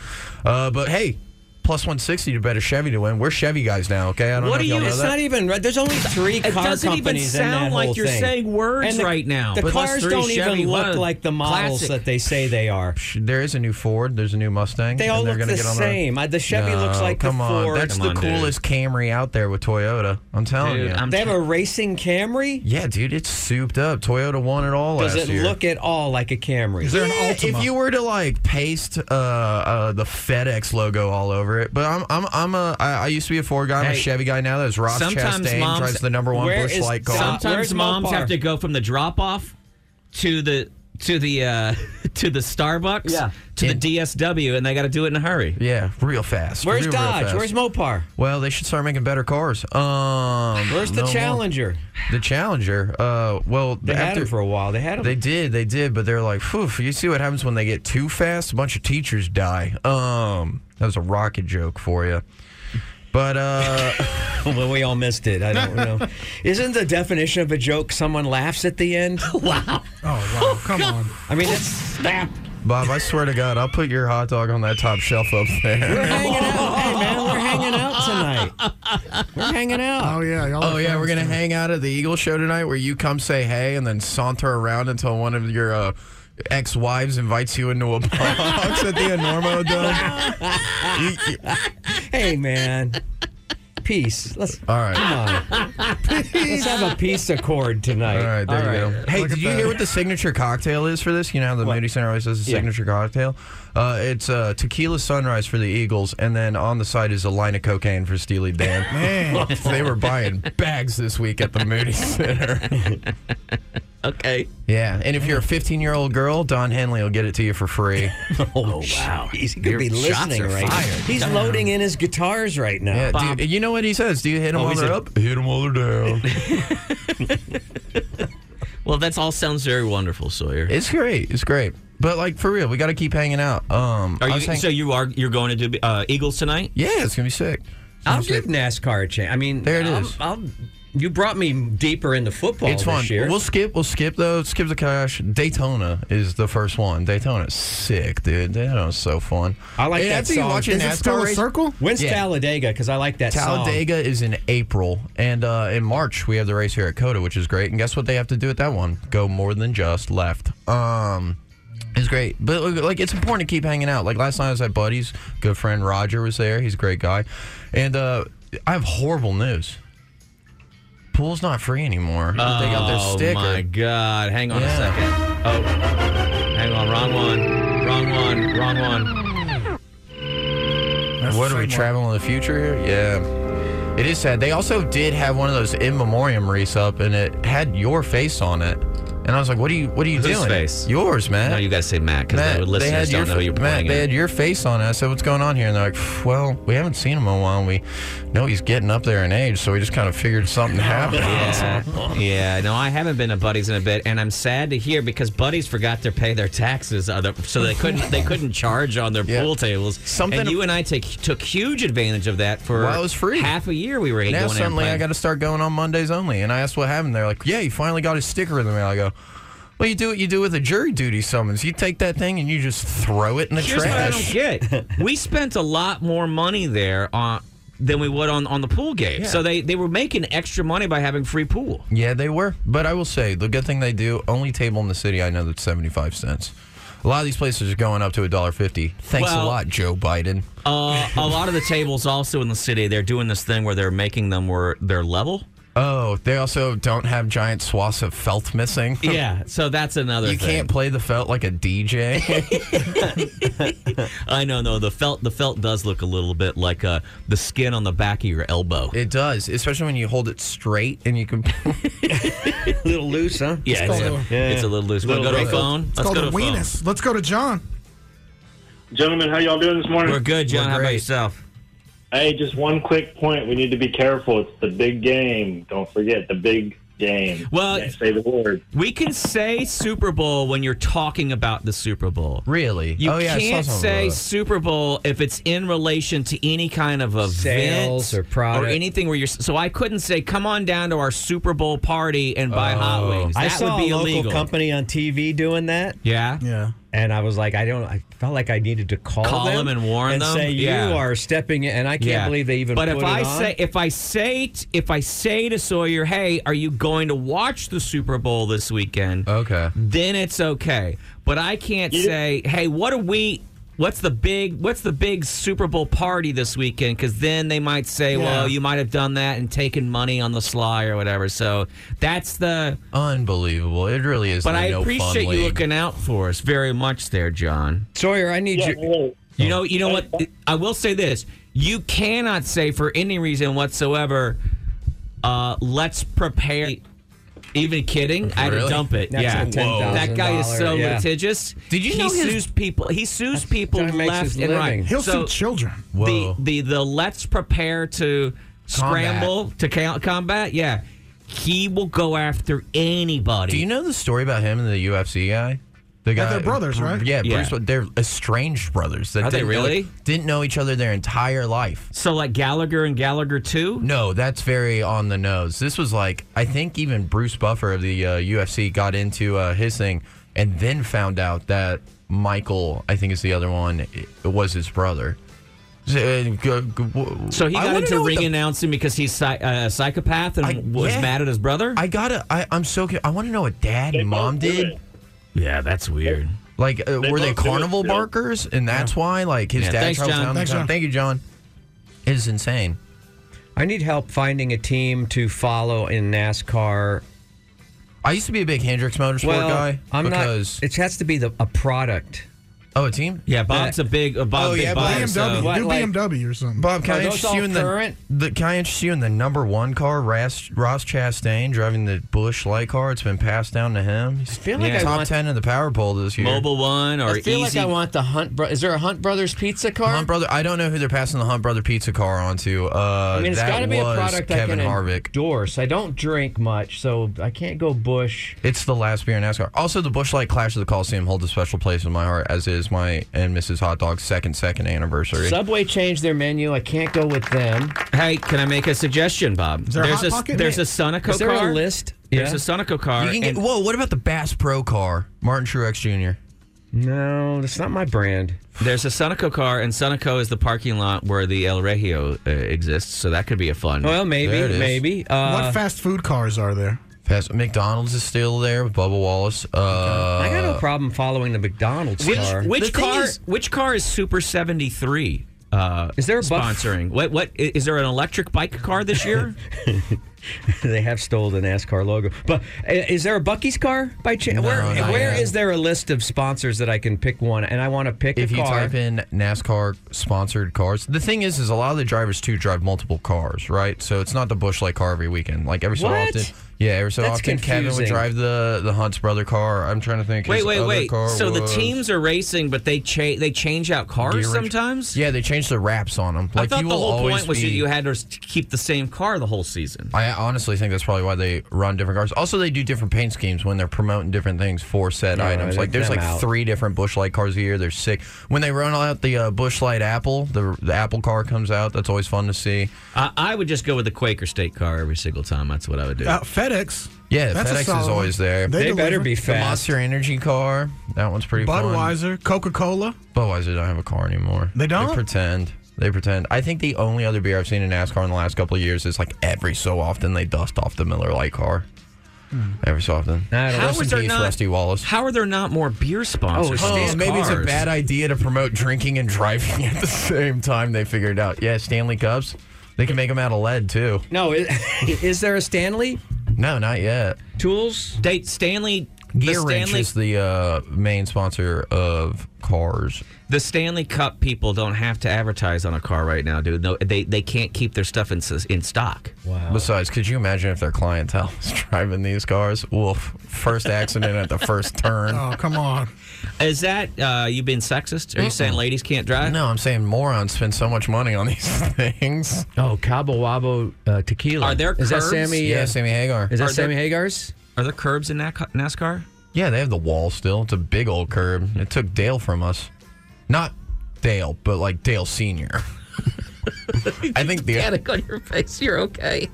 Uh, but hey, plus 160 to bet a Chevy to win. We're Chevy guys now, okay? I don't
What
know
do
if y'all
you-
know
it's
that.
not even right. There's only three
It
car
doesn't even
companies in that
sound like
whole
you're
thing.
saying words
And the-
right now.
The
But that's
cars
three
don't
Chevy,
even
one
look
of
like the models
classic.
that they say they are.
There is a new Ford. There's a new Mustang.
They all
and they're
look
gonna
the
get on
same. I- the Chevy looks
No,
like the
come on.
Ford.
That's
Come
the
on, dude.
coolest Camry out there with Toyota. I'm telling
Dude,
you.
I'm They have a racing Camry.
yeah, dude, it's souped up. Toyota won it all
Does
last
it
year.
look at all like a Camry?
Yeah, If you were to like paste uh, uh, the FedEx logo all over it, but I'm I'm I'm a I, I used to be a Ford guy. I'm a
Hey,
Chevy guy now. That's Ross Chastain drives the number one Bush Light car.
Sometimes moms have to go from the drop off to the to the uh, to the Starbucks
Yeah.
to the DSW and they got to do it in a hurry.
Yeah, real fast.
Where's
real,
Dodge? Where's
Mopar?
Well, they should start making better cars. Um,
Where's the
no more.
Challenger?
The Challenger. Uh, well,
They had 'em for a while. They had 'em.
They did. They did. But they're like, phew. You see what happens when they get too fast? A bunch of teachers die. Um, that was a rocket joke for you. But uh,
well, we all missed it. I don't know. Isn't the definition of a joke someone laughs at the end?
wow.
Oh wow! Come on.
I mean, it's snap.
Bob, I swear to God, I'll put your hot dog on that top shelf up there.
Hey man, we're hanging out tonight. We're hanging out.
Oh yeah,
y'all
oh
are
yeah, we're gonna
friends,
hang out at the Eagle Show tonight, where you come say hey and then saunter around until one of your uh, ex-wives invites you into a box at the Enormo Dome.
hey man, peace. Let's
all right.
Come on. Let's have a peace accord tonight.
All right, there you go. Hey, did you hear what the signature cocktail is for this? You know, how the Moody Center always has a
Yeah.
signature cocktail. Uh, it's uh, tequila sunrise for the Eagles, and then on the side is a line of cocaine for Steely Dan.
Man.
they were buying bags this week at the Moody Center.
okay.
Yeah, and if you're a 15 year old girl, Don Henley will get it to you for free.
oh wow, he's He could be listening right now. He's loading in his guitars right now.
Yeah, do you, you know what he says? Do you hit him
Oh,
while
he
they're
said-
up? Hit him while they're down.
Well, that's all sounds very wonderful, Sawyer.
It's great. It's great. But like for real, we got to keep hanging out. Um,
Are
I
you
was hang-
so you are you're going to do uh, Eagles tonight?
Yeah, it's gonna be sick.
I'll give NASCAR a chance. I mean,
There it
it
is.
you brought me deeper into football
it's
this
fun.
year.
We'll skip. We'll skip though. Skip the cash. Daytona is the first one. Daytona's sick, dude. Daytona's so fun.
I like
And
that
after
song.
You watch a NASCAR race-
When's
Yeah.
Talladega? Because I like that
Talladega is in April, and uh, in March we have the race here at Coda, which is great. And guess what they have to do at that one? Go more than just left. Um, it's great, but look, like it's important to keep hanging out. Like last night I was at Buddy's. Good friend Roger was there. He's a great guy, and uh, I have horrible news. Pool's not free anymore. they got their
Oh,
sticker.
my God. Hang on a
Yeah.
second. Oh, hang on. Wrong one. Wrong one. Wrong one.
what are we traveling in the future here? Yeah. It is sad. They also did have one of those in memoriam wreaths up and it had your face on it. And I was like, What are you what are you
Whose
doing?
face?
Yours, man.
No, you guys say Matt because the listeners don't know who you're
Matt,
playing.
they
at.
had your face on it. I said, What's going on here? And they're like, Well, we haven't seen him in a while and we know he's getting up there in age, so we just kind of figured something happened.
Yeah, yeah. No, I haven't been to Buddies in a bit, and I'm sad to hear because Buddies forgot to pay their taxes, other, so they couldn't they couldn't charge on their pool tables. Something. And you and I take, took huge advantage of that for
While it was free.
half a year. We were
now
going
suddenly I got to start going on Mondays only. And I asked what happened. They're like, yeah, you finally got his sticker in the mail. I go, well, you do what you do with a jury duty summons. You take that thing and you just throw it in the
Here's
trash.
What I don't get. we spent a lot more money there on than we would on on the pool game.
Yeah.
So they they were making extra money by having free pool.
Yeah, they were. But I will say, the good thing they do, only table in the city I know that's 75 cents. A lot of these places are going up to $1.50. Thanks a
Well-
lot, Joe Biden.
Uh, a lot of the tables also in the city, they're doing this thing where they're making them where they're level.
Oh, they also don't have giant swaths of felt missing.
Yeah, so that's another.
You
thing.
can't play the felt like a DJ.
I know, no. The felt, the felt does look a little bit like uh, the skin on the back of your elbow.
It does, especially when you hold it straight and you can.
a little loose, huh? Yeah, it's,
called
a,
a-
it's a little loose. Wanna
Little
go to a
wrinkled.
phone?
It's
Let's
called
go to
a
a phone.
weenus. Let's go to John.
Gentlemen, how y'all doing this morning?
We're good, John. How about yourself?
Hey, just one quick point. We need to be careful. It's the big game. Don't forget the big game.
Well-
Can't say the word.
We can say Super Bowl when you're talking about the Super Bowl.
Really?
You
Oh, yeah, I saw
can't
something about
say
that.
Super Bowl if it's in relation to any kind of event
Sales or product.
or anything where you're. So I couldn't say, "Come on down to our Super Bowl party and buy hot wings." That
Oh. I saw
would be
a local
illegal.
company on TV doing that.
Yeah.
Yeah.
And I was like, I don't. I felt like I needed to call,
Call them and warn them?
say
Yeah.
you are stepping in. And I can't
Yeah.
believe they even.
But
put
if
it
I
on.
say if I say t- if I say to Sawyer, "Hey, are you going to watch the Super Bowl this weekend?"
Okay.
Then it's okay. But I can't say, "Hey, what are we What's the big What's the big Super Bowl party this weekend?" Because then they might say,
Yeah.
"Well, you might have done that and taken money on the sly or whatever." So that's the
unbelievable. It really is.
But
the
I
no-fun
appreciate you
league.
looking out for us very much, there, John.
Sawyer, I need
you.
You know, you know what? I will say this: you cannot say for any reason whatsoever. Uh, let's prepare. Even kidding, I had to
Really?
dump it.
That's
yeah,
a $10,000
that guy is so
yeah.
litigious.
Did you
he
know his-
sues people? He sues people
how he makes
left
his
and right.
living. He'll sue
children.
The
Whoa.
the the let's prepare to scramble to ca- combat. Yeah, he will go after anybody.
Do you know the story about him and the UFC guy? The
Yeah,
guy,
they're brothers, right?
Yeah,
Yeah.
Bruce, they're estranged brothers. That
Are they
didn't know-
really?
didn't know each other their entire life.
So like Gallagher and Gallagher too?
No, that's very on the nose. This was like I think even Bruce Buffer of the uh, UFC got into uh, his thing and then found out that Michael, I think is the other one, i was his brother. So and go- go-
So he
I
got
wanna
into
know what
ring
the
announcing because he's psy- uh, a psychopath and was
yeah.
mad at his brother.
I gotta. I, I'm so. cu- I want to know what dad and mom did.
Yeah, that's weird.
Like, uh,
They
were they
both do it,
carnival
yeah.
barkers? And that's why, like, his
Yeah,
dad
thanks,
travels
John.
down.
Thanks,
the
John.
time. Thank you, John. It is insane.
I need help finding a team to follow in NASCAR.
I used to be a big Hendrix Motorsport
well,
guy
I'm
because
not. It has to be the, a product.
Oh, a team?
Yeah, Bob's a big. Uh, Bob,
Oh,
big
yeah,
Bob,
BMW.
so-
What,
Do
like-
BMW or something.
Bob, can I interest you in the, the can I interest you in the number one car, Ras, Ross Chastain driving the Bush light car? It's been passed down to him. He's
feel like I
top
want-
ten in the Power Pole this year.
Mobile One or
I feel
Easy.
like I want the Hunt. Bro- Is there a Hunt Brothers pizza car?
Hunt brother, I don't know who they're passing the Hunt brother pizza car onto. Uh,
I mean, it's
that
got to be a
was
product
Kevin
I can
Harvick.
endorse. I don't drink much, so I can't go Bush.
It's the last beer in NASCAR. Also, the Bushlight Clash of the Coliseum holds a special place in my heart, as is my and Mrs. Hot Dog's second second anniversary.
Subway changed their menu. I can't go with them.
Hey, can I make a suggestion, Bob?
there a
there's
Hot Pocket?
there's a
Man.
Sonico
Is there a
car
list?
There's
Yeah.
a Sonico car.
you can get,
and-
whoa, what about the Bass Pro car? Martin Truex Jr.
No, that's not my brand.
There's a Sonico car, and Sonico is the parking lot where the El Regio uh, exists. So that could be a fun.
Well, maybe,
There it is.
maybe.
what
Uh,
fast food cars are there?
Fast, McDonald's is still there with Bubba Wallace. Uh,
I got no problem following the McDonald's
Which
car.
which car? which car is Super Seventy Three? Uh, is there a sponsoring? What what i- is there an electric bike car this year?
they have stole the NASCAR logo. But i- is there a Bucky's car by chance? where where
not
is
yet.
there a list of sponsors that I can pick one? And I want to pick
if
a
you
car.
type in NASCAR sponsored cars, the thing is, is a lot of the drivers too drive multiple cars, right? So it's not the Bushlight car every weekend. Like every so
What?
often, yeah, every so
That's
often Kevin would
confusing.
drive the the Hunts brother car. I'm trying to think.
wait
his
wait
other
wait.
Car
So the
was-
teams are racing, but they cha- they change out cars
Gear
sometimes.
wrench- Yeah, they changed the wraps on them.
I
Like
thought
you
the
will
whole
always
point was
be,
that you had to s- keep the same car the whole season.
I honestly think that's probably why they run different cars. Also, they do different paint schemes when they're promoting different things for said
Yeah,
items.
they
Like there's
them
like
out.
three different Bushlight cars a year. They're sick. When they run out the uh, Bushlight Apple, the the Apple car comes out. That's always fun to see.
I, I would just go with the Quaker State car every single time. That's what I would do.
Uh, FedEx.
Yeah,
That's a
FedEx is
solid
always
one.
there.
They They deliver. better be
The
fast.
Monster Energy car. That one's pretty fun.
Budweiser, Coca Cola.
Budweiser don't have a car anymore.
They don't?
They pretend. They pretend. I think the only other beer I've seen in NASCAR in the last couple of years is like every so often they dust off the Miller Lite car.
Hmm.
Every so often.
I don't know.
Rest
How is
in
there
peace,
not-
Rusty Wallace.
How are there not more beer
Oh,
sponsors? for these
Oh, maybe it's a
cars?
bad idea to promote drinking and driving at the same time. They figured out. Yeah, Stanley Cups. They can make them out of lead too.
No, is, is there a Stanley?
No, not yet.
Tools?
Date Stanley
Gear
the
Wrench
Stanley-
is the uh, main sponsor of cars.
The Stanley Cup people don't have to advertise on a car right now, dude. No, they they can't keep their stuff in s- in stock.
Wow. Besides, could you imagine if their clientele was driving these cars? Woof! First accident at the first turn.
Oh, come on.
Is that uh, you being sexist? Are you saying ladies can't drive?
No, I'm saying morons spend so much money on these things.
Oh, Cabo Wabo uh, tequila.
Are there
Is that
curbs?
Sammy?
Yeah,
uh,
Sammy Hagar.
Is that
Are there-
Sammy Hagar's?
Are there curbs in that ca- NASCAR?
Yeah, they have the wall still. It's a big old curb. It took Dale from us. Not Dale, but like Dale Senior. I think the
Panic on your face. You're okay.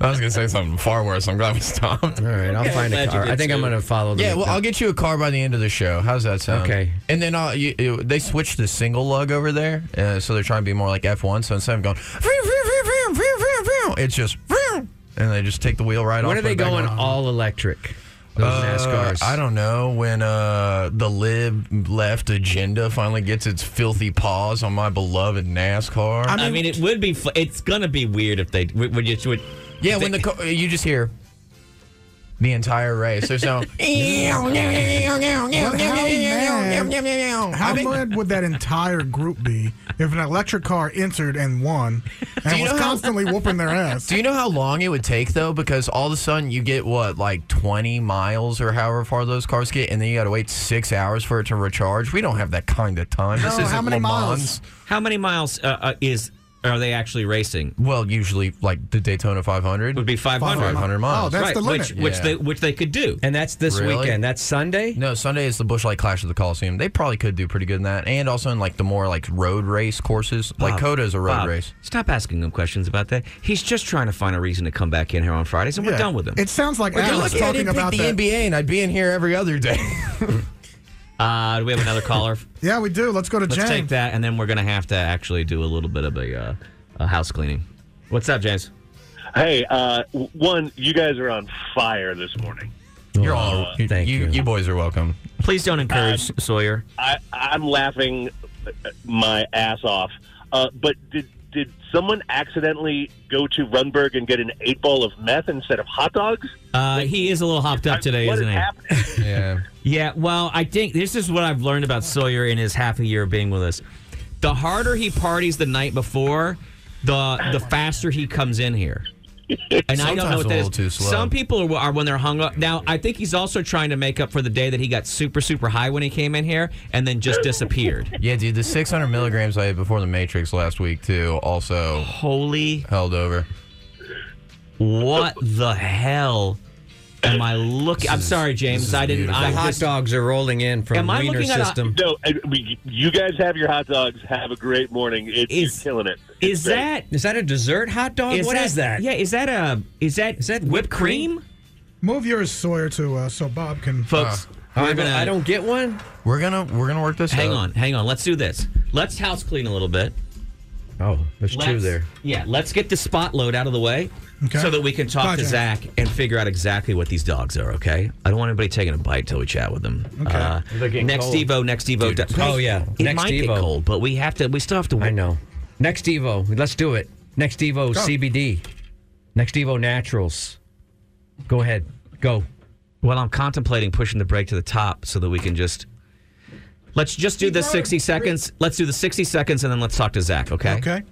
I was gonna say something far worse. I'm glad we stopped. All
right, I'll find a car. I think I'm gonna follow. The,
Yeah, well, I'll get you a car by the end of the show. How's that sound?
Okay.
And then I'll, you, you- they switched the single lug over there, uh, so they're trying to be more like F1. So instead of going, vroom, vroom, vroom, vroom, vroom, vroom, vroom, it's just, vroom, and they just take the wheel right off.
when are
put
they
it back
going
on.
all electric? Those
Uh,
NASCARs.
I don't know when uh, the lib left agenda finally gets its filthy paws on my beloved NASCAR.
I mean, it would be. Fl- it's gonna be weird if they would. would you, would
yeah, when the co- you just hear the entire race. There's no.
But
I
how mad, how
mean-
mad would that entire group be if an electric car entered and won and
you
was
know how-
constantly whooping their ass?
Do you know how long it would take though? Because all of a sudden you get what, like twenty miles or however far those cars get, and then you got to wait six hours for it to recharge. We don't have that kind of time.
Oh,
this isn't Le Mans.
How many miles uh, uh, is are they actually racing?
Well, usually like the Daytona 500
would be 500.
500
Oh,
miles.
Right, Which, which
Yeah.
they which they could do.
And that's this
Really?
weekend. That's Sunday.
No, Sunday is the Bushlight Clash of the Coliseum. They probably could do pretty good in that, and also in like the more like road race courses. like
Bob,
Coda is a road
Bob,
race.
Stop asking him questions about that. He's just trying to find a reason to come back in here on Fridays, and we're
Yeah.
done with him.
It sounds like
But you're
Alex
lucky I
talking
didn't pick
about
the
that.
NBA, and I'd be in here every other day.
Uh, do we have another caller?
Yeah, we do. Let's go to
Let's
James.
take that, and then we're gonna have to actually do a little bit of a, uh, a house cleaning. What's up, James?
Hey, uh, w- one, you guys are on fire this morning.
You're all you, you, you boys are welcome.
Please don't encourage Sawyer.
I, I'm laughing my ass off. Uh, but did did someone accidentally go to Runberg and get an eight ball of meth instead of hot dogs?
Uh, he is a little hopped up today,
what
isn't
is
he?
happening?
Yeah.
Yeah, well, I think this is what I've learned about Sawyer in his half a year of being with us. The harder he parties the night before, the the faster he comes in here. And I don't
Sometimes
know what
a
that is.
little too slow.
Some people are, are when they're hung up. Now, I think he's also trying to make up for the day that he got super super high when he came in here and then just disappeared.
Yeah, dude, the 600 milligrams I had before the Matrix last week too. Also,
holy
held over.
What the hell am I looking? I'm sorry, James. I didn't. I
the hot
just,
dogs are rolling in from
Am I
Wiener
looking at a-
System.
No, I- we- you guys have your hot dogs. Have a great morning. It, is, you're killing it.
Is that
is that a dessert hot dog? What is that?
Yeah, is that a is that is that whipped cream?
Move yours, Sawyer, to uh, so Bob can.
Folks,
Uh,
we're gonna-
get one.
We're gonna we're gonna work this.
Hang on, hang on. Let's do this. Let's house clean a little bit.
Oh, there's two
Let's-
there.
Yeah, let's get the spot load out of the way so that we can talk to
Roger.
Zach and figure out exactly what these dogs are. Okay, I don't want anybody taking a bite till we chat with them.
Okay.
Uh,
They're getting
next
cold.
Evo, next Evo.
Dude,
do-
oh, yeah.
it
Next
might get
Evo.
cold, but we have to. We still have to.
I know. Next Evo, let's do it. Next Evo CBD. Next Evo Naturals. Go ahead. Go.
Well, I'm contemplating pushing the brake to the top so that we can just. Let's just do the 60 seconds. Let's do the 60 seconds and then let's talk to Zach, okay?
Okay.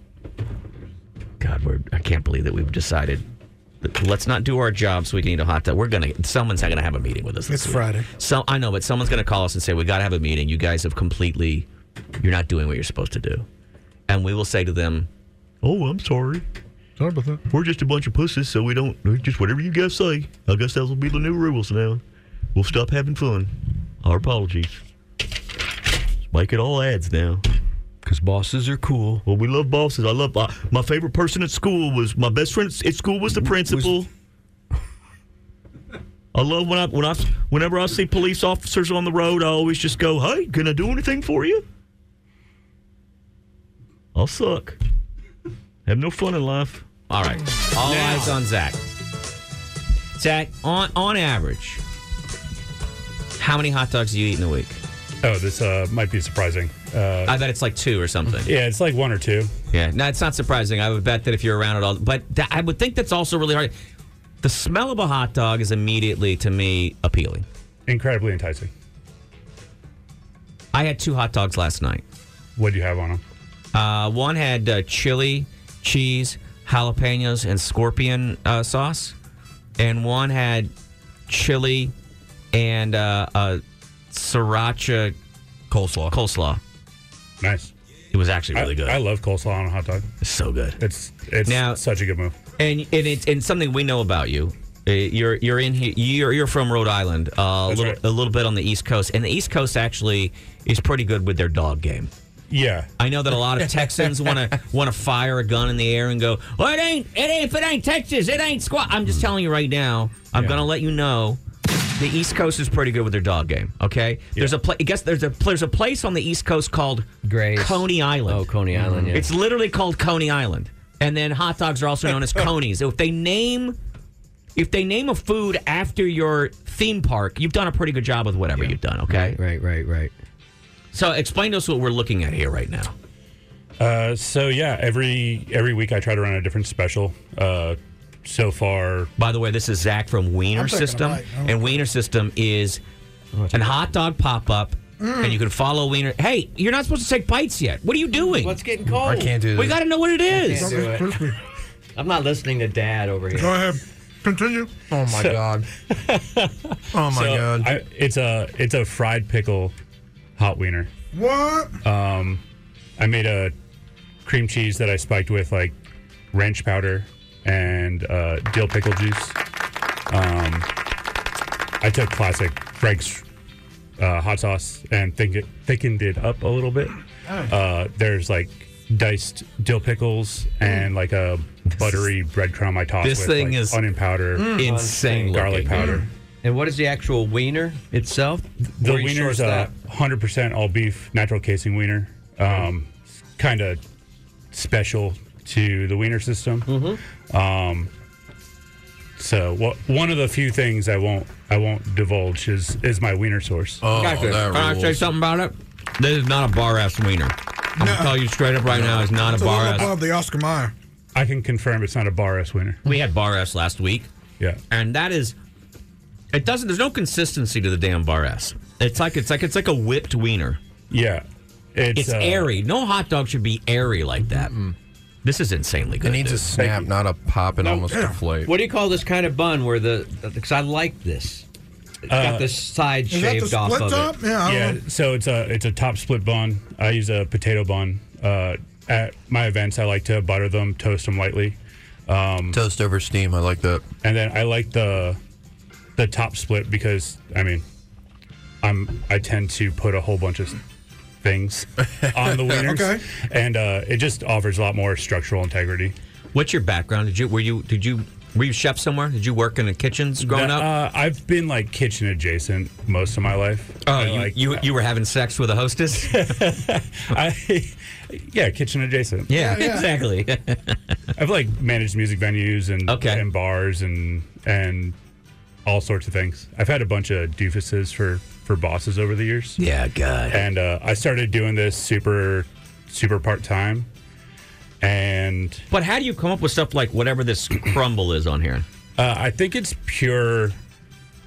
God, we're, I can't believe that we've decided. that Let's not do our job so we can eat a hot dog. We're gonna. Someone's not gonna have a meeting with us. this
It's
week.
Friday.
So I know, but someone's gonna call us and say we gotta have a meeting. You guys have completely. You're not doing what you're supposed to do, and we will say to them,
Oh, I'm sorry.
Sorry about that.
We're just a bunch of pussies, so we don't. Just whatever you guys say. I guess that'll be the new rules now. We'll stop having fun. Our apologies. Let's Make it all ads now.
Because bosses are cool.
Well, we love bosses. I love my, my favorite person at school was my best friend at school was the principal. I love when I when I whenever I see police officers on the road, I always just go, "Hey, can I do anything for you?" I'll suck. Have no fun in life.
All right. All eyes on Zach. Zach, on on average, how many hot dogs do you eat in a week?
Oh, this uh, might be surprising. Uh,
I bet it's like two or something.
yeah, it's like one or two.
Yeah, no, it's not surprising. I would bet that if you're around at all, but tha- I would think that's also really hard. The smell of a hot dog is immediately to me appealing.
Incredibly enticing.
I had two hot dogs last night.
What do you have on them?
Uh, one had uh, chili, cheese, jalapenos, and scorpion uh, sauce, and one had chili and uh, uh, sriracha
coleslaw.
Coleslaw.
Nice.
It was actually really good.
I love coleslaw on a hot dog.
It's so good.
It's it's such a good move.
And and it's and something we know about you. Uh, You're you're in here. You're you're from Rhode Island. Uh, a little a little bit on the East Coast, and the East Coast actually is pretty good with their dog game.
Yeah.
I know that a lot of Texans want to want to fire a gun in the air and go, "Well, it ain't it ain't if it ain't Texas, it ain't squat." I'm
Mm.
just telling you right now. I'm gonna let you know. The East Coast is pretty good with their dog game. Okay, there's a pla- I guess there's a there's a place on the East Coast called Coney Island. Oh,
Coney Island, yeah.
It's literally called Coney Island, and then hot dogs are also known as conies. If they name if they name a food after your theme park, you've done a pretty good job with whatever you've done. Okay,
right, right, right.
So explain to us what we're looking at here right now.
Uh, so yeah, every every week I try to run a different special. Uh, so far,
by the way, this is Zach from Wiener System, and Wiener System is an hot dog pop up,
Mm.
and you can follow Wiener. Hey, you're not supposed to take bites yet. What are you doing?
What's getting cold? I can't do
We
this.
got to know what it
I
is.
can't do it. I'm not listening to Dad over here.
Go ahead.
Continue.
Oh
my So- God.
Oh my
So,
god.
I, it's a it's a fried pickle hot wiener.
What?
Um, I made a cream cheese that I spiked with like ranch powder and uh, dill pickle juice. Um, I took classic Frank's uh, hot sauce and think it, thickened it up a little bit.
Oh.
Uh, there's like diced dill pickles and like a buttery breadcrumb I tossed
this
with
thing
like,
is Mm.
onion powder,
insane
garlic
looking. Mm.
powder.
And what is the actual wiener itself?
The
Where you source
wiener's uh,
that?
100% all beef, natural casing wiener. Um, Kind of special to the wiener system.
Mm-hmm.
Um, so wha- one of the few things I won't I won't divulge is is my wiener source.
Gotcha. Can I say something about it? This is not a bar ass wiener. I'm gonna tell you straight up right now, it's not
It's
a
a
bar
little
ass.
above the Oscar Mayer.
I can confirm it's not a bar ass wiener.
We had bar ass last week.
Yeah.
And that is it doesn't there's no consistency to the damn bar ass. It's like it's like it's like a whipped wiener.
Yeah.
It's,
It's, uh,
airy. No hot dog should be airy like that. This is insanely good.
It needs a
dude.
snap, not a pop, and almost
yeah.
deflate.
What do you call this kind of bun where the? Because I like this. It's
Uh,
got the side shaved off of it.
So it's a it's a top split bun. I use a potato bun. Uh, at my events, I like to butter them, toast them lightly. Um,
Toast over steam. I like that.
And then I like the the top split because I mean, I'm I tend to put a whole bunch of things on the wieners,
Okay.
and uh, it just offers a lot more structural integrity.
What's your background? Did you were you did you were you chef somewhere? Did you work in the kitchens growing
No,
up?
Uh, I've been like kitchen adjacent most of my life.
Oh,
I
you,
like-
you you were having sex with a hostess?
I, yeah, kitchen adjacent.
Yeah, Yeah, yeah. exactly.
I've like managed music venues and
Okay.
and bars and and all sorts of things. I've had a bunch of doofuses for for bosses over the years.
Yeah, God.
And uh, I started doing this super super part time, and
but how do you come up with stuff like whatever this crumble is on here?
Uh, I think it's pure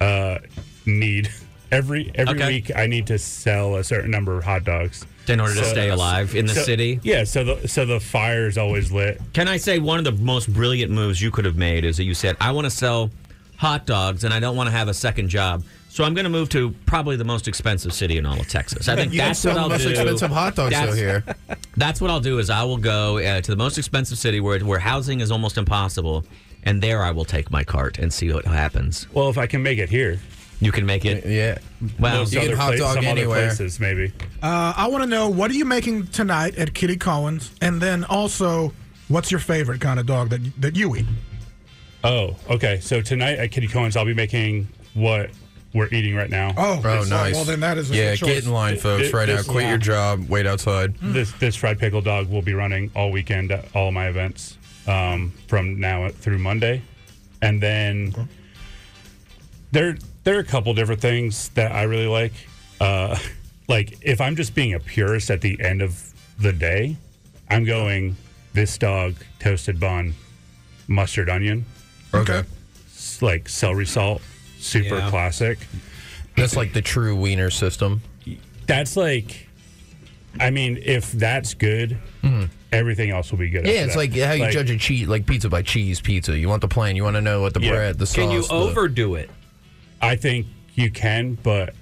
uh, need. Every every
Okay.
week, I need to sell a certain number of hot dogs uh,
In order to stay alive in the
so-
city?
Yeah, so the so the fire is always lit.
Can I say one of the most brilliant moves you could have made is that you said, I want to sell hot dogs and I don't want to have a second job. So I'm going to move to probably the most expensive city in all of Texas. I think
You can
that's
sell
what
the
I'll
most
do.
expensive hot dogs out here.
That's what I'll do is I will go uh, to the most expensive city where where housing is almost impossible, and there I will take my cart and see what happens.
Well, if I can make it here,
you can make it.
Yeah.
Well,
Most other pla- some other places maybe.
Uh, I want to know what are you making tonight at Kitty Collins, and then also what's your favorite kind of dog that that you eat?
Oh, okay. So tonight at Kitty Cohen's, I'll be making what we're eating right now.
Oh, Oh, it's- nice. well, then that is a
Yeah,
good Hmm.
get in line, folks, right now. Quit your job. Wait outside.
This this fried pickle dog will be running all weekend at all my events um, from now through Monday, and then there there are a couple different things that I really like. Uh, like if I'm just being a purist at the end of the day, I'm going this dog toasted bun, mustard onion.
Okay.
Like celery salt, super
Yeah.
classic.
That's like the true wiener system.
That's like, I mean, if that's good, everything else will be good.
Mm-hmm. Yeah,
after
it's
that.
like how you judge a cheese, like pizza by cheese pizza. You want the plan. You want to know what the
Yeah.
bread, the sauce. the-
overdo it? I think you can, but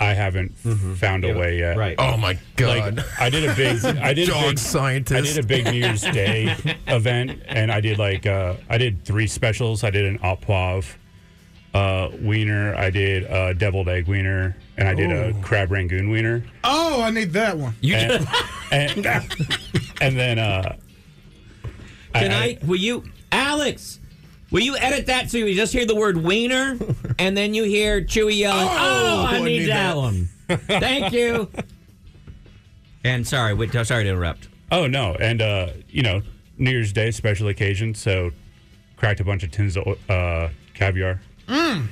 I haven't found a way yet. Mm-hmm. Right.
Oh, my God.
Like, I did a big I did a
Dog
big, I
scientist.
did a big New Year's Day event and I did like uh I did three specials. I did an au poivre uh wiener, I did a deviled egg wiener, and I did
Ooh.
a crab rangoon wiener.
Oh, I need that one.
You and, and, and then uh
Can I? Will you, Alex? Will you edit that so you just hear the word wiener and then you hear Chewy yelling, "Oh, I need that one." Thank you.
And sorry, wait, sorry to interrupt. Oh no, and uh, you know, New Year's Day special occasion, so cracked a bunch of tins of uh, caviar.
Mm.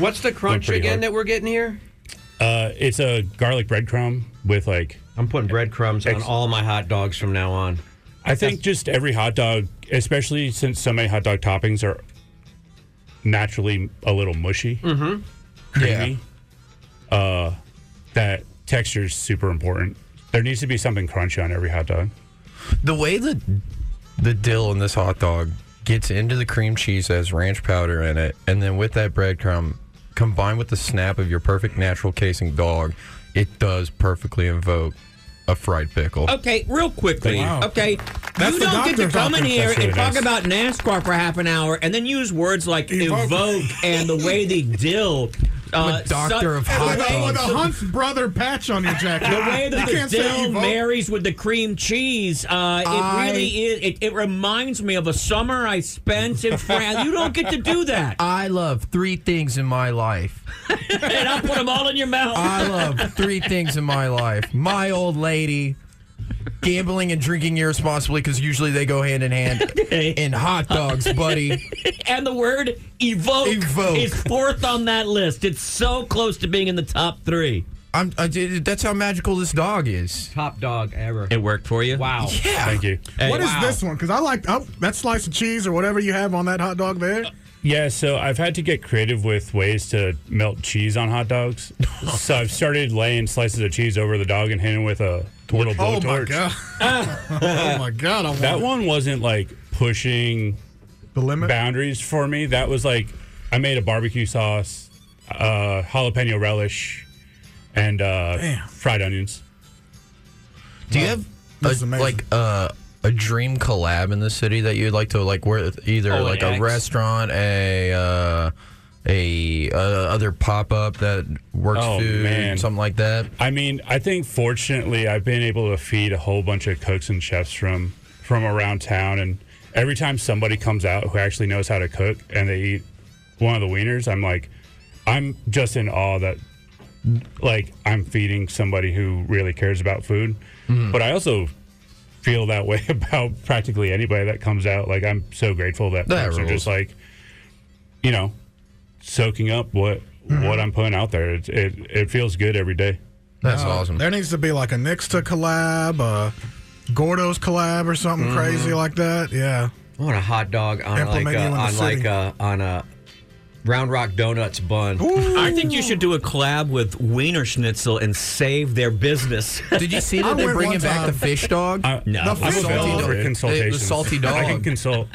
What's the crunch
pretty
again
hard.
that we're getting here?
Uh, it's a garlic breadcrumb with like
I'm putting breadcrumbs on all my hot dogs from now on.
I think just every hot dog, especially since so many hot dog toppings are naturally a little mushy,
Mm.
Mhm.
creamy. Uh, that texture is super important. There needs to be something crunchy on every hot dog.
The way the the dill in this hot dog gets into the cream cheese that has ranch powder in it, and then with that breadcrumb combined with the snap of your perfect natural casing dog, it does perfectly invoke a fried pickle.
Okay, real quickly.
Wow.
Okay,
That's
you
the
don't get to
doctor's
come in
office.
here
That's really
and talk
nice.
about NASCAR for half an hour and then use words like evoke, and the way the dill. uh,
I'm a
su-
doctor of
the way-
hot dogs.
Uh, With a Hunt's brother patch on your jacket.
the way that
you
the
can't say
dill
you vote.
marries with the cream cheese, uh, it
I-
really is. It, it reminds me of a summer I spent in France. You don't get to do that.
I love three things in my life.
and I'll put them all in your mouth.
I love three things in my life my old lady, gambling and drinking irresponsibly because usually they go hand in hand, and hot dogs, buddy.
and the word evoke, is fourth on that list. It's so close to being in the top three.
I'm, I, did- that's how magical this dog is.
Top dog ever.
It worked for you.
Wow.
Yeah.
Thank you.
What is this one? Because I like oh, that slice of cheese or whatever you have on that hot dog there.
Yeah, so I've had to get creative with ways to melt cheese on hot dogs. so I've started laying slices of cheese over the dog and hitting it with a little
Oh
blowtorch.
my god! oh my god! I want
That one wasn't like pushing
the limit
boundaries for me. That was like I made a barbecue sauce, uh, jalapeno relish, and uh,
Damn.
fried onions.
Do you have a, like uh, a dream collab in the city that you'd like to like where either
Oh, an
like a
X.
restaurant, a uh, a uh, other pop up that works food, something like that.
I mean, I think fortunately I've been able to feed a whole bunch of cooks and chefs from from around town, and every time somebody comes out who actually knows how to cook and they eat one of the wieners, I'm like, I'm just in awe that like I'm feeding somebody who really cares about food.
Mhm.
But I also feel that way about practically anybody that comes out. Like I'm so grateful that
That
folks are
rules.
just like, you know, soaking up what what I'm putting out there. It, it it feels good every day.
No, Uh, There needs to be like a Nixta collab, a Gordo's collab, or something
Mhm.
crazy like that. Yeah.
I want a hot dog on
Implement
like
you
a,
in the
on like
city.
a, on a Round Rock Donuts bun.
I think you should do a collab with Wiener Schnitzel and save their business.
Did you see that they're bringing back the fish dog?
Uh,
no,
the salty dog. The, the salty dog.
I can consult.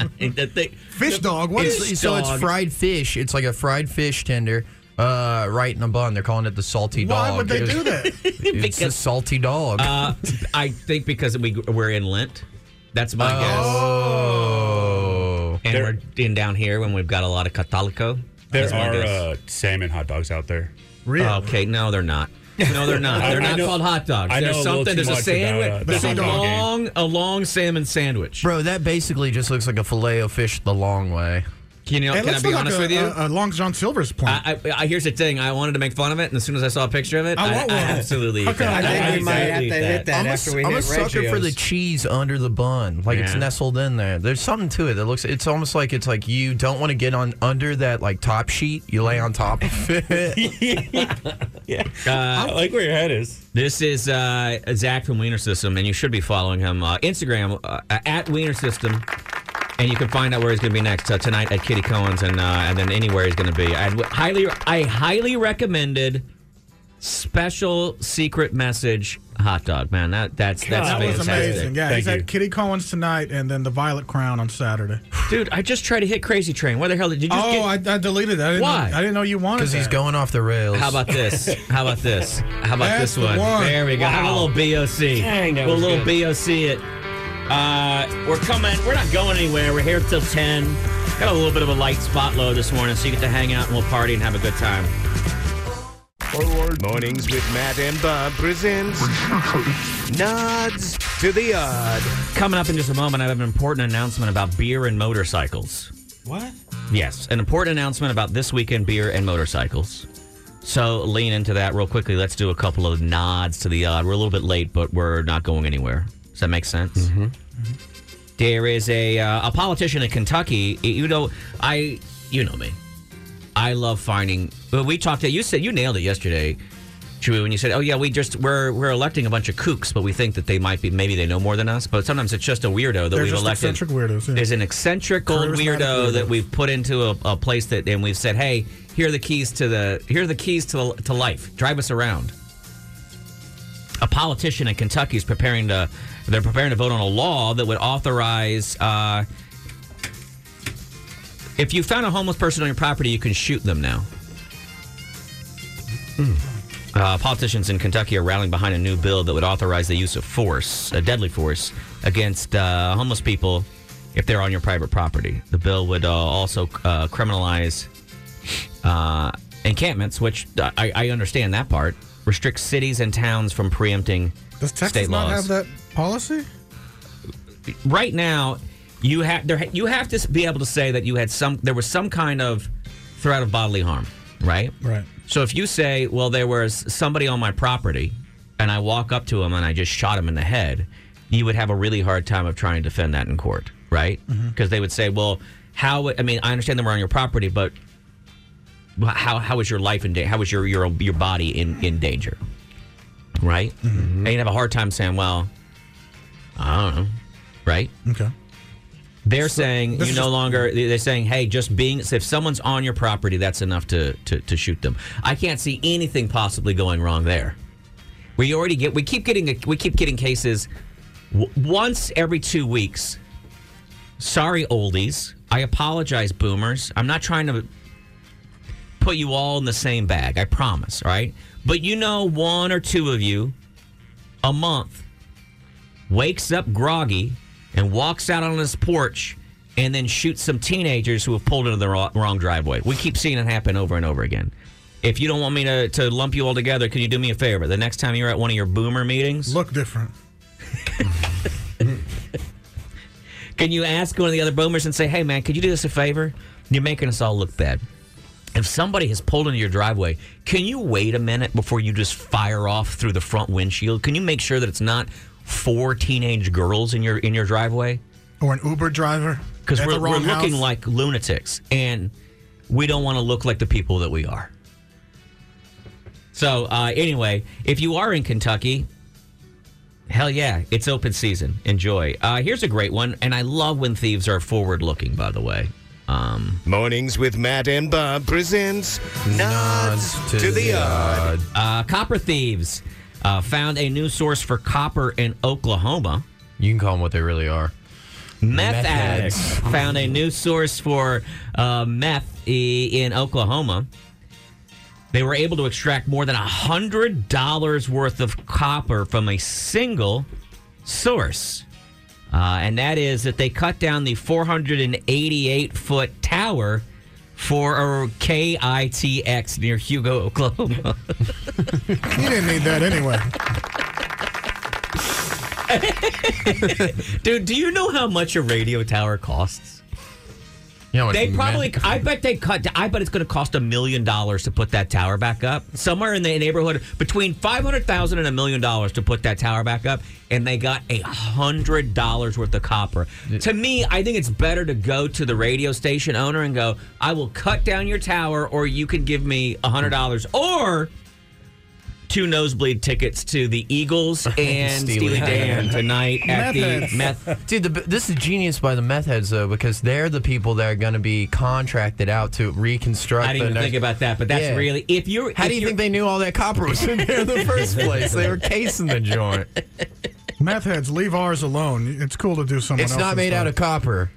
fish dog. What
It's-
is
so it's fried fish. It's like a fried fish tender, uh, right in a bun. They're calling it the salty
Why
dog.
would they
It was-
do that?
It's a
Because-
salty dog.
Uh, I think because we we're in Lent. That's my
Oh.
Oh.
guess. And we're in down here when we've got a lot of Catalico.
There
That's my
are
guess. Oh,
uh, salmon hot dogs out there.
Really?
Okay, no, they're not. No, they're not.
I-
They're
I
not
know-
called hot dogs.
I know
there's
a little
something.
too
There's a
much about,
sandwich.
uh, the
there's a
hot dog game.
long, a long salmon sandwich.
Bro, that basically just looks like a fillet of fish the long way.
Can you?
Hey,
can I
let's
be
look
honest
like
with you?
A, a Long John Silver's plan.
I, I, I here's the thing. I wanted to make fun of it, and as soon as I saw a picture of it,
I
I,
want
I
one.
absolutely.
How come I think we might have
absolutely
to hit that I'm a- after we I'm hit a sucker for the cheese under the bun. Like it's
Yeah.
nestled in there. There's something to it that looks. It's almost like it's like you don't want to get on under that like top sheet. You lay on top of it.
Uh,
like where your head is.
This is uh, Zach from Wiener System, and you should be following him. Uh, Instagram uh, at Wiener System, and you can find out where he's going to be next uh, tonight at Kitty Cohen's, and uh, and then anywhere he's going to be. I highly, I highly recommended special secret message hot dog man. That that's that's
that was
fantastic.
amazing. Yeah, he's at Kitty Cohen's tonight, and then the Violet Crown on Saturday.
dude. I just tried to hit Crazy Train. Where the hell did you? Just
oh,
get-
I, I deleted that. I didn't
Why?
Know, I didn't know you wanted. that.
off the rails.
How about this? How about this? How about
That's
this one?
the one.
There we go. Have
Wow.
a little BOC.
Dang, that
We'll
was
little
good.
BOC it. Uh, we're coming. We're not going anywhere. We're here till 10. Got a little bit of a light spot load this morning, so you get to hang out and we'll party and have a good time.
Mornings with Matt and Bob presents Nods to the
Uh,
Odd.
Coming up in just a moment, I have an important announcement about beer and motorcycles.
What?
Yes, an important announcement about this weekend beer and motorcycles. So lean into that real quickly. Let's do a couple of nods to the odd. We're a little bit late, but we're not going anywhere. Does that make sense? Mm-hmm. There is a uh, a politician in Kentucky. You know, I you know me. I love finding. But we talked. You said you nailed it yesterday, Chewy, when you said, "Oh yeah, we just we're we're electing a bunch of kooks, but we think that they might be maybe they know more than us." But sometimes it's just a weirdo that
They're
we've
just
elected.
eccentric weirdos. yeah.
There's an eccentric old
Charismatic
weirdo that
weirdos.
we've put into a, a place that, and we've said, "Hey, here are the keys to the here are the keys to to life. Drive us around." A politician in Kentucky is preparing to they're preparing to vote on a law that would authorize. Uh, if you found a homeless person on your property, you can shoot them now. Uh, politicians in Kentucky are rallying behind a new bill that would authorize the use of force, uh, deadly force, against uh, homeless people if they're on your private property. The bill would uh, also uh, criminalize uh, encampments, which uh, I, I understand that part, restrict cities and towns from preempting
Does Texas
state
not have
laws.
that policy?
right now you have there you have to be able to say that you had some there was some kind of threat of bodily harm right
Right.
so if you say well there was somebody on my property and i walk up to him and i just shot him in the head you would have a really hard time of trying to defend that in court right because
Mhm.
they would say well how would- i mean i understand they were on your property but how how is your life in danger how is your your your body in in danger right and you'd have a hard time saying well i don't know right
Okay.
they're saying
this
you
is
no
just-
longer. They're saying, hey, just being. If someone's on your property, that's enough to, to to shoot them. I can't see anything possibly going wrong there. We already get. We keep getting. We keep getting cases w- once every two weeks. Sorry, oldies. I apologize, boomers. I'm not trying to put you all in the same bag. I promise. All right. But you know, one or two of you a month wakes up groggy and walks out on his porch and then shoots some teenagers who have pulled into the wrong, wrong driveway. We keep seeing it happen over and over again. If you don't want me to, to lump you all together, can you do me a favor? The next time you're at one of your boomer meetings,
look different.
can you ask one of the other boomers and say, hey, man, could you do us a favor? You're making us all look bad. If somebody has pulled into your driveway, can you wait a minute before you just fire off through the front windshield? Can you make sure that it's not four teenage girls in your in your driveway?
Or an Uber driver.
because
at
we're,
the
we're
wrong house.
looking like lunatics and we don't want to look like the people that we are so uh, anyway if you are in kentucky hell yeah it's open season enjoy uh, here's a great one and i love when thieves are forward looking by the way um,
Mornings with Matt and Bob presents Nods, to, the Odd.
Uh, copper thieves uh, found a new source for copper in Oklahoma.
You can call them what they really are.
Meth,
Meth
addicts
addicts.
found a new source for uh, meth i- in Oklahoma. They were able to extract more than hundred dollars worth of copper from a single source, uh, and that is that they cut down the 488 foot tower for a KITX near Hugo, Oklahoma.
You didn't need that anyway.
Dude, do you know how much a radio tower costs?
You know what
they
you
probably.
meant.
I bet they cut. I bet it's going to cost a million dollars to put that tower back up. Somewhere in the neighborhood between five hundred thousand and a million dollars to put that tower back up, and they got a hundred dollars worth of copper. To me, I think it's better to go to the radio station owner and go, "I will cut down your tower, or you can give me a hundred dollars, or." Two nosebleed tickets to the Eagles and Steely, Dan tonight at the Meth
Dude, the, this is genius by the meth heads though, because they're the people that are going to be contracted out to reconstruct.
I didn't
the
even
next-
think about that, but that's
Yeah.
really if you're.
How do you think they knew all that copper was in there in the first place? They were casing the joint.
Meth heads, leave ours alone. It's cool to do someone
It's not made out of copper.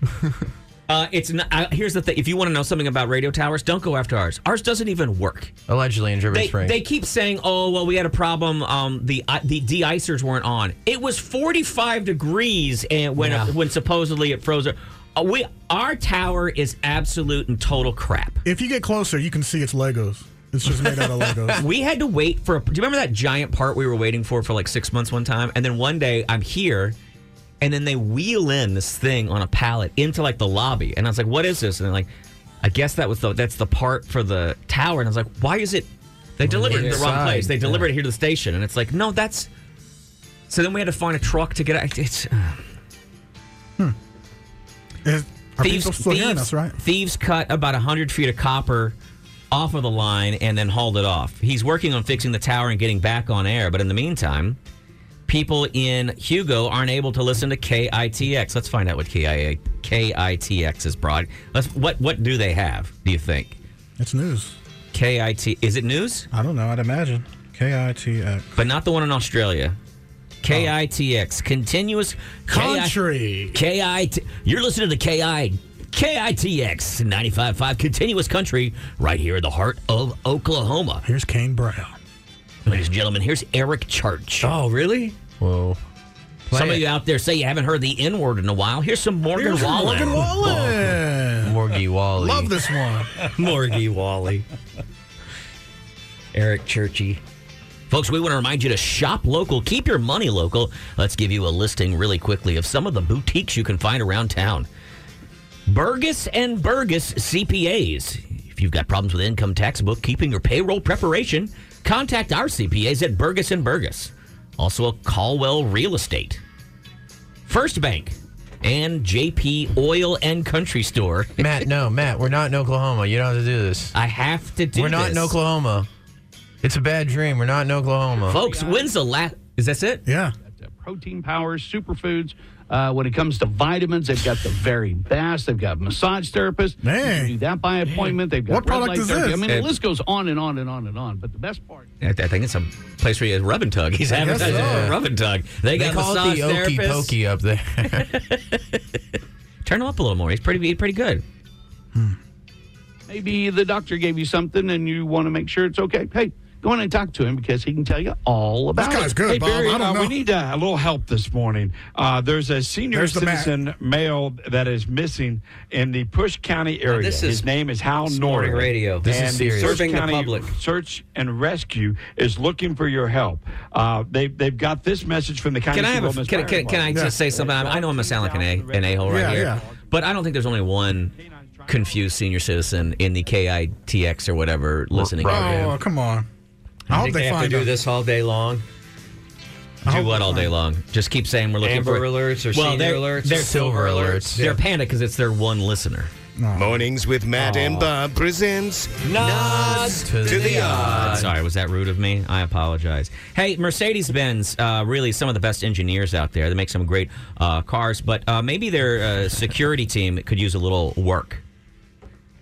Uh, it's not. I here's the thing: if you want to know something about radio towers, don't go after ours. Ours doesn't even work.
Allegedly in River
They,
Springs.
they keep saying, "Oh, well, we had a problem. Um, the uh, the de-icers weren't on. It was 45 degrees, and when
Yeah.
when supposedly it froze. Uh, we our tower is absolute and total crap.
If you get closer, you can see it's Legos. It's just made out of Legos.
we had to wait for. A, do you remember that giant part we were waiting for for like six months one time? And then one day I'm here, and then they wheel in this thing on a pallet into like the lobby, and I was like, "What is this?" And they're like, "I guess that was the that's the part for the tower." And I was like, "Why is it?" They delivered it to the wrong
Inside,
place. They
yeah.
delivered it here to the station, and it's like, "No, that's." So then we had to find a truck to get it. It's uh,
Hmm. Is- Are people still hearing
thieves-
us, right?
thieves cut about 100 feet of copper off of the line and then hauled it off. He's working on fixing the tower and getting back on air, but in the meantime, people in Hugo aren't able to listen to KITX. Let's find out what KIA KITX is broad. Let's what what do they have, do you think?
It's news.
KIT is it news?
I don't know. I'd imagine. KITX.
But not the one in Australia. KITX continuous
Country.
KI You're listening to KI KITX 955 continuous country right here in the heart of Oklahoma.
Here's Kane Brown.
Ladies and gentlemen, here's Eric Church.
Oh, really?
Whoa.
Some of you out there say you haven't heard the N word in a while. Here's some Morgan
Here's
Wallen.
Morgan Wallen.
Morgy Wally.
Love this one.
Morgy Wally. Eric Churchy. Folks, we want to remind you to shop local, keep your money local. Let's give you a listing really quickly of some of the boutiques you can find around town. Burgess and Burgess CPAs. If you've got problems with income tax bookkeeping or payroll preparation, contact our CPAs at Burgess and Burgess. Also, Caldwell Real Estate. First Bank and JP Oil and Country Store.
Matt, no, Matt, we're not in Oklahoma. You don't have to do this.
I have to do
We're not in
this.
Oklahoma. It's a bad dream. We're not in Oklahoma.
Folks, when's the last? Is this it?
Yeah.
uh, protein powers, superfoods. Uh, when it comes to vitamins, they've got the very best. They've got massage therapists. You can do that by appointment. They've got
What
red
product
light
is
therapy.
this?
I mean, the
It-
list goes on and on and on and on. But the best part.
I, I think it's a place where he has rub and tug. He's
I guess
advertising
so.
a rub and tug. They,
They
got
call it
massage
the okey
therapists.
pokey up there.
Turn him up a little more. He's pretty he's pretty good.
Maybe the doctor gave you something and you want to make sure it's okay. Hey, go in and talk to him because he can tell you all about
guy's
it.
good,
hey,
Bob.
Barry,
I don't
uh,
know.
We need uh, a little help this morning. Uh, there's a senior
There's the Mac.
citizen male that is missing in the Push County area.
this is
His name is Hal
Snorting
Norton.
Radio.
And
This is
the
serious.
Search
Serving the
County
public.
Search and Rescue is looking for your help. Uh, they, they've got this message from the county.
Can I have a,
Wellness
can, can, can I
Fire
just say something? I I know I'm gonna sound like an a an a hole right
Yeah,
here,
yeah.
but I don't think there's only one confused senior citizen in the KITX or whatever listening.
Oh,
area.
come on. I
You
hope
think
they,
they have to
find
do
us.
this all day long. Do what all day long? Just keep saying we're looking
Amber
for
alerts or
well,
senior
they're,
alerts?
They're
Silver
silver
alerts,
alerts.
yeah.
They're panicked because it's their one listener.
Mornings with Matt and Bob presents
Nods
to, the, odds.
Sorry, was that rude of me? I apologize. Hey, Mercedes Benz, uh, really some of the best engineers out there. They make some great uh, cars, but uh, maybe their uh, security team could use a little work.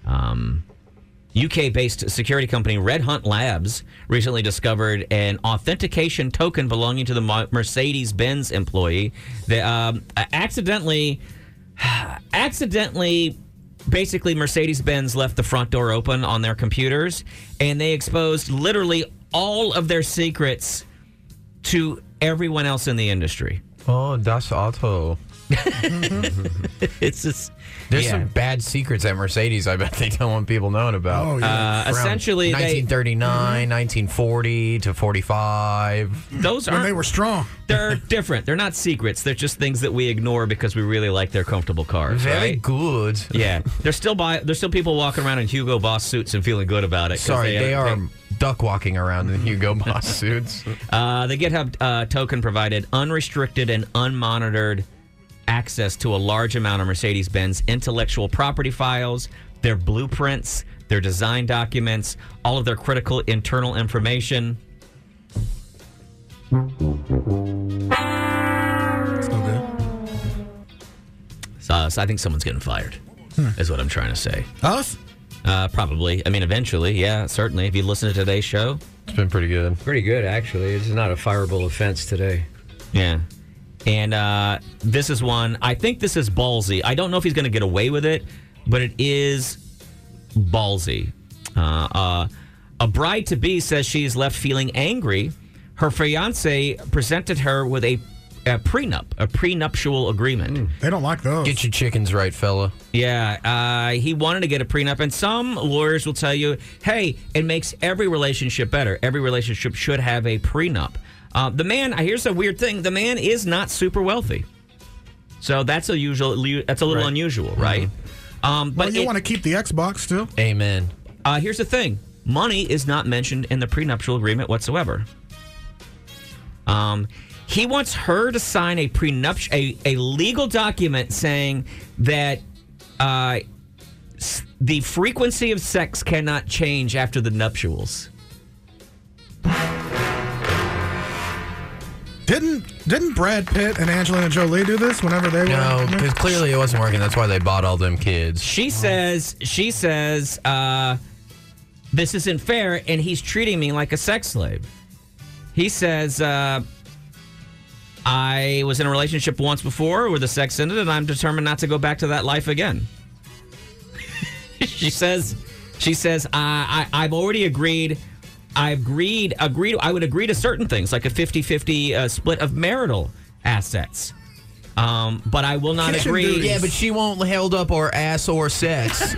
Um, UK based security company Red Hunt Labs recently discovered an authentication token belonging to the Mercedes Benz employee that um, accidentally, accidentally, basically, Mercedes Benz left the front door open on their computers and they exposed literally all of their secrets to everyone else in the industry.
oh, Das Auto. it's just there's
yeah.
some bad secrets at Mercedes. I bet they don't want people knowing about.
Oh, yeah. Uh,
Around
essentially, they-
1939, 1940 to 45.
Those
When
aren't-
they
were strong.
They're different. They're not secrets. They're just things that we ignore because we really like their comfortable cars.
Very
right?
good.
Yeah, there's still buy, there's still people walking around in Hugo Boss suits and feeling good about it. 'cause
Sorry, they, are duck walking around in Hugo Boss suits.
Uh, the GitHub uh, token provided unrestricted and unmonitored access to a large amount of Mercedes Benz intellectual property files, their blueprints, their design documents, all of their critical internal information. So, so I think someone's getting fired,
Hmm.
is what I'm trying to say.
Us?
Uh, probably. I mean, eventually. Yeah, certainly. If you listen to today's show,
it's been pretty good.
Pretty good, actually. It's not a fireable offense today. Yeah. And uh, this is one. I think this is ballsy. I don't know if he's going to get away with it, but it is ballsy. Uh, uh, a bride to be says she's left feeling angry. Her fiance presented her with a, a prenup, a prenuptial agreement.
Hmm.
They don't like those.
Get your chickens right, fella.
Yeah, uh, he wanted to get a prenup, and some lawyers will tell you, "Hey, it makes every relationship better. Every relationship should have a prenup." Uh, the man, uh, here's a weird thing: the man is not super wealthy, so that's a usual. That's a little unusual, right? Um,
But
but
you
it-
want to keep the Xbox still?
Amen.
uh, here's the thing: money is not mentioned in the prenuptial agreement whatsoever. Um, he wants her to sign a prenuptial, a, a legal document saying that uh, s- the frequency of sex cannot change after the nuptials.
Didn't didn't Brad Pitt and Angelina Jolie do this whenever they
No,
were?
because clearly it wasn't working. That's why they bought all them kids.
She says, she says, uh, this isn't fair, and he's treating me like a sex slave. He says, uh, I was in a relationship once before where the sex ended, and I'm determined not to go back to that life again. she says, she says, uh, I, I, I've already agreed. I agreed, agreed. I would agree to certain things, like a 50 50 uh, split of marital assets. Um, but I will not agree.
Yeah, but she won't held up or ass or sex.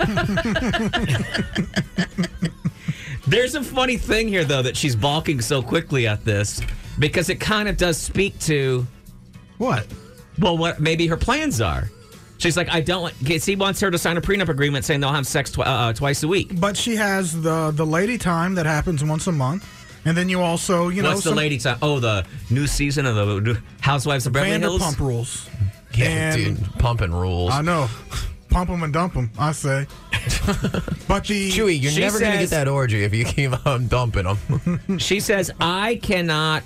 There's a funny thing here, though, that she's balking so quickly at this because it kind of does speak to
what?
Well, what maybe her plans are. She's like, I don't want. 'cause He wants her to sign a prenup agreement saying they'll have sex twi- uh, twice a week.
But she has the the lady time that happens once a month, and then you also you know
What's the
some
lady time? Oh, the new season of the new Housewives of Beverly Hills.
Vanderpump Rules.
Yeah,
And-
dude, pumping rules.
I know. Pump them and dump them. I say. but the
Chewy, you're never gonna get that orgy if you keep on dumping them.
she says, I cannot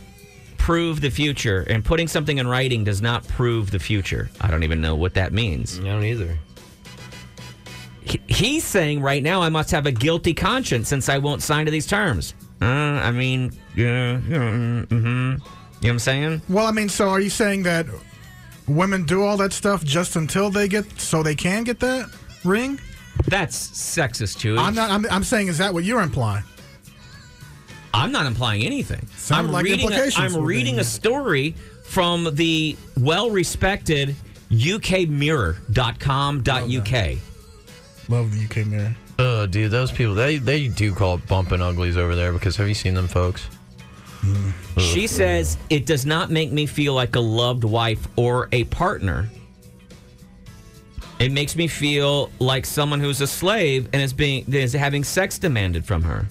prove the future, and putting something in writing does not prove the future. I don't even know what that means. I don't either. He's saying right now, I must have a guilty conscience since I won't sign to these terms. Uh, I mean, yeah, yeah, mm, mhm. You know what I'm saying?
Well, I mean, so are you saying that women do all that stuff just until they get so they can get that ring?
That's sexist, too.
I'm not. I'm, I'm saying, is that what you're implying?
I'm not implying anything.
Sounded
I'm
like
reading. A,
implications
I'm
were
reading
being
a story from the well-respected UKMirror.com.uk.
Love the UK mirror.
Oh, dude, those people, they, they do call it bumping uglies over there because have you seen them, folks?
Hmm.
She says it does not make me feel like a loved wife or a partner. It makes me feel like someone who's a slave and is being is having sex demanded from her.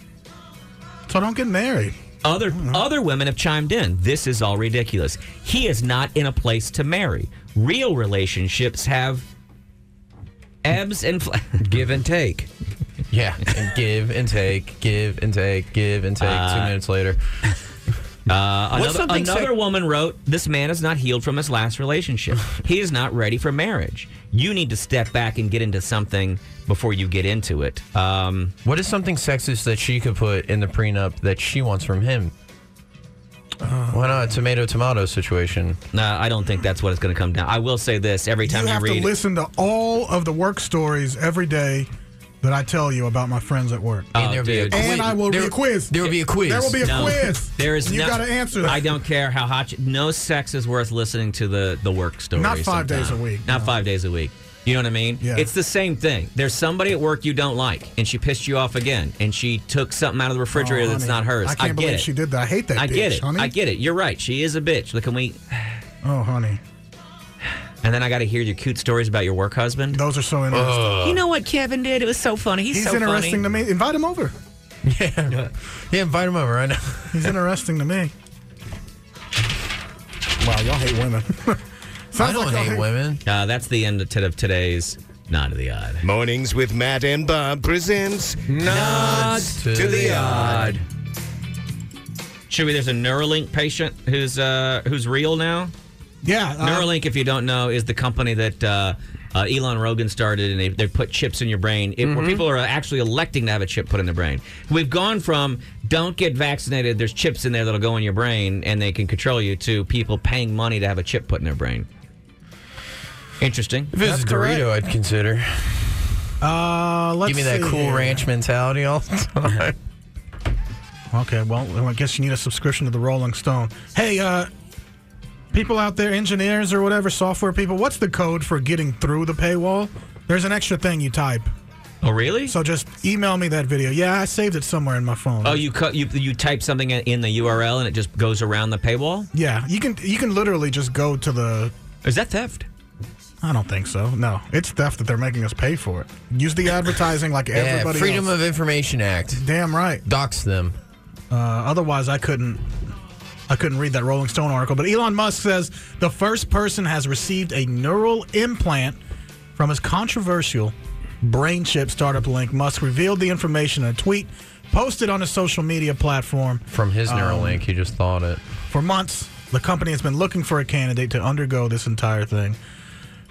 So don't get married. Mm-hmm.
Other other women have chimed in. This is all ridiculous. He is not in a place to marry. Real relationships have ebbs and fl- give and take.
Yeah, and give and take, give and take, give and take. Two
Uh,
minutes later.
Uh,
What's
another
something
another
sec-
woman wrote, This man is not healed from his last relationship. he is not ready for marriage. You need to step back and get into something before you get into it. Um,
what is something sexist that she could put in the prenup that she wants from him?
Uh,
Why not? Tomato, tomato situation.
No, I don't think that's what it's going to come down. I will say this every time
you
you,
have
read
to listen to all of the work stories every day that I tell you about my friends at work.
Oh, And there'll be a dude. quiz.
And I will
There-
read a quiz.
there will be a quiz.
There will be a
No.
quiz.
There is
And you
no-
got to answer that.
I don't care how hot. You, no sex is worth listening to the the work story.
Not five days
sometime.
a week,
Not five days a week. You know what I mean?
Yeah.
It's the same thing. There's somebody at work you don't like, and she pissed you off again, and she took something out of the refrigerator
Oh,
that's
honey,
not hers.
I can't
get
believe
it.
she did that. I hate that
I get
bitch,
it.
honey.
I get it. You're right. She is a bitch. Look, can we?
oh, honey.
And then I got to hear your cute stories about your work husband.
Those are so interesting.
you know what Kevin did? It was so funny.
He's, interesting to me. Invite him over.
Yeah. yeah, invite him over right now.
He's interesting to me. Wow, y'all hate women. Sounds
I don't
like y'all
hate women.
Uh, that's the end of, t- of today's Nod to the Odd.
Mornings with Matt and Bob presents Nods to the Odd.
Should we? There's a Neuralink patient who's uh, who's real now.
Yeah, uh,
Neuralink, if you don't know, is the company that uh, uh, Elon Rogan started, and they, they put chips in your brain it,
Mm-hmm.
where
Mhm.
people are uh, actually electing to have a chip put in their brain. We've gone from don't get vaccinated, there's chips in there that'll go in your brain and they can control you, to people paying money to have a chip put in their brain. Interesting.
If it was a Dorito, I'd consider.
Uh, let's
Give me that
see
cool
here.
ranch mentality all the time.
Okay, well, I guess you need a subscription to the Rolling Stone. Hey, uh, people out there, engineers or whatever, software people, what's the code for getting through the paywall? There's an extra thing you type.
Oh, really?
So just email me that video. Yeah, I saved it somewhere in my phone.
Oh, you cut you you type something in- in the URL and it just goes around the paywall.
yeah, you can you can literally just go to the.
Is that theft?
I don't think so. No, it's theft that they're making us pay for it. Use the advertising like
yeah,
everybody.
Freedom
else.
of Information Act.
Damn right.
Docs them.
Uh, otherwise, I couldn't. I couldn't read that Rolling Stone article. But Elon Musk says the first person has received a neural implant from his controversial brain chip startup link. Musk revealed the information in a tweet posted on his social media platform.
From his
Um,
Neuralink, he just thought it.
For months, the company has been looking for a candidate to undergo this entire thing.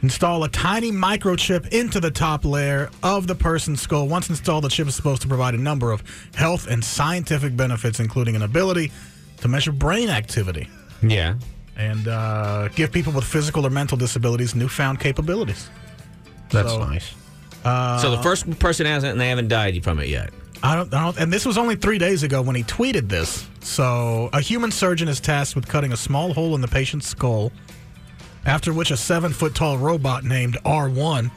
Install a tiny microchip into the top layer of the person's skull. Once installed, the chip is supposed to provide a number of health and scientific benefits, including an ability to measure brain activity
Yeah.
and uh, give people with physical or mental disabilities newfound capabilities.
That's
So-
nice.
Uh,
so the first person has it and they haven't died from it yet.
I don't, I don't, and this was only three days ago when he tweeted this. So, a human surgeon is tasked with cutting a small hole in the patient's skull, after which a seven foot tall robot named R1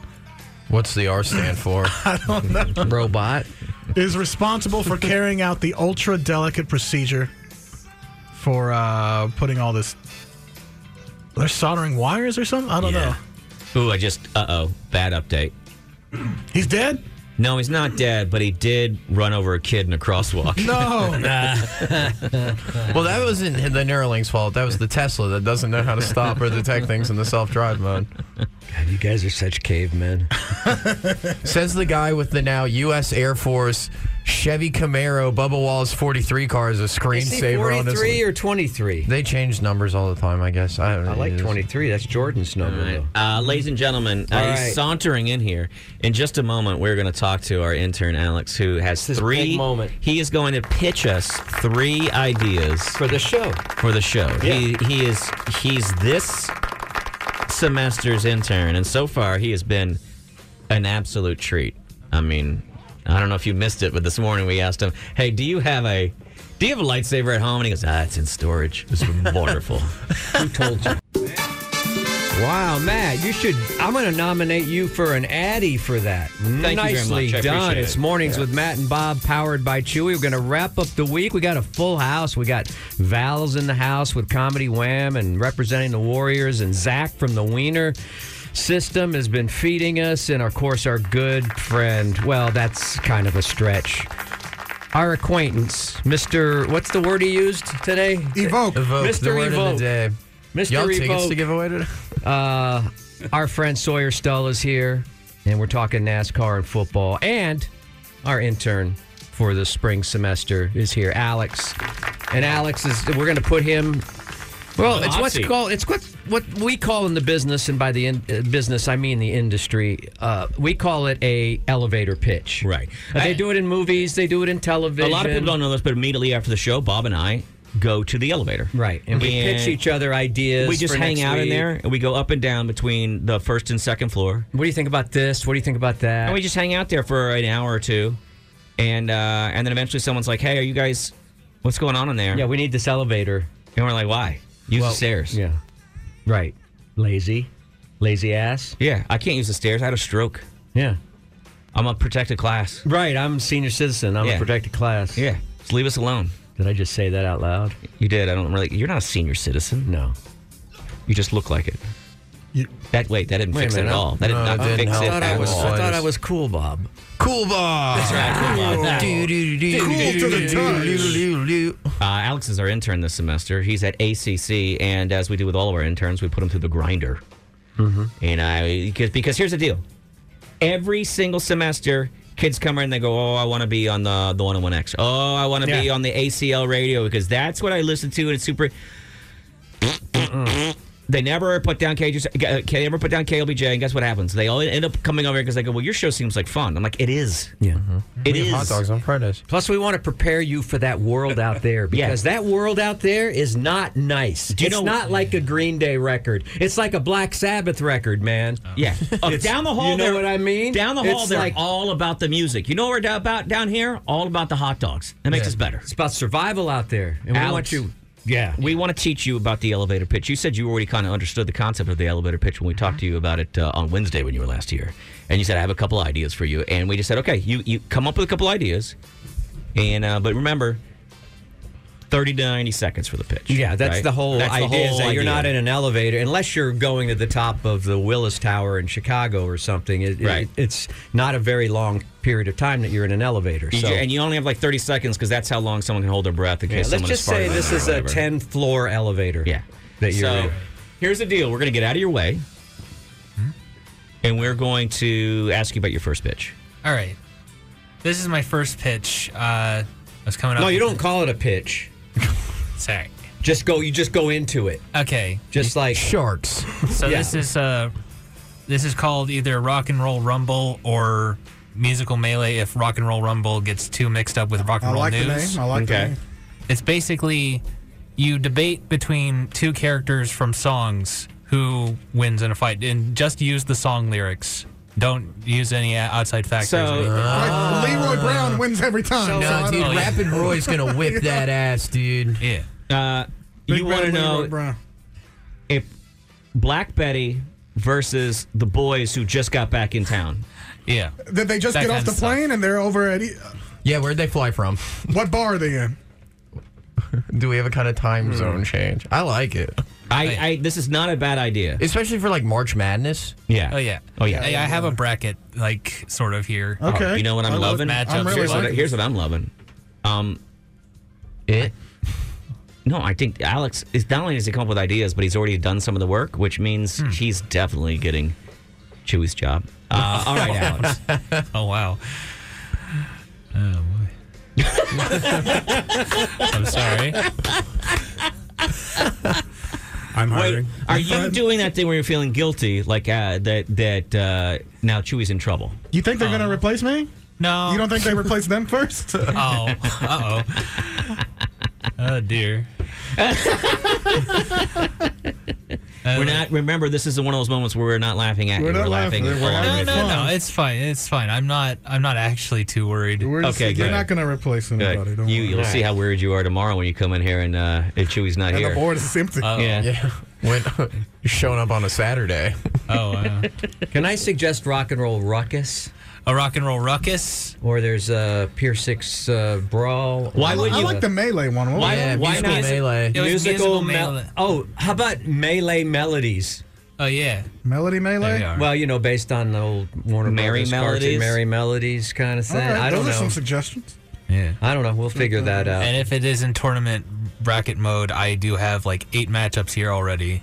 What's the R stand for?
I don't know.
Robot.
is responsible for carrying out the ultra delicate procedure for uh, putting all this. They're soldering wires or something? I don't know.
Ooh, I just uh oh, bad update.
He's dead?
No, he's not dead, but he did run over a kid in a crosswalk.
No.
well, that wasn't the Neuralink's fault. That was the Tesla that doesn't know how to stop or detect things in the self-drive mode. God,
you guys are such cavemen.
Says the guy with the now U.S. Air Force Chevy Camaro Bubba Wallace 43 car is a screensaver on his.
43 or 23?
They change numbers all the time, I guess. I, don't
I like 23. That's Jordan's number. though.
Uh, ladies and gentlemen, uh,
All
he's
right.
sauntering in here. In just a moment, we're going to talk to our intern Alex, who has three.
big moment.
He is going to pitch us three ideas for
the show.
For the show, he he is he's this semester's intern, and so far he has been an absolute treat. I mean, I don't know if you missed it, but this morning we asked him, "Hey, do you have a do you have a lightsaber at home?" And he goes, "Ah, it's in storage. It's wonderful."
Who told you? Wow, Matt, you should. I'm going to nominate you for an Addy for that.
Thank you very
Nicely
much. I
done.
appreciate
It's
it.
mornings
Yeah.
with Matt and Bob, powered by Chewy. We're going to wrap up the week. We got a full house. We got Val's in the house with Comedy Wham and representing the Warriors, and Zach from the Wiener System has been feeding us, and of course our good friend. Well, that's kind of a stretch. Our acquaintance, Mr. What's the word he used today?
Evoke.
Evoke,
Mr.
the word of the
Evoke.
day.
Mr.
Y'all have
Evoke.
tickets to give away today?
Uh, our friend Sawyer Stull is here, and we're talking NASCAR and football. And our intern for the spring semester is here, Alex. And Alex is, we're going to put him. Well, it's what's
Nazi.
called. It's what what we call in the business, and by the in, uh, business I mean the industry. Uh, we call it a elevator pitch. Right. they do it in movies. They do it in television.
A lot of people don't know this, but immediately after the show, Bob and I go to the elevator. Right.
And we pitch each other ideas
We just
for
hang
next
out in
week.
there and we go up and down between the first and second floor.
What do you think about this? What do you think about that?
And we just hang out there for an hour or two. And uh, and then eventually someone's like, hey, are you guys, what's going on in there? Yeah,
we need this elevator.
And we're like, why? Use
Well,
the stairs.
Yeah. Right. Lazy. Lazy ass.
Yeah. I can't use the stairs. I had a stroke.
Yeah.
I'm a protected class.
Right. I'm senior citizen. I'm
Yeah.
a protected class.
Yeah. Just leave us alone.
Did I just say that out loud?
You did. I don't really. You're not a senior citizen.
No.
You just look like it. that wait, that didn't
Wait a
fix it
minute,
at all. That did
no,
not
it didn't
fix
help
it
at
at
all.
all.
I thought I was cool, Bob. Cool Bob.
That's right, cool Bob.
Do, do, do, do,
Cool
do,
to
do,
the
do,
touch.
do, do, do.
Oh,
Uh, Alex is our intern this semester. He's at ACC, and as we do with all of our interns, we put them through the grinder.
Mm-hmm.
And I because because here's the deal: every single semester, kids come in and they go, "Oh, I want to be on the the one on one X. Oh, I want to be
Yeah.
on the ACL radio because that's what I listen to." And it's super. They never put down KJ. uh, They never put down KLBJ, and guess what happens? They all end up coming over because they go, "Well, your show seems like fun." I'm like, "It is.
Yeah,
it is."
on Fridays.
Plus, we want to prepare you for that world out there because that world out there is not nice.
you
it's
know-
not like a Green Day record. It's like a Black Sabbath record, man.
Yeah. Oh,
It's-
down the hall,
You know
they're-
what I mean?
Down the hall,
It's
they're
like-
all about the music. You know what we're about down here? All about the hot dogs. That makes
Yeah.
us better.
It's about survival out there, and we want you.
Yeah, we want to teach you about the elevator pitch. You said you already kind of understood the concept of the elevator pitch when we talked to you about it uh, on Wednesday when you were last here, and you said I have a couple ideas for you, and we just said okay, you you come up with a couple ideas, and uh, but remember, thirty to ninety seconds for the pitch.
Yeah, that's
right?
the whole
That's the
idea. is
whole
that you're
idea.
not in an elevator unless you're going to the top of the Willis Tower in Chicago or something. It, it-
Right.
it's not a very long period of time that you're in an elevator.
You
so.
ju- and you only have like 30 seconds because that's how long someone can hold their breath in
Yeah,
case
let's
someone
just
is farting
say
on
this
them or
is a
whatever.
10 floor elevator.
Yeah.
That you're
so
in.
here's the deal we're going to get out of your way and we're going to ask you about your first pitch.
All right. This is my first pitch. Uh, I was coming up.
No, you don't call it a pitch.
Sorry.
Just go. You just go into it.
Okay.
Just like sharks.
So this is uh, this is called either Rock and Roll Rumble or Musical Melee. If Rock and Roll Rumble gets too mixed up with Rock and
I
Roll
like the
News,
name. I like the Okay. name.
It's basically you debate between two characters from songs who wins in a fight, and just use the song lyrics. Don't use any outside factors. or anything.
uh,
Like, Uh, Leroy Brown wins every time. so I
no,
don't
dude,
know.
Rapid
Roy's gonna whip that ass, dude.
Yeah.
Uh,
Big
you want to
Red Leroy
know
Brown.
if Black Betty versus the boys who just got back in town.
Yeah.
Did they just get off the plane and they're over at? E-
Yeah, where'd they fly from?
What bar are they in?
Do we have a kind of time zone change? I like it,
I, I this is not a bad idea.
especially for like March Madness.
Yeah.
Oh yeah.
Oh, yeah.
I, I have a bracket like sort of here.
Oh, you know what I'm loving?
Matchups.
here's, what, here's what I'm loving. Um, it. No, I think Alex is not only does he come up with ideas, but he's already done some of the work, which means he's definitely getting Chewy's job. Uh, all right, Alex.
oh wow.
Oh,
I'm sorry.
I'm
Wait, are you doing that thing where you're feeling guilty, like uh, that? That uh, now Chewy's in trouble.
You think they're gonna replace me?
No.
You don't think they replace them first?
Oh, uh oh. Oh dear. Uh,
we're not. Remember, this is one of those moments where we're not laughing at you. We're laughing. along
No,
with
no,
you.
no. It's fine. It's fine. I'm not. I'm not actually too worried.
Okay,
They're
good.
not gonna replace
Good.
anybody. Don't
You,
worry.
you'll see how worried you are tomorrow when you come in here and uh, and Chewy's not
And
here.
the board is empty.
Yeah.
When showing up on a Saturday.
Oh, wow.
Can I suggest rock and roll ruckus?
A rock and roll ruckus,
or there's a Pier Six uh, brawl.
Why would I like the melee one. What was that?
It was musical
musical, mel-
melee.
Oh, how about melee melodies?
Oh yeah.
Melody melee.
Well, you know, based on the old Warner
Merry
Brothers cartoon,
Melodies?
Merry Melodies kind of
All
thing.
right,
I don't
those are
know.
some suggestions.
Yeah.
I don't know. We'll figure that out.
And if it is in tournament bracket mode, I do have like eight matchups here already.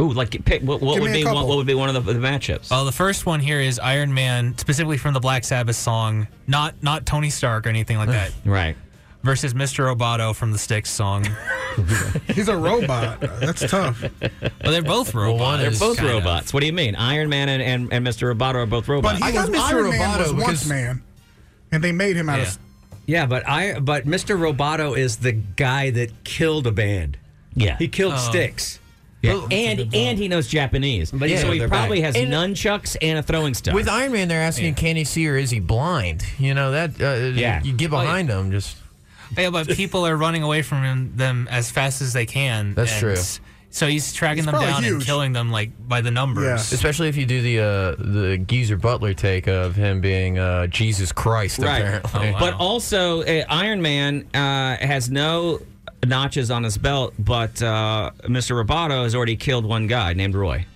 Ooh, like pick what, what would be one, what would be one of the, the matchups?
Well, the first one here is Iron Man, specifically from the Black Sabbath song, not not Tony Stark or anything like that,
Right.
versus Mr. Roboto from the Styx song.
He's a robot. That's tough.
Well, they're both robots.
They're both
Kind of.
robots. What do you mean? Iron Man and, and, and Mr. Roboto are both robots.
But he was, Iron Man was once man, and they made him out
Yeah.
of
Yeah, but I but Mr. Roboto is the guy that killed a band.
Yeah.
he killed
Oh.
Sticks.
Yeah. and and he knows Japanese,
But yeah,
so he
they're
probably
back.
has
And-
nunchucks and a throwing stuff.
With Iron Man, they're asking, can he see or is he blind? You know that. Uh,
Yeah.
You get
Oh, yeah.
behind him, just
Yeah, but people are running away from him, them as fast as they can.
That's
and
true.
s- So he's tracking
He's
them
probably
down and
huge.
killing them like by the numbers.
Especially if you do the uh, the Geezer Butler take of him being uh, Jesus Christ, apparently.
But also, uh, Iron Man uh, has no notches on his belt, but uh, Mr. Roboto has already killed one guy named Roy.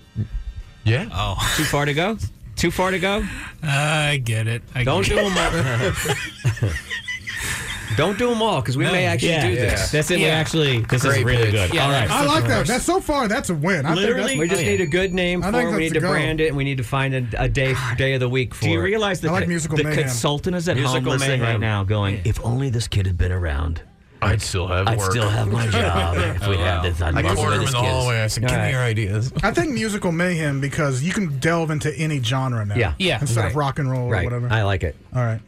Yeah.
Oh. Too far to go? Too far to go?
I get it. I
Don't
get
do
it.
them all. Don't do them all because we
No.
may actually
Yeah.
do this.
Yeah. That's it, we actually- this is Great really pitch. good. Yeah. All right.
I like that. That's so far. That's a win. I
Literally,
think that's,
we just need a good name
I
for
think
it. We
that's
need
a
to
go.
brand it, and we need to find a, a day day of the week for.
Do you
it.
realize that the- the consultant is at home
Musical
listening
Mayhem.
right now going, if only this kid had been around. I'd still have I'd
work."
still have my job if we
Oh, wow.
had this. I'd
I
love
cornered
where
him
this
in the
kid is."
hallway. I said, "Give me
All
your ideas."
I think musical mayhem because you can delve into any genre now.
Yeah. Yeah.
Instead
Right.
of rock and roll
Right.
or whatever.
I like it.
All right.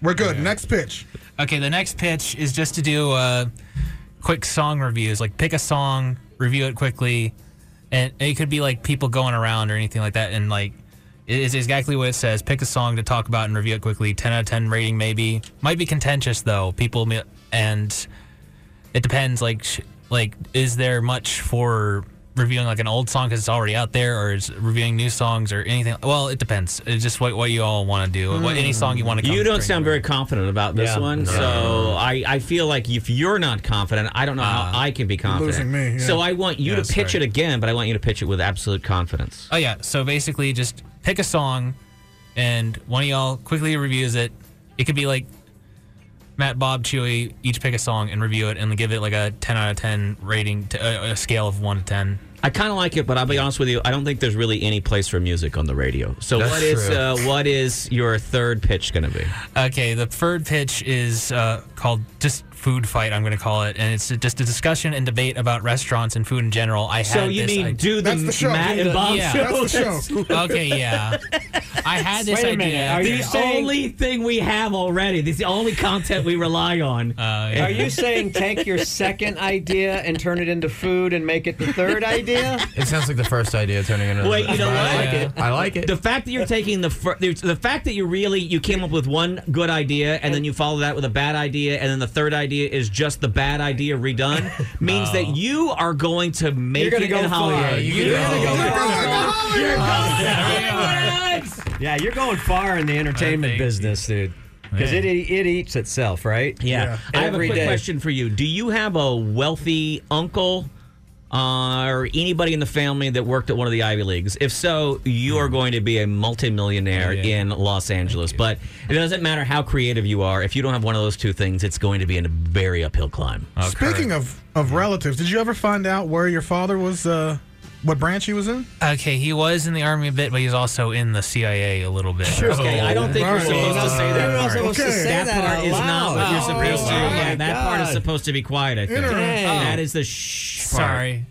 We're good. Next pitch.
Okay, the next pitch is just to do uh, quick song reviews. Like pick a song, review it quickly, and it could be like people going around or anything like that. And like, it is exactly what it says. Pick a song to talk about and review it quickly. Ten out of ten rating, maybe. Might be contentious though. People mi- and it depends. Like, sh- like is there much for reviewing like an old song because it's already out there, or is reviewing new songs or anything? Well, it depends. It's just what what you all want to do. What any song you want to.
You don't sound very confident about this
Yeah.
one,
No.
so I, I feel like if you're not confident, I don't know
Uh,
how I can be confident.
losing me, yeah.
So I want you
Yeah,
to pitch
sorry.
it again, but I want you to pitch it with absolute confidence.
Oh yeah. So basically, just pick a song, and one of y'all quickly reviews it. It could be like Matt, Bob, Chewy each pick a song and review it, and give it like a ten out of ten rating, to, uh, a scale of one to ten.
I kind of like it, but I'll be honest with you. I don't think there's really any place for music on the radio. So
That's
what is
true.
uh, what is your third pitch going to be?
Okay, the third pitch is uh, called just food fight. I'm going to call it, and it's just a discussion and debate about restaurants and food in general. I
So
had
you
this
mean
idea-
do the That's the show. Matt and Bob
yeah.
show? That's the show.
okay, yeah. I had this
Wait a
idea.
minute. Are you
The
saying only thing we have already? This is the only content we rely on.
Uh,
Are you saying take your second idea and turn it into food and make it the third idea?
It sounds like the first idea turning into.
Wait, you know what?
I like it. I like it.
The fact that you're taking the fir- the the fact that you really you came up with one good idea and then you follow that with a bad idea and then the third idea is just the bad idea redone means that you are going to make
gonna
it
go
in
far.
Hollywood.
You're gonna go You're far. going to Hollywood.
You're
Hollywood.
going to
Yeah, you're going far in the entertainment business, dude. Because it, it eats itself, right?
Yeah. I have a
Every
quick
day.
question for you. Do you have a wealthy uncle uh, or anybody in the family that worked at one of the Ivy Leagues? If so, you are going to be a multimillionaire in Los Angeles. But it doesn't matter how creative you are. If you don't have one of those two things, it's going to be a very uphill climb.
Speaking of, of relatives, did you ever find out where your father was, uh, what branch he was in?
Okay, he was in the army a bit, but he was also in the CIA a little bit.
Sure.
Okay, I don't think you're supposed to say that. part. that, part is not what you're supposed to.
wow.
Yeah,
Oh,
that part is
God.
supposed to be quiet. I think
Interesting. Dang.
that is the shh. part.
Sorry.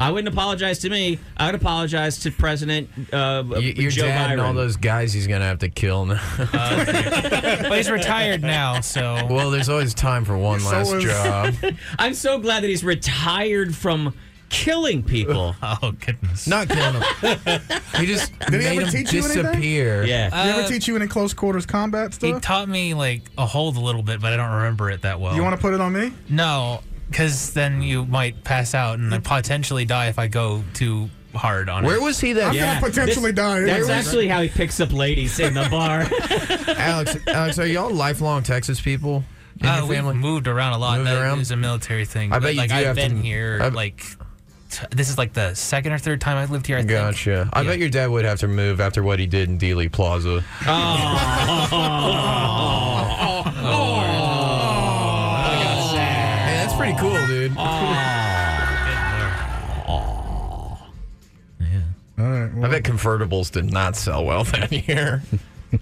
I wouldn't apologize to me. I would apologize to President uh,
Y- your
Joe
dad
Biden.
and all those guys he's gonna have to kill now.
Uh,
but he's retired now, so.
well, there's always time for one last job.
I'm so glad that he's retired from killing people.
oh goodness!
Not killing them. he just
Did he ever teach you anything?
Yeah.
Did he
Uh,
ever teach you any close quarters combat
He
stuff?
taught me like a hold a little bit, but I don't remember it that well.
you want to put it on me?
No, because then you might pass out and
Mm.
potentially die if I go too hard on it.
I'm gonna potentially die.
That's
Where was-
actually how he picks up ladies in the bar.
Alex, Alex, are y'all lifelong Texas people?
Oh,
In
Uh,
your
we
family?
moved around a lot.
Moved
That
around?
is a military thing.
I
but,
bet you
like
do
I've
have to-
been here
I-
like t- this is like the second or third time I've lived here. I think.
Gotcha. I bet your dad would have to move after what he did in Dealey Plaza.
Oh.
Hey, that's pretty cool, dude. I bet convertibles did not sell well that year.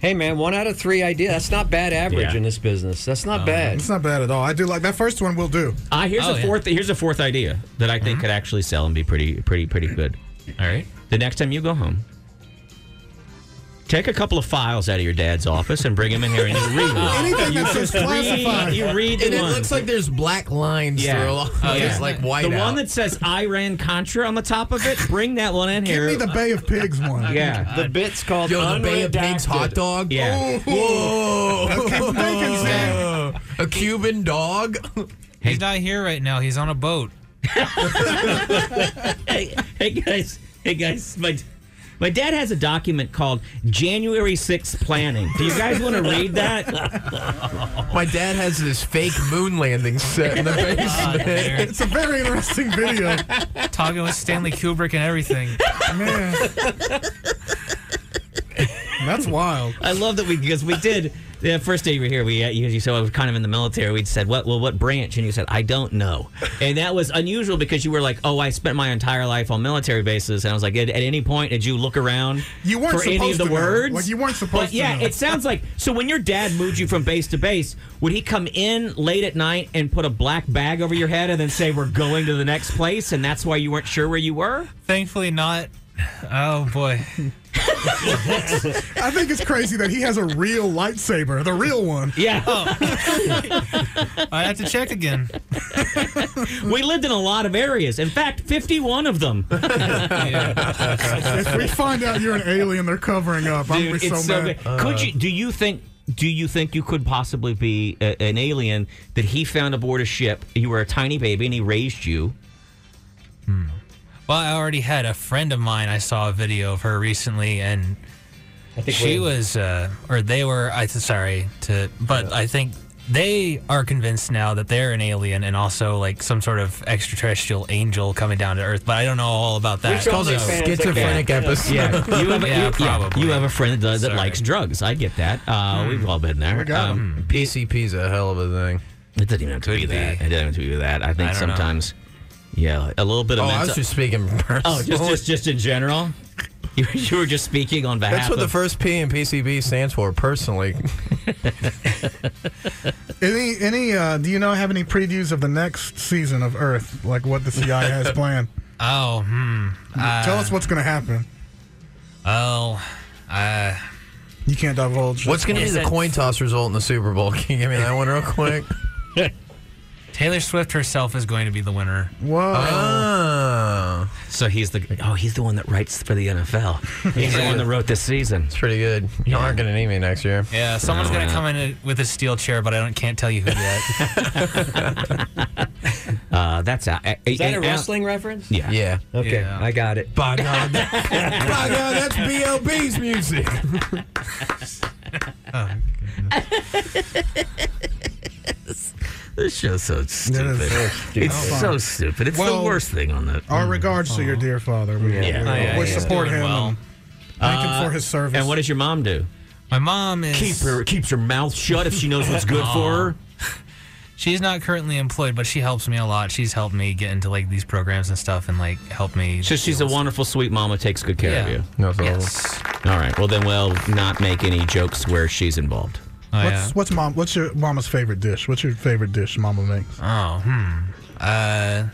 hey, man, one out of three idea. That's not bad average
Yeah.
in this business. That's
Um,
Um,
not bad.
It's not bad at all. I do like that first one. Will do.
Ah, here's
Oh,
a fourth. Here's a fourth idea that I
Uh-huh.
think could actually sell and be pretty, pretty, pretty good.
All right.
The next time you go home, Take a couple of files out of your dad's office and bring them in here and you read them.
Anything
You
that's
just
just
read-
classified.
You read the
And it
ones.
looks like Oh, there's black lines through a lot. It's like white
Oh, The
out.
one that says Iran Contra on the top of it, bring that one in here.
Give me the Bay of Pigs one.
yeah. The bit's called
Yo, the Bay of Pigs hot dog.
Yeah.
Oh,
That's
whoa.
good bacon's
A Cuban dog.
He's not here right now. He's on a boat.
hey, hey guys, hey guys, my my dad has a document called January 6th Planning. Do you guys want to read that?
My dad has this fake moon landing set in the basement.
It's a very interesting video.
Talking with Stanley Kubrick and everything.
Man.
That's wild. I love that we because we did the first day you were here. We uh, you, you said I was kind of in the military. We said what well what branch and you said I don't know, and that was unusual because you were like oh I spent my entire life on military bases and I was like at, at any point did you look around
You weren't
for any of
supposed
the
to know.
words
Like, you weren't supposed
but
to
yeah
know.
it sounds like so when your dad moved you from base to base would he come in late at night and put a black bag over your head and then say we're going to the next place and that's why you weren't sure where you were
thankfully not oh boy
I think it's crazy that he has a real lightsaber, the real one.
Yeah.
I have to check again.
we lived in a lot of areas. In fact, 51 of them.
if we find out you're an alien, they're covering up. I'm gonna
Dude,
be so,
it's so
mad.
good. could you? Do you think? Do you think you could possibly be a, an alien that he found aboard a ship? You were a tiny baby and he raised you.
Well, I already had a friend of mine. I saw a video of her recently, and
think
she
we-
was, uh, or they were. I sorry to, but I think they are convinced now that they're an alien and also like some sort of extraterrestrial angel coming down to Earth. But I don't know all about that.
It's called a schizophrenic
episode.
Yeah, you have a,
yeah,
you, yeah,
probably.
you have a friend that, does- that likes drugs. I get that. Uh, We've all been there.
We got 'em.
PCP's a hell of a thing. It doesn't even have to
Could
be,
be.
that. It doesn't have to be that. I think
I don't know.
sometimes, uh, yeah, a little bit of.
Oh, I was
mental-
just speaking
Oh, just,
personally.
just just in general. You, you were just speaking on behalf.
That's what the
of-
first P in PCB stands for, personally.
Any, any? Uh, do you know have any previews of the next season of Earth? Like what the CIA has planned?
Oh, hmm.
Tell
Uh,
us what's going to happen.
Oh, uh,
You can't divulge.
What's going to be the coin toss result in the Super Bowl? Can you give me that one real quick?
Taylor Swift herself is going to be the winner.
Whoa.
Uh,
uh.
So he's the oh he's the one that writes for the NFL. He's the one that wrote this season. It's
pretty good. Y'all aren't going to need me next year.
Yeah, someone's gonna come in with a steel chair, but I don't can't tell you who yet.
Uh, that's out.
Is that a
uh,
wrestling reference?
Yeah.
Yeah.
Okay, I got it.
By God, by God, that's BLB's music.
Oh,
This show's so stupid.
so stupid.
It's
Oh,
so
fine.
stupid. It's
Well,
the worst thing on the.
Our regards to your dear father. We,
Yeah.
we,
Oh, yeah,
we
yeah.
support
Doing
him.
well.
and Thank
Uh,
him for his service.
And what does your mom do?
My mom is
keep her keeps her mouth shut if she knows what's good for her.
She's not currently employed, but she helps me a lot. She's helped me get into like these programs and stuff, and like help me.
So she's a wonderful, sweet mama. Takes good care of
Yeah.
you.
No problem.
Yes.
All right. Well, then we'll not make any jokes where she's involved.
Oh,
what's, what's mom? What's your mama's favorite dish? What's your favorite dish mama makes?
Oh, hmm. Uh,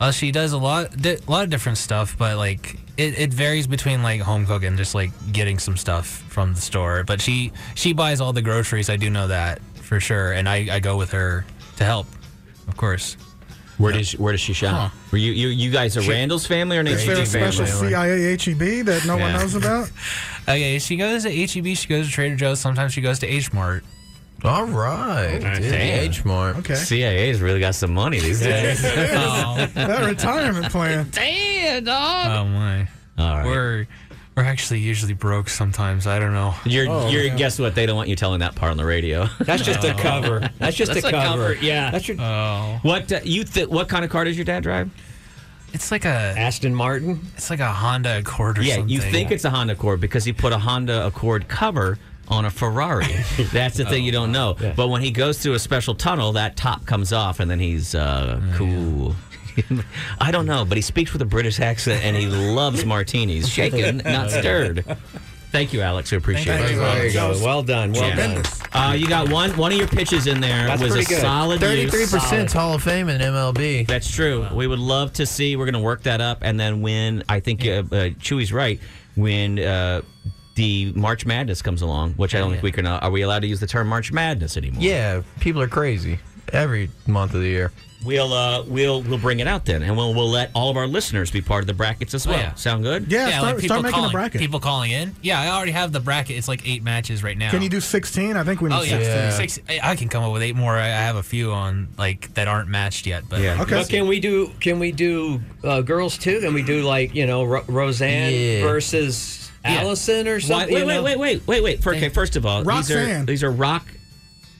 well, she does a lot, di- a lot of different stuff, but like it, it varies between like home cooking and just like getting some stuff from the store. But she she buys all the groceries. I do know that for sure, and I, I go with her to help, of course.
Where does where does she shop? Were you you you guys a Randall's family or E an
Is there a
HG family?
special CIA HEB that no one
Yeah.
knows about?
Okay, she goes to HEB. She goes to Trader Joe's. Sometimes she goes to H Mart.
All right. Dude, H Mart.
Oh, Okay.
CIA's really got some money these days.
that retirement plan.
Damn, dog.
Oh my.
All right.
We're we're actually usually broke sometimes. I don't know.
You're,
Oh,
you're guess what? They don't want you telling that part on the radio.
That's just a Oh. cover. That's just a cover.
Yeah. That's your.
Oh.
What uh, you th- What kind of car does your dad drive?
It's like a Aston
Martin.
It's like a Honda Accord or
yeah,
something.
you think it's a Honda Accord because he put a Honda Accord cover on a Ferrari. That's the thing you don't know. But when he goes through a special tunnel, that top comes off, and then he's uh,
Oh,
cool. I don't know, but he speaks with a British accent, and he loves martinis, shaken, not stirred. Thank you, Alex. We appreciate
Thank
it.
you. There you go. Well done. Well done.
Uh, you got one. One of your pitches in there
That's
was a
pretty good.
solid. use.
33% is Hall of Fame in MLB.
That's true. We would love to see. We're going to work that up, and then when I think uh, uh, Chewy's right, when uh, the March Madness comes along, which I don't think we can. uh, Are we allowed to use the term March Madness anymore?
Oh, Yeah, people are crazy every month of the year.
We'll uh, we'll we'll bring it out then, and we'll we'll let all of our listeners be part of the brackets as
Oh,
well.
yeah.
Sound good?
people calling, People calling in. Yeah, I already have the bracket. It's like eight matches right now.
Can you do 16? I think we need
Oh yeah,
16.
Six, I I can come up with eight more. I I have a few on like that aren't matched yet, but like,
But can we do can we do uh, girls too? Can we do like you know Ro- Roseanne
Yeah.
versus Allison or
Why-
something?
wait,
you
wait,
know?
wait, wait, wait, wait. For- okay, first of all,
Roxanne.
these are these are rock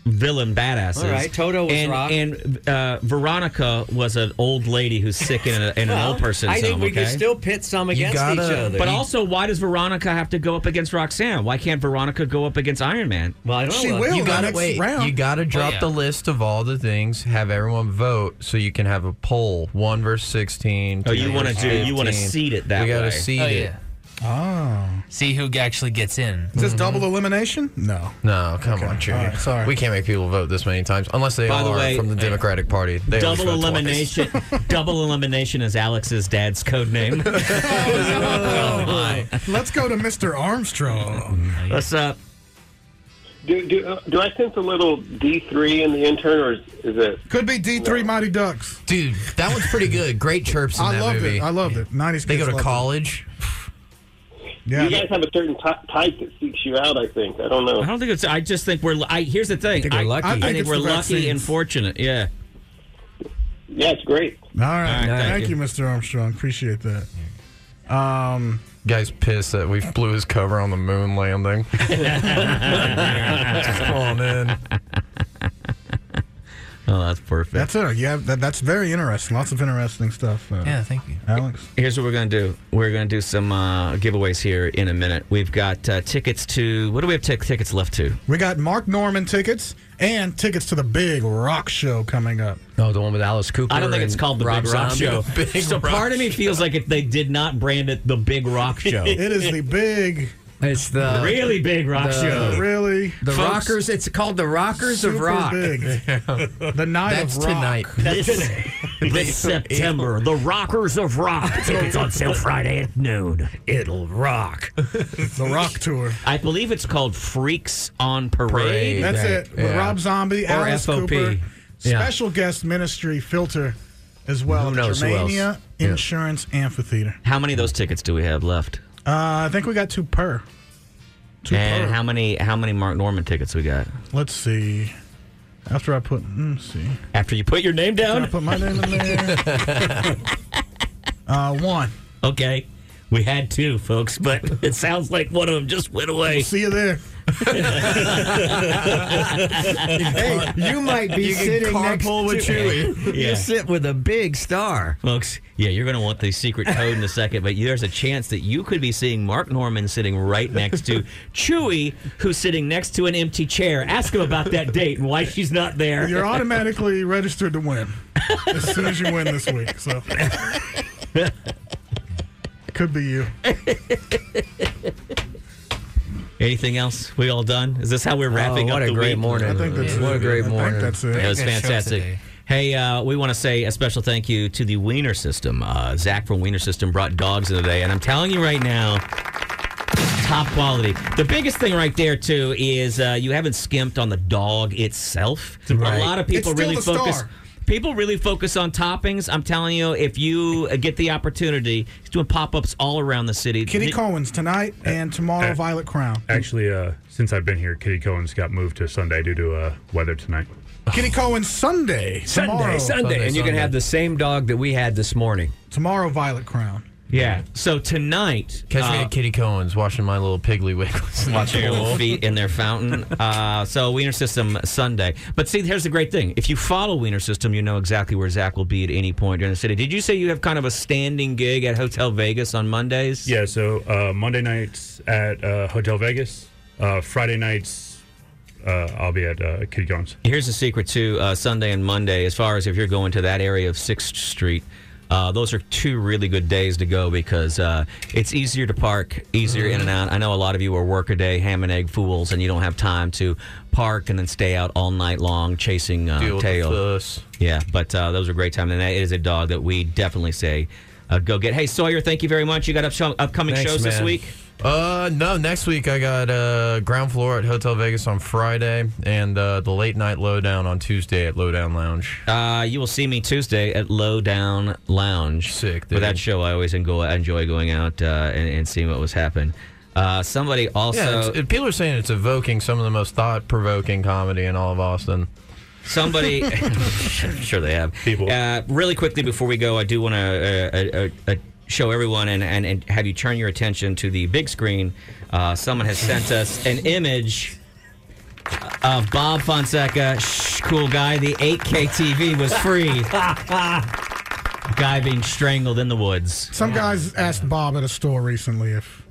villain badasses.
All right, Toto was
and,
rock.
and uh, Veronica was an old lady who's sick in, a, in an
Well,
old person's
I think
home.
we
okay?
can still pit some against each other.
But also, why does Veronica have to go up against Roxanne? Why can't Veronica go up against Iron Man?
Well, I
Oh, You gotta wait. You
Oh,
gotta drop the list of all the things. Have everyone vote so you can have a poll. One versus sixteen.
Oh,
two
you wanna
versus
do- you wanna
15.
seed it that
We gotta
way.
seed
Oh,
it.
yeah. Oh. See who actually gets in.
Is
Mm-hmm.
this double elimination? No.
No, come on, Jimmy.
all right, sorry.
We can't make people vote this many times unless they
By the
are
way, uh,
from the Democratic Party. They always
double
vote twice.
elimination. double elimination is Alex's dad's code name. oh my!
Let's go to Mr. Armstrong.
What's up?
Do, do, uh, do I sense a little D3 in the intern, or is, is it?
Could be D3 Mighty Ducks.
Dude, that one's pretty good. Great chirps in
I
that
loved
movie.
it. I loved it. 90s
They
kids
go to
loved it.
college.
Yeah.
You guys have a certain ty type that seeks you out, I think. I don't know.
I don't think it's. I just think we're. I here's the thing. I
think we're lucky.
I,
I think
think
it's
we're
the
lucky and
vaccines.
fortunate. Yeah.
Yeah, it's great.
All right.
All right,
thank,
thank
you.
you.
Mr. Armstrong. Appreciate that. Um,
Guy's pissed that we blew his cover on the moon landing. Just Come on in.
Oh, that's perfect.
that's it. Yeah, that, that's very interesting. Lots of interesting stuff. Uh,
yeah, thank you.
Alex.
Here's what we're gonna do. We're gonna do some uh, giveaways here in a minute. We've got uh, tickets to. What do we have t- tickets left to?
We got Mark Norman tickets and tickets to the big rock show coming up.
Oh, the one with Alice Cooper.
I don't think it's called the Big Rock Show. so part of me feels like if they did not brand it the Big Rock Show,
it is the big.
It's the
really big rock
the-
show.
Really,
The
Folks-
Rockers. It's called the Rockers of
Super
Rock.
big. the night
That's
of rock.
tonight.
This, this September, the Rockers of Rock. Tickets on sale Friday at noon. It'll rock.
the rock tour.
I believe it's called Freaks on Parade.
That's it. With Rob Zombie,
Or
Alice
FOP.
Cooper,
Yeah.
special guest ministry filter, as well.
Who knows who else?
Germania
Yeah.
Insurance Amphitheater.
How many of those tickets do we have left?
Uh, I think we got two per.
and how many how many Mark Norman tickets we got?
Let's see. After I put, hmm, let's see.
After you put your name down,
After I put my name in there. uh, one.
Okay. We had two, folks, but it sounds like one of them just went away.
see you there.
hey, you might be
You can
sitting next
carpool with
to
Chewie. Yeah.
You sit with a big star.
Folks, yeah, you're going to want the secret code in a second, but there's a chance that you could be seeing Mark Norman sitting right next to Chewy, who's sitting next to an empty chair. Ask him about that date and why she's not there.
You're automatically registered to win as soon as you win this week. So could be you.
Anything else? We all done? Is this how we're wrapping
Oh, what
up
a
the
great
week?
morning. I think that's
What a
it.
great
I think
morning.
that's it.
It was
Very good show
fantastic.
today.
Hey, uh, we want to say a special thank you to the Wiener System. Uh, Zach from Wiener System brought dogs in today, and I'm telling you right now, top quality. The biggest thing right there too is uh, you haven't skimped on the dog itself.
Right.
A lot of people
It's still
really
the
focus.
star.
People really focus on toppings. I'm telling you, if you uh, get the opportunity, he's doing pop ups all around the city.
Kitty Cohen's tonight and tomorrow.
uh,
Violet Crown.
Actually, uh, since I've been here, Kitty Cohen's got moved to Sunday due to uh, weather tonight.
Kitty Cohen Sunday.
Sunday, Sunday,
tomorrow.
Sunday,
and you can have
Sunday.
the same dog that we had this morning.
tomorrow Violet Crown.
Yeah. So tonight,
Catch me
uh,
at Kitty Cohen's watching my little Piggly Wiggles.
watching your little feet in their fountain. Uh, so Wiener System Sunday. But see, here's the great thing: if you follow Wiener System, you know exactly where Zach will be at any point during the city. Did you say you have kind of a standing gig at Hotel Vegas on Mondays?
Yeah, so uh, Monday nights at uh, Hotel Vegas, uh, Friday nights uh, I'll be at uh, Kitty Cohen's.
Here's the secret to uh, Sunday and Monday, as far as if you're going to that area of Sixth Street. Uh, those are two really good days to go because uh, it's easier to park, easier in and out. I know a lot of you are workaday ham and egg fools, and you don't have time to park and then stay out all night long chasing uh,
Deal with the
tail.
fuss.
Yeah, but uh, those are great times, and that is a dog that we definitely say uh, go get. Hey Sawyer, thank you very much. You got up upcoming
Thanks,
shows this
man.
week.
Uh, no. Next week I got uh ground floor at Hotel Vegas on Friday, and uh, the late night lowdown on Tuesday at Lowdown Lounge.
Uh, you will see me Tuesday at Low Down Lounge. Sick. For that show, I always enjoy, enjoy going out uh, and, and seeing what was happening. Uh, somebody also.
yeah, it's- it- people are saying it's evoking some of the most thought-provoking comedy in all of Austin.
Somebody, I'm sure they have. People. Uh, really quickly before we go, I do want to uh, uh, uh, show everyone and, and, and have you turn your attention to the big screen. Uh, someone has sent us an image of Bob Fonseca, shh, cool guy. The 8K TV was free. guy being strangled in the woods.
Some guys asked Bob at a store recently if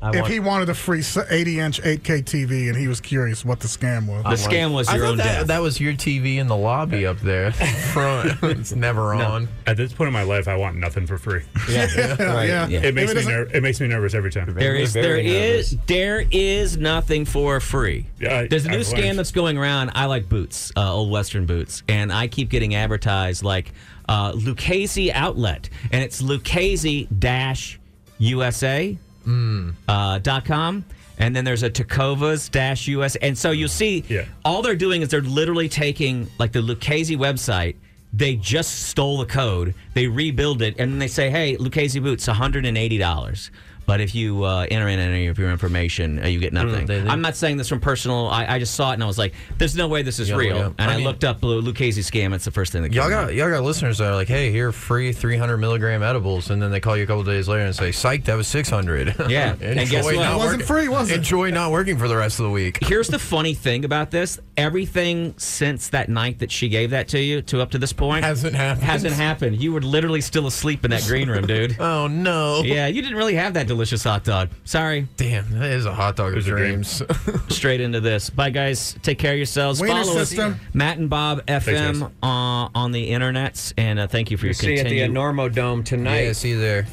I
if
want-
he wanted a free 80 inch 8K TV, and he was curious what the scam was.
I like- I thought that, That was your TV in the lobby up there. Front. it's never on.
At this point in my life, I want nothing for free.
Yeah. Yeah, Right, yeah. yeah.
It makes
If it
me ner- it makes me nervous every time.
There is there is there is nothing for free.
Yeah, I-
There's a new
I've
scam
learned.
that's going around. I like boots, uh, old Western boots, and I keep getting advertised like uh, Lucchese Outlet, and it's Lucchese dash USA
Mm.
uh, dot com. And then there's a Takovas dash US. And so you see, all they're doing is they're literally taking like the Lucchese website. They just stole the code. They rebuild it, and then they say, "Hey, Lucchese boots, one hundred and eighty dollars." But if you uh, enter in any of your information, uh, you
Mm,
get nothing. I'm not saying this from personal. I, I just saw it and I was like, "There's no way this is
Yeah,
real."
yeah.
And
I
I,
mean-
looked up Lu- Lucchese scam. It's the first thing that came
Y'all
up.
got y'all got listeners that are like, hey, here are free 300 milligram edibles, and then they call you a couple days later and say, psych, that was 600.
Yeah, and guess what? It wasn't
free, was
it? Enjoy not working for the rest of the week.
Here's the funny thing about this: everything since that night that she gave that to you, to up to this point,
hasn't happened.
Hasn't happened. You were literally still asleep in that green room, dude.
oh no.
Yeah, you didn't really have that delicious hot dog. Sorry.
Damn, that is a hot dog of dreams.
Straight into this. Bye, guys. Take care of yourselves.
Wiener
Follow us,
system.
Matt and Bob
Thanks,
FM
guys.
uh, on the internets, and uh, thank you for your
see you at the
continued
Enormo Dome tonight.
Yeah,
see you there.